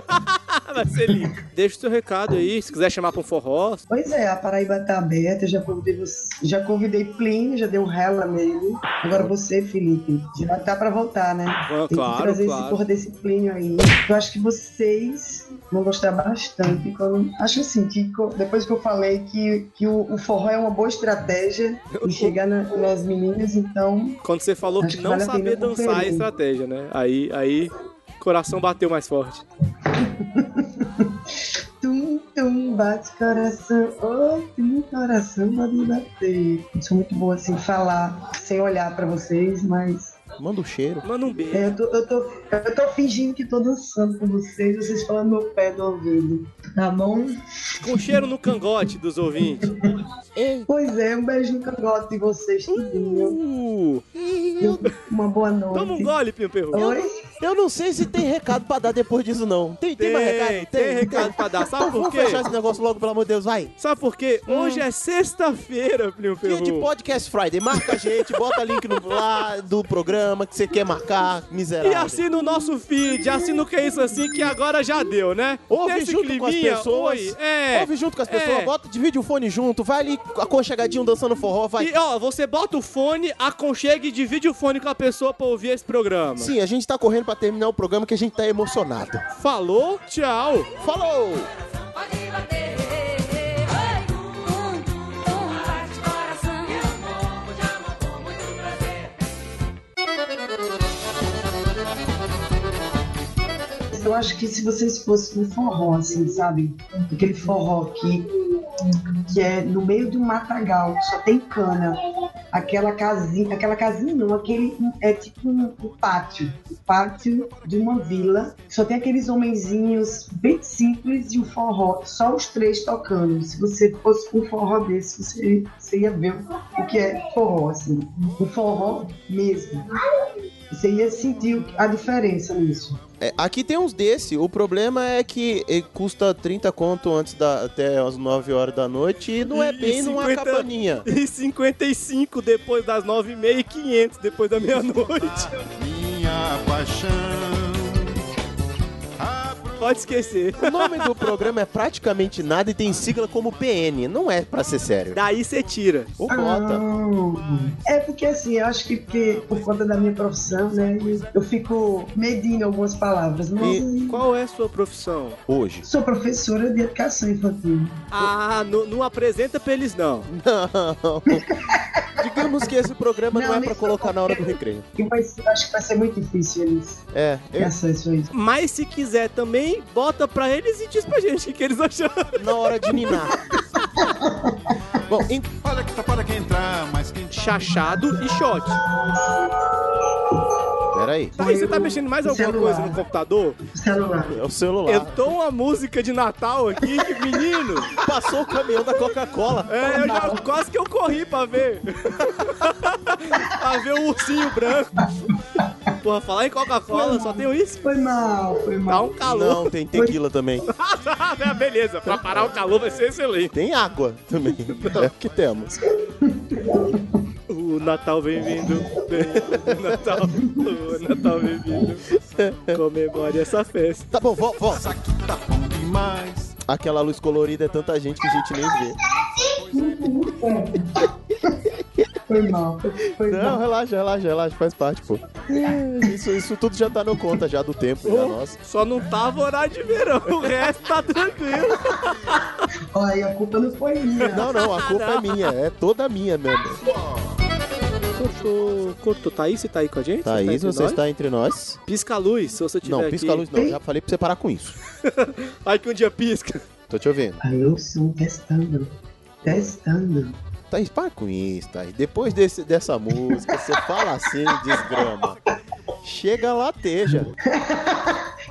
[SPEAKER 1] Ah, Vai ser lindo. Deixa o seu recado aí, se quiser chamar pra um forró.
[SPEAKER 2] Pois é, a Paraíba tá aberta, já convidei você, já convidei Plínio, já dei um rela nele. Agora você, Felipe, já tá pra voltar, né?
[SPEAKER 1] Ah,
[SPEAKER 2] Tem que
[SPEAKER 1] claro,
[SPEAKER 2] trazer
[SPEAKER 1] claro.
[SPEAKER 2] esse porra desse Plínio aí. Eu acho que vocês vão gostar bastante. quando- Acho assim, que co- depois que eu falei que, que o, o forró é uma boa estratégia em chegar na- nas meninas, então
[SPEAKER 1] Quando você falou
[SPEAKER 2] Acho
[SPEAKER 1] que
[SPEAKER 2] que
[SPEAKER 1] não
[SPEAKER 2] vale a
[SPEAKER 1] saber
[SPEAKER 2] pena
[SPEAKER 1] dançar
[SPEAKER 2] conferir.
[SPEAKER 1] é estratégia, né? Aí, aí, coração bateu mais forte.
[SPEAKER 2] Tum, tum, bate coração, oh, tum, coração, pode bater. Eu sou muito boa assim, falar sem olhar pra vocês, mas
[SPEAKER 3] Manda um cheiro.
[SPEAKER 1] Manda um beijo.
[SPEAKER 2] É, eu, tô, eu, tô, eu tô fingindo que tô dançando com vocês, vocês falam no pé do ouvido. Tá bom?
[SPEAKER 1] Com cheiro no cangote dos ouvintes.
[SPEAKER 2] Pois é, um beijo no cangote de vocês, tudinho. Uma boa noite.
[SPEAKER 1] Uh, Toma um gole, Pimperru.
[SPEAKER 2] Oi?
[SPEAKER 3] Eu não sei se tem recado pra dar depois disso, não. Tem, tem, mais recado?
[SPEAKER 1] Tem, tem recado pra dar. Sabe
[SPEAKER 3] Então
[SPEAKER 1] por
[SPEAKER 3] vamos
[SPEAKER 1] quê?
[SPEAKER 3] fechar esse negócio logo, pelo amor de Deus, vai.
[SPEAKER 1] Sabe por quê? Hoje é sexta-feira, Plim
[SPEAKER 3] Dia
[SPEAKER 1] Perru.
[SPEAKER 3] de podcast Friday. Marca a gente, bota link no, lá do programa que você quer marcar, miserável.
[SPEAKER 1] E assim, assina o nosso feed, assina o que é isso assim, que agora já deu, né?
[SPEAKER 3] Ouve
[SPEAKER 1] Nesse
[SPEAKER 3] junto com as
[SPEAKER 1] climinha,
[SPEAKER 3] pessoas.
[SPEAKER 1] oi, é,
[SPEAKER 3] Ouve junto com as
[SPEAKER 1] é.
[SPEAKER 3] pessoas. Bota, divide o fone junto. Vai ali aconchegadinho dançando forró. Vai.
[SPEAKER 1] E ó, você bota o fone, aconchega e divide o fone com a pessoa pra ouvir esse programa.
[SPEAKER 3] Sim, a gente tá correndo pra terminar o programa que a gente tá emocionado.
[SPEAKER 1] Falou, tchau.
[SPEAKER 3] Falou!
[SPEAKER 10] Pode bater, oi, tum, tum, tum, bate coração. Eu morro de amor com muito prazer.
[SPEAKER 2] Eu acho que se vocês fossem um forró, assim, sabe? Aquele forró que, que é no meio de um matagal, que só tem cana. Aquela casinha, aquela casinha não, aquele é tipo um, um pátio. O pátio de uma vila. Só tem aqueles homenzinhos bem simples de um forró, só os três tocando. Se você fosse um forró desse, você, você ia ver o que é forró, assim. O forró mesmo. Você ia sentir a diferença nisso.
[SPEAKER 3] É, aqui tem uns desse. O problema é que eh, custa 30 conto antes da, até as 9 horas da noite e não é bem numa cabaninha.
[SPEAKER 1] E 55 depois das 9 e meia e 500 depois da meia-noite.
[SPEAKER 15] Minha paixão.
[SPEAKER 1] Pode esquecer.
[SPEAKER 3] O nome do programa é praticamente nada e tem sigla como PN. Não é pra ser sério.
[SPEAKER 1] Daí você tira.
[SPEAKER 3] Ou bota.
[SPEAKER 2] Ah, É porque assim, eu acho que porque, por conta da minha profissão, né? Eu fico medindo algumas palavras. Mas
[SPEAKER 1] E qual é a sua profissão?
[SPEAKER 3] Hoje.
[SPEAKER 2] sou professora de educação infantil.
[SPEAKER 1] Ah, não, não apresenta pra eles, não.
[SPEAKER 3] Não. Digamos que esse programa não,
[SPEAKER 2] Não,
[SPEAKER 3] é pra
[SPEAKER 2] nesse
[SPEAKER 3] colocar na hora do recreio.
[SPEAKER 2] E vai ser- acho que vai ser muito difícil eles.
[SPEAKER 3] É, eu-
[SPEAKER 2] Essa, isso aí.
[SPEAKER 1] Mas se quiser também, bota pra eles e diz pra gente o que que eles acharam.
[SPEAKER 3] na hora de ninar. Bom, em-
[SPEAKER 15] Para que tá para que entrar, mas quem tá...
[SPEAKER 1] Chachado e shot.
[SPEAKER 3] Peraí.
[SPEAKER 1] Tá, e você tá mexendo mais alguma
[SPEAKER 2] Celular.
[SPEAKER 1] coisa no computador?
[SPEAKER 2] Celular.
[SPEAKER 3] É o celular.
[SPEAKER 1] Entrou uma música de Natal aqui, que, menino.
[SPEAKER 3] Passou o caminhão da Coca-Cola.
[SPEAKER 1] É, eu já quase que eu corri pra ver. pra ver o ursinho branco. Porra, falar em Coca-Cola, só tem isso?
[SPEAKER 2] Foi mal, foi
[SPEAKER 1] Dá
[SPEAKER 3] Tá
[SPEAKER 2] mal.
[SPEAKER 1] um calor.
[SPEAKER 3] Não, tem tequila também.
[SPEAKER 1] Ah, Beleza, pra parar o calor vai ser excelente.
[SPEAKER 3] Tem água também. É o que temos.
[SPEAKER 1] O Natal vem vindo. O Natal, o Natal vem vindo. Comemore essa festa.
[SPEAKER 3] Tá bom, volta, volta.
[SPEAKER 15] Demais.
[SPEAKER 3] Aquela luz colorida é tanta gente que a gente nem vê.
[SPEAKER 2] Foi mal, foi
[SPEAKER 3] Não,
[SPEAKER 2] mal.
[SPEAKER 3] relaxa, relaxa, relaxa, faz parte, pô. É, Isso, isso tudo já tá no conta já do tempo, da nossa.
[SPEAKER 1] Só não tava horário de verão, o resto tá tranquilo.
[SPEAKER 2] Olha, aí, a culpa não foi minha.
[SPEAKER 3] Não, não, a culpa é minha, é toda minha mesmo.
[SPEAKER 1] Cortou, cortou. Thaís, você tá aí com a gente?
[SPEAKER 3] Thaís,
[SPEAKER 1] entre
[SPEAKER 3] você
[SPEAKER 1] nós?
[SPEAKER 3] está entre nós?
[SPEAKER 1] Pisca a luz, se você tiver
[SPEAKER 3] Não, pisca a luz não, já falei pra você parar com isso.
[SPEAKER 1] Aí que um dia pisca.
[SPEAKER 3] Tô te ouvindo.
[SPEAKER 2] Aí eu sou um testando. Testando.
[SPEAKER 3] Thaís, para com isso, Thaís. Depois desse, dessa música, você fala assim, desgrama. Chega lateja.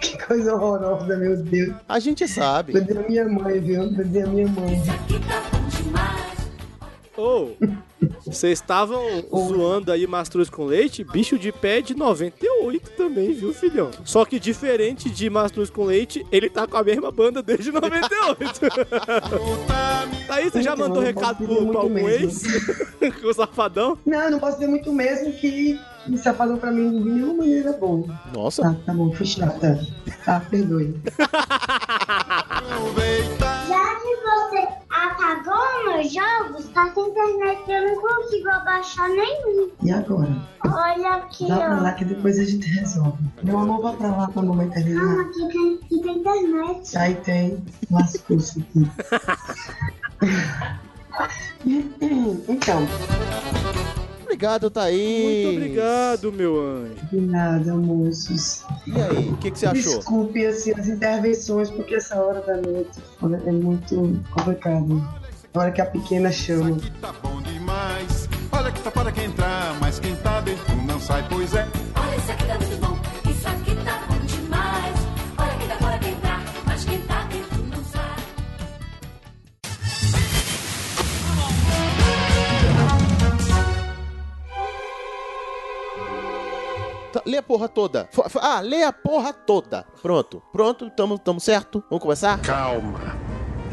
[SPEAKER 2] Que coisa horrorosa, meu Deus.
[SPEAKER 3] A gente sabe.
[SPEAKER 2] Perdi a minha mãe, viu? Perdi a minha mãe.
[SPEAKER 1] Ou, vocês estavam zoando aí mastruz com leite? Bicho de pé de 98 também, viu, filhão? Só que diferente de mastruz com leite, ele tá com a mesma banda desde 98. Thaís, você já
[SPEAKER 2] Então,
[SPEAKER 1] mandou
[SPEAKER 2] eu
[SPEAKER 1] recado
[SPEAKER 2] posso
[SPEAKER 1] pro,
[SPEAKER 2] dizer muito
[SPEAKER 1] pra algum
[SPEAKER 2] mesmo.
[SPEAKER 1] ex? Com o safadão?
[SPEAKER 2] Não, eu não posso ter muito mesmo que o safadão pra mim de nenhuma maneira é bom.
[SPEAKER 3] Nossa,
[SPEAKER 2] Tá, tá bom, fui chata. Tá, perdoe.
[SPEAKER 13] Já que você apagou meus jogos, tá sem internet, eu não consigo abaixar nenhum.
[SPEAKER 2] E agora?
[SPEAKER 13] Olha aqui,
[SPEAKER 2] Dá pra lá
[SPEAKER 13] ó.
[SPEAKER 2] que depois a gente resolve. Meu amor, vá pra lá pra mamãe tá
[SPEAKER 13] Ah,
[SPEAKER 2] ligado.
[SPEAKER 13] aqui tem, aqui tem internet.
[SPEAKER 2] Aí tem. Lascou-se aqui. então,
[SPEAKER 3] obrigado, Thaís.
[SPEAKER 1] Muito obrigado, meu anjo.
[SPEAKER 2] de nada, moços.
[SPEAKER 3] E aí, o que, que você achou?
[SPEAKER 2] Desculpe assim, as intervenções, porque essa hora da noite olha, é muito complicado. A hora que a pequena chama.
[SPEAKER 15] Tá bom demais. Olha que tá para que entrar, mas quem tá perfume não sai, pois é.
[SPEAKER 10] Olha, isso aqui tá muito bom, isso aqui tá bom demais. Olha quem tá fora, quem tá, mas quem tá dentro não sai.
[SPEAKER 3] Tá, lê a porra toda. Fa- fa- Ah, lê a porra toda. Pronto. Pronto, tamo, tamo certo. Vamos começar? Calma.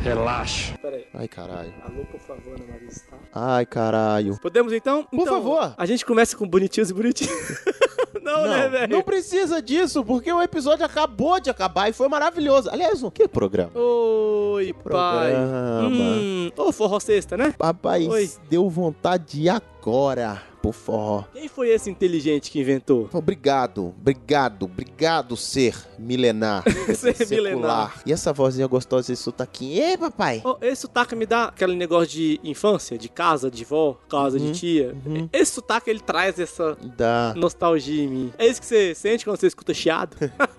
[SPEAKER 3] Relaxa.
[SPEAKER 9] Peraí.
[SPEAKER 3] Ai, caralho.
[SPEAKER 9] Alô, por favor,
[SPEAKER 1] né?
[SPEAKER 9] Ana Maria Star.
[SPEAKER 3] Ai, caralho.
[SPEAKER 1] Podemos então? Por
[SPEAKER 3] favor.
[SPEAKER 1] A gente começa com bonitinhos e bonitinhos. não, né, velho?
[SPEAKER 3] Não precisa disso, porque o episódio acabou de acabar e foi maravilhoso. Aliás, o que programa?
[SPEAKER 1] Oi, pai.
[SPEAKER 3] programa.
[SPEAKER 1] Hum, Ô, forró sexta, né?
[SPEAKER 3] Papai,
[SPEAKER 1] Oi.
[SPEAKER 3] deu vontade agora pro forró.
[SPEAKER 1] Quem foi esse inteligente que inventou?
[SPEAKER 3] Obrigado, obrigado, obrigado, ser milenar.
[SPEAKER 1] Ser
[SPEAKER 3] secular.
[SPEAKER 1] milenar.
[SPEAKER 3] E essa vozinha gostosa, esse sotaquinho. Ei, papai.
[SPEAKER 1] Ô, esse sotaque me dá aquele negócio de infância, de casa, de vó, casa
[SPEAKER 3] Uhum,
[SPEAKER 1] de tia. Esse sotaque, ele traz essa
[SPEAKER 3] Dá.
[SPEAKER 1] nostalgia em mim. É isso que você sente quando você escuta chiado?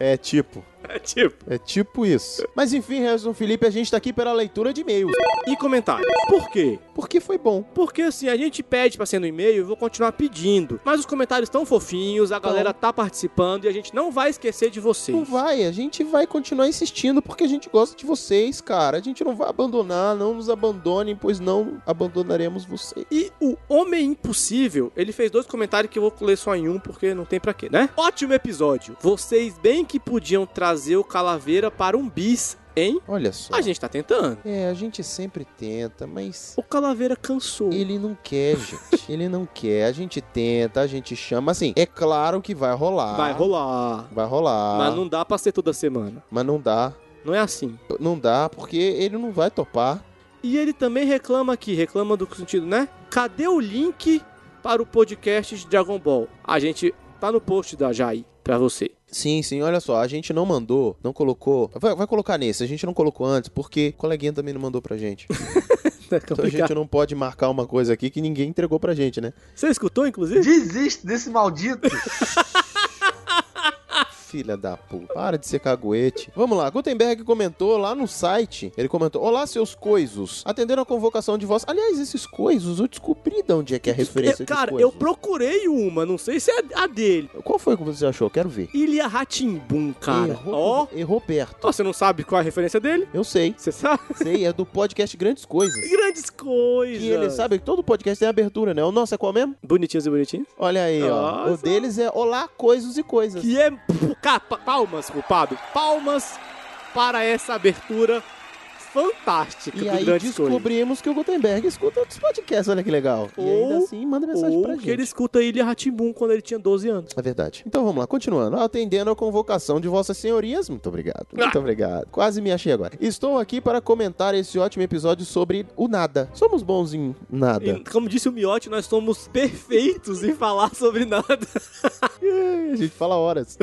[SPEAKER 3] É tipo.
[SPEAKER 1] É tipo.
[SPEAKER 3] É tipo isso. Mas enfim, Resto Felipe, a gente tá aqui pela leitura de e-mails.
[SPEAKER 1] E comentários. Por quê?
[SPEAKER 3] Porque foi bom.
[SPEAKER 1] Porque assim, a gente pede pra ser no e-mail, eu vou continuar pedindo. Mas os comentários estão fofinhos, a galera tá participando e a gente não vai esquecer de vocês.
[SPEAKER 3] Não vai, a gente vai continuar insistindo porque a gente gosta de vocês, cara. A gente não vai abandonar, não nos abandonem, pois não abandonaremos vocês.
[SPEAKER 1] E o Homem Impossível, ele fez dois comentários que eu vou ler só em um, porque não tem pra quê, né? Ótimo episódio. Vocês bem que podiam trazer o Calaveira para um bis, hein?
[SPEAKER 3] Olha só.
[SPEAKER 1] A gente tá tentando.
[SPEAKER 3] É, a gente sempre tenta, mas.
[SPEAKER 1] O Calaveira cansou.
[SPEAKER 3] Ele não quer, gente. Ele não quer. A gente tenta, a gente chama. Assim, é claro que vai rolar.
[SPEAKER 1] Vai rolar.
[SPEAKER 3] Vai rolar.
[SPEAKER 1] Mas não dá pra ser toda semana.
[SPEAKER 3] Mas não dá.
[SPEAKER 1] Não é assim.
[SPEAKER 3] Não dá, porque ele não vai topar.
[SPEAKER 1] E ele também reclama aqui, reclama do sentido, né? Cadê o link para o podcast de Dragon Ball? A gente tá no post da Jai pra você.
[SPEAKER 3] Sim, sim, olha só, a gente não mandou, não colocou. Vai, vai colocar nesse, a gente não colocou antes, porque o coleguinha também não mandou pra gente. então a gente não pode marcar uma coisa aqui que ninguém entregou pra gente, né?
[SPEAKER 1] Você escutou, inclusive?
[SPEAKER 9] Desiste desse maldito.
[SPEAKER 3] Filha da puta, para de ser caguete. Vamos lá, Gutenberg comentou lá no site, ele comentou, olá seus coisos, atenderam a convocação de voz. Aliás, esses coisos, eu descobri de onde é que é a referência
[SPEAKER 1] Eu-
[SPEAKER 3] de
[SPEAKER 1] cara,
[SPEAKER 3] coisos.
[SPEAKER 1] eu procurei uma, não sei se é a dele.
[SPEAKER 3] Qual foi que você achou? Quero ver.
[SPEAKER 1] Ilha Ratimbum, cara.
[SPEAKER 3] Errou-
[SPEAKER 1] Ó,
[SPEAKER 3] errou perto.
[SPEAKER 1] Ó, você não sabe qual é a referência dele?
[SPEAKER 3] Eu sei.
[SPEAKER 1] Você sabe?
[SPEAKER 3] Sei, é do podcast Grandes Coisas.
[SPEAKER 1] Grandes coisas.
[SPEAKER 3] E ele sabe que todo podcast tem abertura, né? O nosso é qual mesmo?
[SPEAKER 1] Bonitinhos e bonitinhos.
[SPEAKER 3] Olha aí, ó.
[SPEAKER 1] Nossa.
[SPEAKER 3] O deles é Olá, coisas e coisas.
[SPEAKER 1] Que é. Ca- pa- Palmas, culpado. Palmas para essa abertura fantástica
[SPEAKER 3] E
[SPEAKER 1] do
[SPEAKER 3] aí
[SPEAKER 1] Grandes Coisas.
[SPEAKER 3] descobrimos que o Gutenberg escuta outros podcasts, olha que legal. E ainda
[SPEAKER 1] Ou-
[SPEAKER 3] assim manda mensagem
[SPEAKER 1] ou
[SPEAKER 3] pra gente.
[SPEAKER 1] que ele escuta Ilha Ratimbum quando ele tinha 12 anos.
[SPEAKER 3] É verdade. Então vamos lá, continuando. Atendendo a convocação de vossas senhorias. Muito obrigado.
[SPEAKER 1] Ah.
[SPEAKER 3] Muito obrigado. Quase me achei agora. Estou aqui para comentar esse ótimo episódio sobre o nada. Somos bons em nada.
[SPEAKER 1] E, como disse o Miotti, nós somos perfeitos em falar sobre nada.
[SPEAKER 3] A gente fala horas.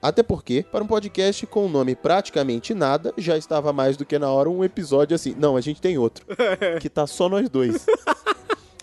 [SPEAKER 3] Até porque, para um podcast com o nome Praticamente Nada, já estava mais do que na hora um episódio assim. Não, a gente tem outro. que tá só nós dois.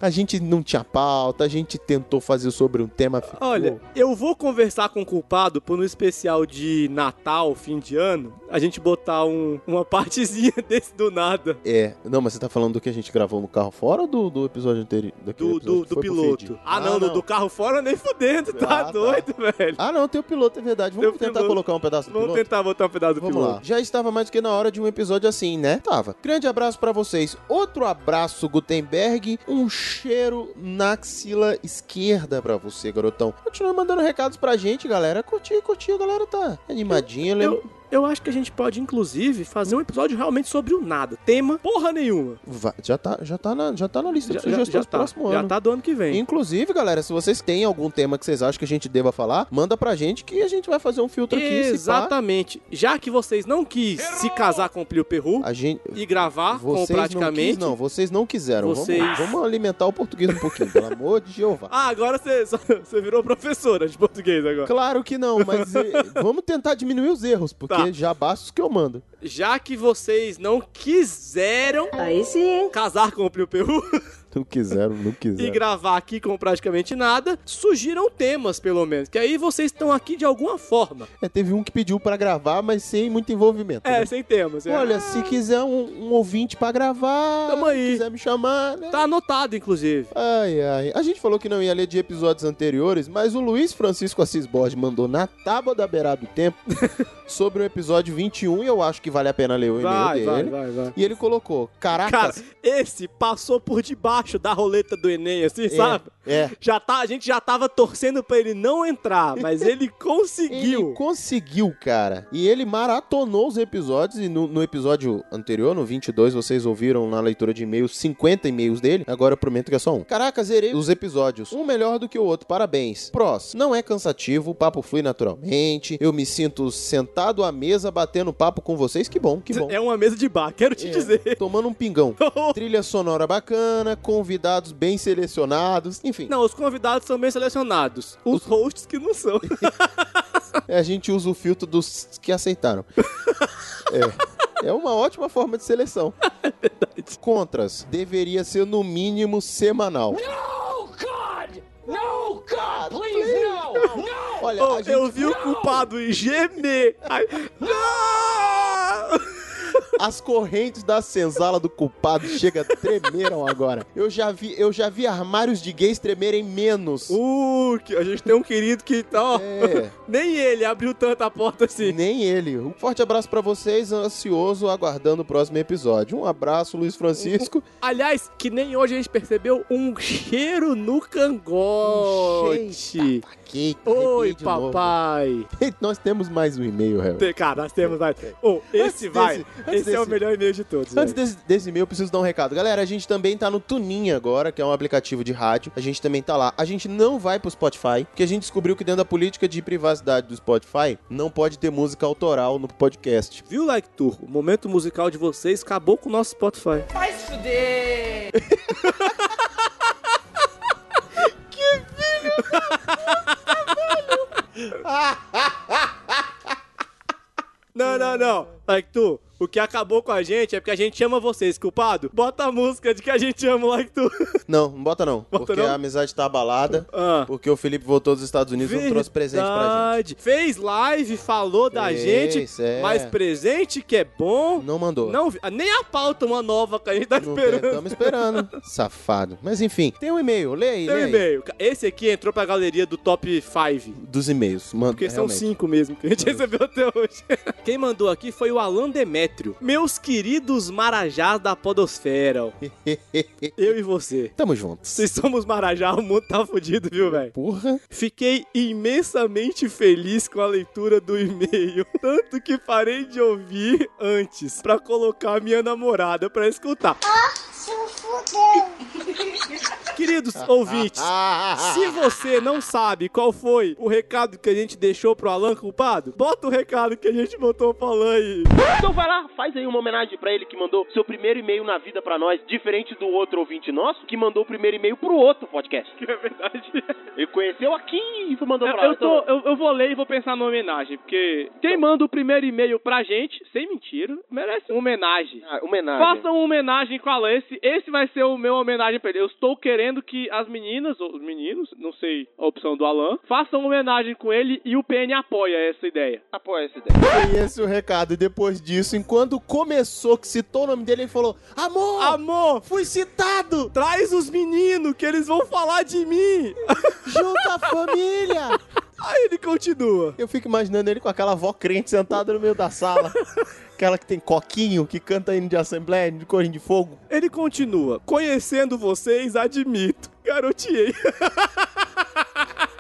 [SPEAKER 3] A gente não tinha pauta, a gente tentou fazer sobre um tema. ficou.
[SPEAKER 1] Olha, eu vou conversar com o culpado por no especial de Natal, fim de ano, a gente botar um- uma partezinha desse do nada.
[SPEAKER 3] É, não, mas você tá falando do que a gente gravou no carro fora ou do, do episódio anterior? daquele
[SPEAKER 1] Do,
[SPEAKER 3] episódio
[SPEAKER 1] do,
[SPEAKER 3] que
[SPEAKER 1] do
[SPEAKER 3] foi pro
[SPEAKER 1] piloto.
[SPEAKER 3] feed?
[SPEAKER 1] Ah, não, do- do carro fora nem fudendo, tá
[SPEAKER 3] Ah, tá.
[SPEAKER 1] doido, velho.
[SPEAKER 3] Ah, não, tem o piloto, é verdade. Vamos tentar
[SPEAKER 1] piloto.
[SPEAKER 3] colocar um pedaço do
[SPEAKER 1] Vamos
[SPEAKER 3] piloto?
[SPEAKER 1] tentar botar um pedaço do
[SPEAKER 3] Vamos
[SPEAKER 1] piloto.
[SPEAKER 3] lá. Já estava mais do que na hora de um episódio assim, né? Tava. Grande abraço pra vocês. Outro abraço, Gutenberg. Um cheiro na axila esquerda pra você, garotão. Continua mandando recados pra gente, galera. Curti, curti. A galera tá animadinha. lembra?
[SPEAKER 1] Eu, eu acho que a gente pode, inclusive, fazer um episódio realmente sobre o nada. Tema porra nenhuma.
[SPEAKER 3] Vai- já, tá, já, tá na, já tá na lista de
[SPEAKER 1] Já- já-
[SPEAKER 3] sugestões
[SPEAKER 1] já
[SPEAKER 3] do
[SPEAKER 1] tá.
[SPEAKER 3] próximo
[SPEAKER 1] Já
[SPEAKER 3] ano.
[SPEAKER 1] tá do ano que vem.
[SPEAKER 3] Inclusive, galera, se vocês têm algum tema que vocês acham que a gente deva falar, manda pra gente que a gente vai fazer um filtro aqui. se pá.
[SPEAKER 1] Exatamente. Já que vocês não quis se casar com o Plio Perru
[SPEAKER 3] A gente...
[SPEAKER 1] e gravar
[SPEAKER 3] Vocês
[SPEAKER 1] com praticamente.
[SPEAKER 3] não quis, não. Vocês não quiseram. Vamos-
[SPEAKER 1] Vocês-
[SPEAKER 3] vamos alimentar o português um pouquinho, pelo amor de Jeová.
[SPEAKER 1] Ah, agora você, só- você virou professora de português agora.
[SPEAKER 3] Claro que não, mas eh, vamos tentar diminuir os erros, porque
[SPEAKER 1] Tá.
[SPEAKER 3] já basta os que eu mando.
[SPEAKER 1] Já que vocês não quiseram casar com o Plio Peru,
[SPEAKER 3] Não quiseram, não quiseram.
[SPEAKER 1] e gravar aqui com praticamente nada, sugiram temas, pelo menos. Que aí vocês estão aqui de alguma forma.
[SPEAKER 3] É, teve um que pediu pra gravar, mas sem muito envolvimento.
[SPEAKER 1] É,
[SPEAKER 3] né?
[SPEAKER 1] sem temas. é.
[SPEAKER 3] Olha, se quiser um, um ouvinte pra gravar,
[SPEAKER 1] Tamo aí.
[SPEAKER 3] quiser me chamar, né?
[SPEAKER 1] Tá anotado, inclusive.
[SPEAKER 3] Ai, ai. A gente falou que não ia ler de episódios anteriores, mas o Luiz Francisco Assis Borges mandou na tábua da beirada do tempo sobre o episódio 21 e eu acho que vale a pena ler o e-mail
[SPEAKER 1] Vai,
[SPEAKER 3] dele.
[SPEAKER 1] vai, vai, vai.
[SPEAKER 3] E ele colocou, caraca...
[SPEAKER 1] Cara, esse passou por debaixo da roleta do Enem, assim, sabe?
[SPEAKER 3] é.
[SPEAKER 1] Já tá, a gente já tava torcendo pra ele não entrar, mas ele conseguiu.
[SPEAKER 3] Ele conseguiu, cara. E ele maratonou os episódios. E no, no episódio anterior, no 22, vocês ouviram na leitura de e-mails 50 e-mails dele. Agora eu prometo que é só um. Caraca, zerei os episódios. Um melhor do que o outro. Parabéns. Prós. Não é cansativo. O papo flui naturalmente. Eu me sinto sentado à mesa batendo papo com vocês. Que bom, que bom.
[SPEAKER 1] É uma mesa de bar, quero te dizer.
[SPEAKER 3] Tomando um pingão. Trilha sonora bacana, convidados bem selecionados, enfim.
[SPEAKER 1] Não, os convidados são bem selecionados. Os hosts que não são.
[SPEAKER 3] É, a gente usa o filtro dos que aceitaram. é. É uma ótima forma de seleção.
[SPEAKER 1] É
[SPEAKER 3] Contras. Deveria ser no mínimo semanal.
[SPEAKER 10] No, God, please, no! No!
[SPEAKER 3] Olha,
[SPEAKER 1] Oh, eu vi o culpado gemer. Ai,
[SPEAKER 3] As correntes da senzala do culpado chega tremeram agora. Eu já vi, eu já vi armários de gays tremerem menos.
[SPEAKER 1] Uh, que- a gente tem um querido que tá, ó.
[SPEAKER 3] É.
[SPEAKER 1] Nem ele abriu tanta porta assim.
[SPEAKER 3] Nem ele. Um forte abraço pra vocês, ansioso, aguardando o próximo episódio. Um abraço, Luiz Francisco.
[SPEAKER 1] Aliás, que nem hoje a gente percebeu um cheiro no cangote.
[SPEAKER 3] tá, Que
[SPEAKER 1] Oi,
[SPEAKER 3] arrepio de novo.
[SPEAKER 1] papai.
[SPEAKER 3] Nós temos mais um e-mail, Harry.
[SPEAKER 1] Tem- Cara, nós temos mais. Oh, esse
[SPEAKER 3] Antes
[SPEAKER 1] vai.
[SPEAKER 3] desse-
[SPEAKER 1] esse
[SPEAKER 3] antes
[SPEAKER 1] é o
[SPEAKER 3] desse-
[SPEAKER 1] melhor e-mail de todos.
[SPEAKER 3] Antes
[SPEAKER 1] velho.
[SPEAKER 3] desse, desse e-mail, eu preciso dar um recado. Galera, a gente também tá no Tuninha agora, que é um aplicativo de rádio. A gente também tá lá. A gente não vai pro Spotify, porque a gente descobriu que dentro da política de privacidade do Spotify, não pode ter música autoral no podcast.
[SPEAKER 1] Viu, Like Tour? O momento musical de vocês acabou com o nosso Spotify.
[SPEAKER 10] Vai se fuder!
[SPEAKER 1] Não, não, não. Like Tour, o que acabou com a gente é porque a gente ama vocês, culpado. Bota a música de que a gente ama o Like Tour.
[SPEAKER 3] Não, não bota não. porque
[SPEAKER 1] não?
[SPEAKER 3] a amizade tá abalada.
[SPEAKER 1] Ah.
[SPEAKER 3] Porque o Felipe voltou dos Estados Unidos e não trouxe presente pra gente.
[SPEAKER 1] Verdade. Fez live, falou da
[SPEAKER 3] Fez,
[SPEAKER 1] gente,
[SPEAKER 3] é.
[SPEAKER 1] mas presente que é bom.
[SPEAKER 3] Não mandou.
[SPEAKER 1] Não, vi- nem a pauta uma nova que a gente tá esperando.
[SPEAKER 3] Estamos esperando. Safado. Mas enfim, tem um e-mail. Lê aí,
[SPEAKER 1] Tem um
[SPEAKER 3] lê aí.
[SPEAKER 1] e-mail. Esse aqui entrou pra galeria do top 5.
[SPEAKER 3] Dos e-mails. Manda,
[SPEAKER 1] Porque são
[SPEAKER 3] realmente.
[SPEAKER 1] cinco mesmo que a gente recebeu até hoje. É, Quem mandou aqui foi o Alan Demétrio. Meus queridos marajás da podosfera. ó. Eu e você.
[SPEAKER 3] Tamo junto.
[SPEAKER 1] Se somos marajá, o mundo tá fudido, viu, velho?
[SPEAKER 3] Porra.
[SPEAKER 1] Fiquei imensamente feliz com a leitura do e-mail. Tanto que parei de ouvir antes pra colocar minha namorada pra escutar.
[SPEAKER 13] Se fudeu.
[SPEAKER 1] Queridos ouvintes, se você não sabe qual foi o recado que a gente deixou pro Alan culpado, bota o recado que a gente botou pro Alan aí.
[SPEAKER 4] Então vai lá, faz aí uma homenagem pra ele que mandou seu primeiro e-mail na vida pra nós, diferente do outro ouvinte nosso que mandou o primeiro e-mail pro outro podcast.
[SPEAKER 16] É verdade.
[SPEAKER 4] Ele conheceu aqui e foi mandou
[SPEAKER 16] Eu,
[SPEAKER 4] pra Então, nós.
[SPEAKER 16] eu tô, eu, eu vou ler e vou pensar numa homenagem, porque quem manda o primeiro e-mail pra gente, sem mentira, merece uma homenagem.
[SPEAKER 4] Ah, homenagem.
[SPEAKER 16] Façam uma homenagem com a Lance, esse vai ser o meu homenagem pra ele. Eu estou querendo que as meninas, ou os meninos, não sei a opção do Alan, façam uma homenagem com ele e o PN apoia essa ideia.
[SPEAKER 4] Apoia essa ideia.
[SPEAKER 3] Foi esse é o recado. E depois disso, enquanto começou, que citou o nome dele, ele falou: Amor!
[SPEAKER 1] Amor,
[SPEAKER 3] Fui citado!
[SPEAKER 1] traz os meninos que eles vão falar de mim.
[SPEAKER 3] Junta a família!
[SPEAKER 1] Aí Ah, ele continua.
[SPEAKER 3] Eu fico imaginando ele com aquela avó crente sentada no meio da sala. aquela que tem coquinho, que canta hino de assembleia, hino de corrente de fogo.
[SPEAKER 1] Ele continua. Conhecendo vocês, admito. Garoteei.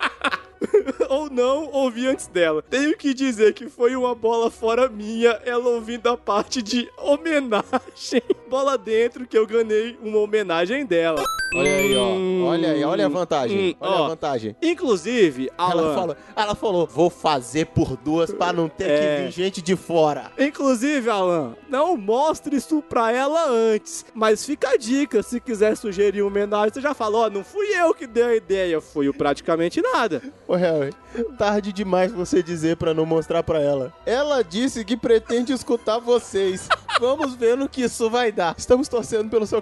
[SPEAKER 1] Ou não, ouvi antes dela. Tenho que dizer que foi uma bola fora minha, ela ouvindo a parte de homenagem. Bola dentro que eu ganhei uma homenagem dela.
[SPEAKER 3] Olha aí,
[SPEAKER 1] Hum,
[SPEAKER 3] ó. Olha aí, olha a vantagem.
[SPEAKER 1] hum,
[SPEAKER 3] olha
[SPEAKER 1] ó.
[SPEAKER 3] a vantagem.
[SPEAKER 1] Inclusive, Alan,
[SPEAKER 3] Ela falou, ela falou, vou fazer por duas pra não ter
[SPEAKER 1] É.
[SPEAKER 3] que vir gente de fora.
[SPEAKER 1] Inclusive, Alan, não mostre isso pra ela antes. Mas fica a dica, se quiser sugerir uma homenagem, você já falou, ó, não fui eu que dei a ideia, fui o praticamente nada.
[SPEAKER 3] Ô, Harry, tarde demais você dizer pra não mostrar pra ela. Ela disse que pretende escutar vocês. Vamos ver no que isso vai dar. Estamos torcendo pelo seu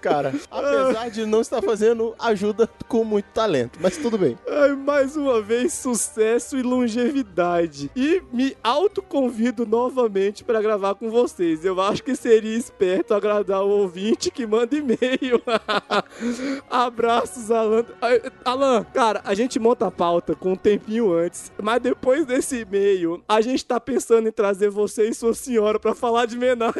[SPEAKER 3] cara. Apesar de não estar fazendo ajuda com muito talento, mas tudo bem.
[SPEAKER 1] Ai, mais uma vez, sucesso e longevidade. E me autoconvido novamente pra gravar com vocês. Eu acho que seria esperto agradar o ouvinte que manda e-mail. Abraços, Alan. Ai, Alan, cara, a gente monta a pauta com um tempinho antes, mas depois desse e-mail, a gente tá pensando em trazer você e sua senhora pra falar de homenagem.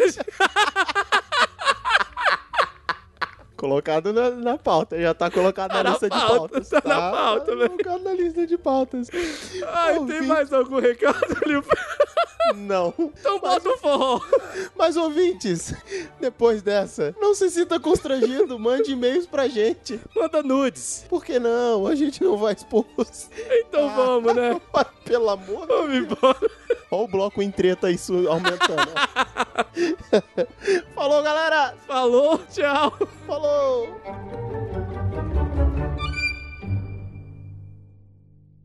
[SPEAKER 3] Colocado na, na pauta, já tá colocado na,
[SPEAKER 1] na
[SPEAKER 3] lista
[SPEAKER 1] pauta,
[SPEAKER 3] de pautas.
[SPEAKER 1] tá na pauta, velho.
[SPEAKER 3] Colocado na lista de pautas.
[SPEAKER 1] Ai, tem mais algum recado ali?
[SPEAKER 3] Não.
[SPEAKER 1] Então bota o forró.
[SPEAKER 3] Mas ouvintes, depois dessa, não se sinta constrangido, mande e-mails pra gente.
[SPEAKER 1] Manda nudes.
[SPEAKER 3] Por que não? A gente não vai expor.
[SPEAKER 1] Então vamos, né?
[SPEAKER 3] Pelo amor.
[SPEAKER 1] Vamos embora.
[SPEAKER 3] Olha o bloco em treta isso aumentando.
[SPEAKER 1] Falou, galera. Falou, tchau.
[SPEAKER 3] Falou.